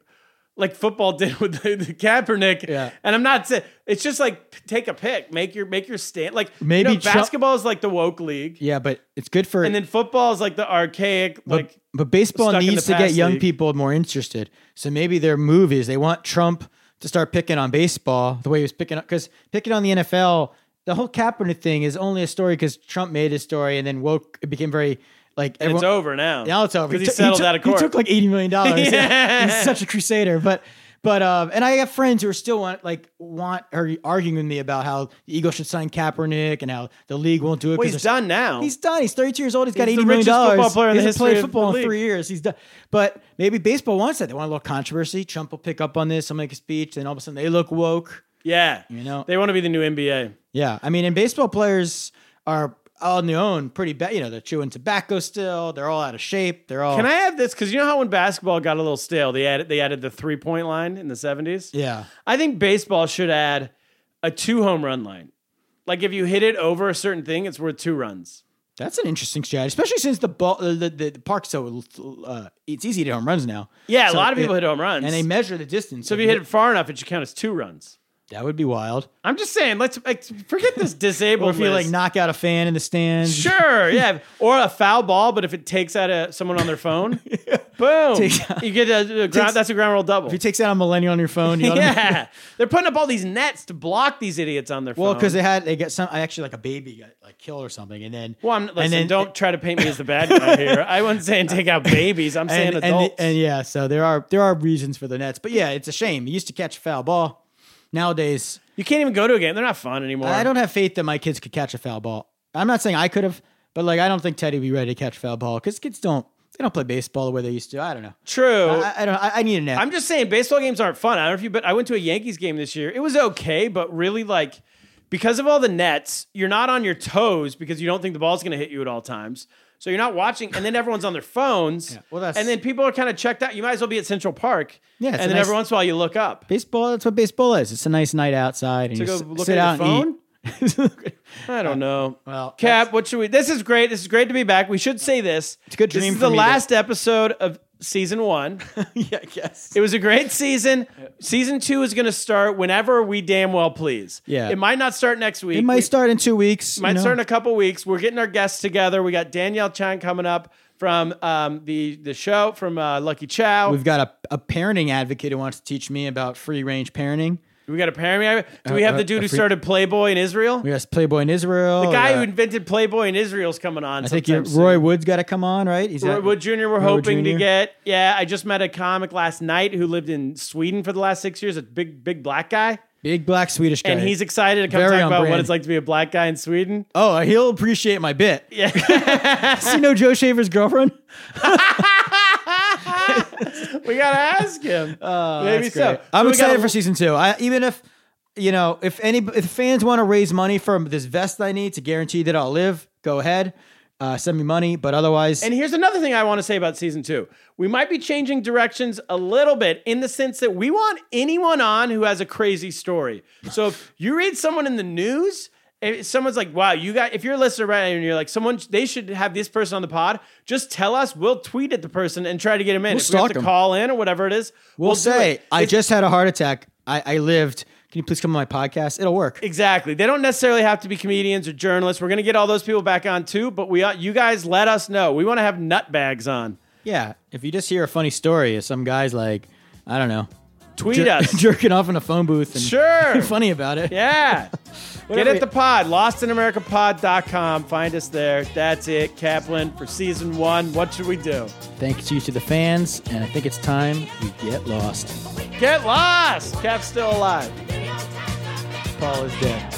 Speaker 1: like football did with the, the Kaepernick.
Speaker 2: Yeah.
Speaker 1: And I'm not saying it's just like p- take a pick, make your make your stand. Like you
Speaker 2: Maybe
Speaker 1: know,
Speaker 2: Trump-
Speaker 1: basketball is like the woke league,
Speaker 2: yeah, but it's good for
Speaker 1: and then football is like the archaic.
Speaker 2: but,
Speaker 1: Like
Speaker 2: but baseball
Speaker 1: stuck in
Speaker 2: needs
Speaker 1: the
Speaker 2: to get
Speaker 1: past
Speaker 2: young
Speaker 1: league.
Speaker 2: people more interested. So maybe their movies, they want Trump to start picking on baseball the way he was picking up because picking on the NFL, the whole Kaepernick thing is only a story because Trump made his story and then woke it became very like
Speaker 1: it's
Speaker 2: everyone,
Speaker 1: over now.
Speaker 2: now it's over.
Speaker 1: because he,
Speaker 2: took-
Speaker 1: settled
Speaker 2: took-
Speaker 1: out of court.
Speaker 2: He took like eighty million dollars.
Speaker 1: Yeah.
Speaker 2: He's such a crusader. But but um, and I have friends who are still want like want are arguing with me about how the Eagles should sign Kaepernick and how the league won't do it.
Speaker 1: well,
Speaker 2: 'cause
Speaker 1: he's
Speaker 2: they're-
Speaker 1: done now.
Speaker 2: He's done. He's thirty two years old. He's got
Speaker 1: He's the
Speaker 2: eighty million
Speaker 1: richest football
Speaker 2: dollars.
Speaker 1: player in
Speaker 2: he
Speaker 1: the
Speaker 2: hasn't played
Speaker 1: history of
Speaker 2: football
Speaker 1: the
Speaker 2: in three
Speaker 1: league.
Speaker 2: years. He's done. But maybe baseball wants that. They want a little controversy. Trump will pick up on this. He'll make a speech, and all of a sudden they look woke.
Speaker 1: yeah.
Speaker 2: You know.
Speaker 1: they want to be the new NBA.
Speaker 2: Yeah, I mean, and baseball players are on their own pretty bad. You know, they're chewing tobacco still. They're all out of shape. They're all.
Speaker 1: Can I have this? Because you know how when basketball got a little stale, they added they added the three point line in the seventies.
Speaker 2: Yeah.
Speaker 1: I think baseball should add a two home run line. Like if you hit it over a certain thing, it's worth two runs.
Speaker 2: That's an interesting strategy, especially since the ball, the, the, the park's so uh, it's easy to hit home runs now.
Speaker 1: Yeah, a
Speaker 2: So
Speaker 1: lot of
Speaker 2: it-
Speaker 1: people hit home runs,
Speaker 2: and they measure the distance.
Speaker 1: so if you hit it far enough, it should count as two runs.
Speaker 2: that would be wild.
Speaker 1: I'm just saying, let's like, forget this disabled.
Speaker 2: Or if you like
Speaker 1: list.
Speaker 2: knock out a fan in the stands,
Speaker 1: Sure, yeah, or a foul ball, but if it takes out a, someone on their phone, boom,
Speaker 2: Takes out-
Speaker 1: you get a, a ground.
Speaker 2: Takes-
Speaker 1: that's a ground rule double.
Speaker 2: If you takes out a millennial on your phone, you know what I mean?
Speaker 1: yeah, they're putting up all these nets to block these idiots on their phone.
Speaker 2: Well, because they had they got some actually like a baby got like killed or something, and then
Speaker 1: Well, I'm, listen,
Speaker 2: and then
Speaker 1: don't try to paint me as the bad guy here. I wasn't saying take out babies. I'm saying
Speaker 2: and, and,
Speaker 1: adults.
Speaker 2: and yeah, so there are there are reasons for the nets, but yeah, it's a shame. You used to catch a foul ball. Nowadays,
Speaker 1: you can't even go to a game. They're not fun anymore.
Speaker 2: I don't have faith that my kids could catch a foul ball. I'm not saying I could have, but like I don't think Teddy would be ready to catch a foul ball because kids don't they don't play baseball the way they used to. I don't know.
Speaker 1: True.
Speaker 2: I, I don't. I, I need a nap.
Speaker 1: I'm just saying baseball games aren't fun. I don't know if you, but I went to a Yankees game this year. It was okay, but really like because of all the nets, you're not on your toes because you don't think the ball's going to hit you at all times. So you're not watching, and then everyone's on their phones.
Speaker 2: well, that's-
Speaker 1: and then people are kind of checked out. You might as well be at Central Park.
Speaker 2: Yeah, it's
Speaker 1: and
Speaker 2: a
Speaker 1: then
Speaker 2: nice-
Speaker 1: every once in a while you look up.
Speaker 2: baseball. That's what baseball is. It's a nice night outside, and
Speaker 1: To
Speaker 2: you
Speaker 1: go
Speaker 2: s-
Speaker 1: look
Speaker 2: sit
Speaker 1: at
Speaker 2: out
Speaker 1: your
Speaker 2: and eat.
Speaker 1: I don't know.
Speaker 2: well,
Speaker 1: Cap, what should we? This is great. This is great to be back. We should say this. It's
Speaker 2: a good
Speaker 1: This
Speaker 2: dream
Speaker 1: is
Speaker 2: for
Speaker 1: the
Speaker 2: me to-
Speaker 1: last episode of season one.
Speaker 2: yeah, I guess.
Speaker 1: it was a great season. Season two is going to start whenever we damn well please.
Speaker 2: Yeah.
Speaker 1: it might not start next week.
Speaker 2: It
Speaker 1: We-
Speaker 2: might start in two
Speaker 1: it
Speaker 2: weeks. you
Speaker 1: might
Speaker 2: know.
Speaker 1: start in a couple weeks. We're getting our guests together. We got Danielle Chan coming up from um, the the show from uh, Lucky Chow.
Speaker 2: We've got a, a parenting advocate who wants to teach me about free range parenting.
Speaker 1: Do we got a parent? Do we have
Speaker 2: Uh,
Speaker 1: the dude
Speaker 2: a
Speaker 1: who
Speaker 2: free-
Speaker 1: started Playboy in Israel?
Speaker 2: We got Playboy in Israel.
Speaker 1: The guy
Speaker 2: We
Speaker 1: who
Speaker 2: got-
Speaker 1: invented Playboy in Israel's coming on.
Speaker 2: I think you-
Speaker 1: sometime
Speaker 2: Roy
Speaker 1: soon.
Speaker 2: Wood's got to come on, right? He's
Speaker 1: Roy
Speaker 2: at-
Speaker 1: Wood Jr. We're
Speaker 2: Roy Wood
Speaker 1: hoping
Speaker 2: Jr..
Speaker 1: to get. Yeah, I just met a comic last night who lived in Sweden for the last six years. A big, big black guy,
Speaker 2: big black Swedish guy.
Speaker 1: and he's excited to come
Speaker 2: Very on
Speaker 1: talk about what
Speaker 2: brand.
Speaker 1: it's like to be a black guy in Sweden.
Speaker 2: oh, he'll appreciate my bit.
Speaker 1: Yeah,
Speaker 2: Does he know Joe Shaver's girlfriend?
Speaker 1: we gotta ask him. Maybe
Speaker 2: Oh, That's
Speaker 1: so.
Speaker 2: great.
Speaker 1: So
Speaker 2: I'm
Speaker 1: we
Speaker 2: excited
Speaker 1: gotta-
Speaker 2: for season two. I, even if you know, if any if fans want to raise money for this vest I need to guarantee that I'll live, go ahead. Uh, send me money, but otherwise,
Speaker 1: And here's another thing I want to say about season two. We might be changing directions a little bit in the sense that we want anyone on who has a crazy story. So if you read someone in the news, if someone's like, wow, you got, if you're a listener right now and you're like, someone, they should have this person on the pod, just tell us. We'll tweet at the person and try to get him in.
Speaker 2: We'll
Speaker 1: if we have
Speaker 2: stalk
Speaker 1: to
Speaker 2: him.
Speaker 1: call in or whatever it is,
Speaker 2: we'll,
Speaker 1: do
Speaker 2: say
Speaker 1: it.
Speaker 2: I
Speaker 1: It's-
Speaker 2: just had a heart attack. I, I lived. Can you please come on my podcast? It'll work.
Speaker 1: Exactly. They don't necessarily have to be comedians or journalists. We're going to get all those people back on too, but we, uh, you guys let us know. We want to have nutbags on.
Speaker 2: yeah, if you just hear a funny story of some guy's like, I don't know,
Speaker 1: Tweet
Speaker 2: jer-
Speaker 1: us.
Speaker 2: jerking off in a phone booth and
Speaker 1: Sure.
Speaker 2: funny about it.
Speaker 1: Yeah. Get
Speaker 2: Whatever
Speaker 1: at
Speaker 2: you-
Speaker 1: the pod, lostinamericapod.com. Find us there. That's it, Kaplan, for season one. What should we do?
Speaker 2: Thank you to the fans, and I think it's time we get lost.
Speaker 1: Get lost! Cap's still alive.
Speaker 4: Video time.
Speaker 2: Paul is dead.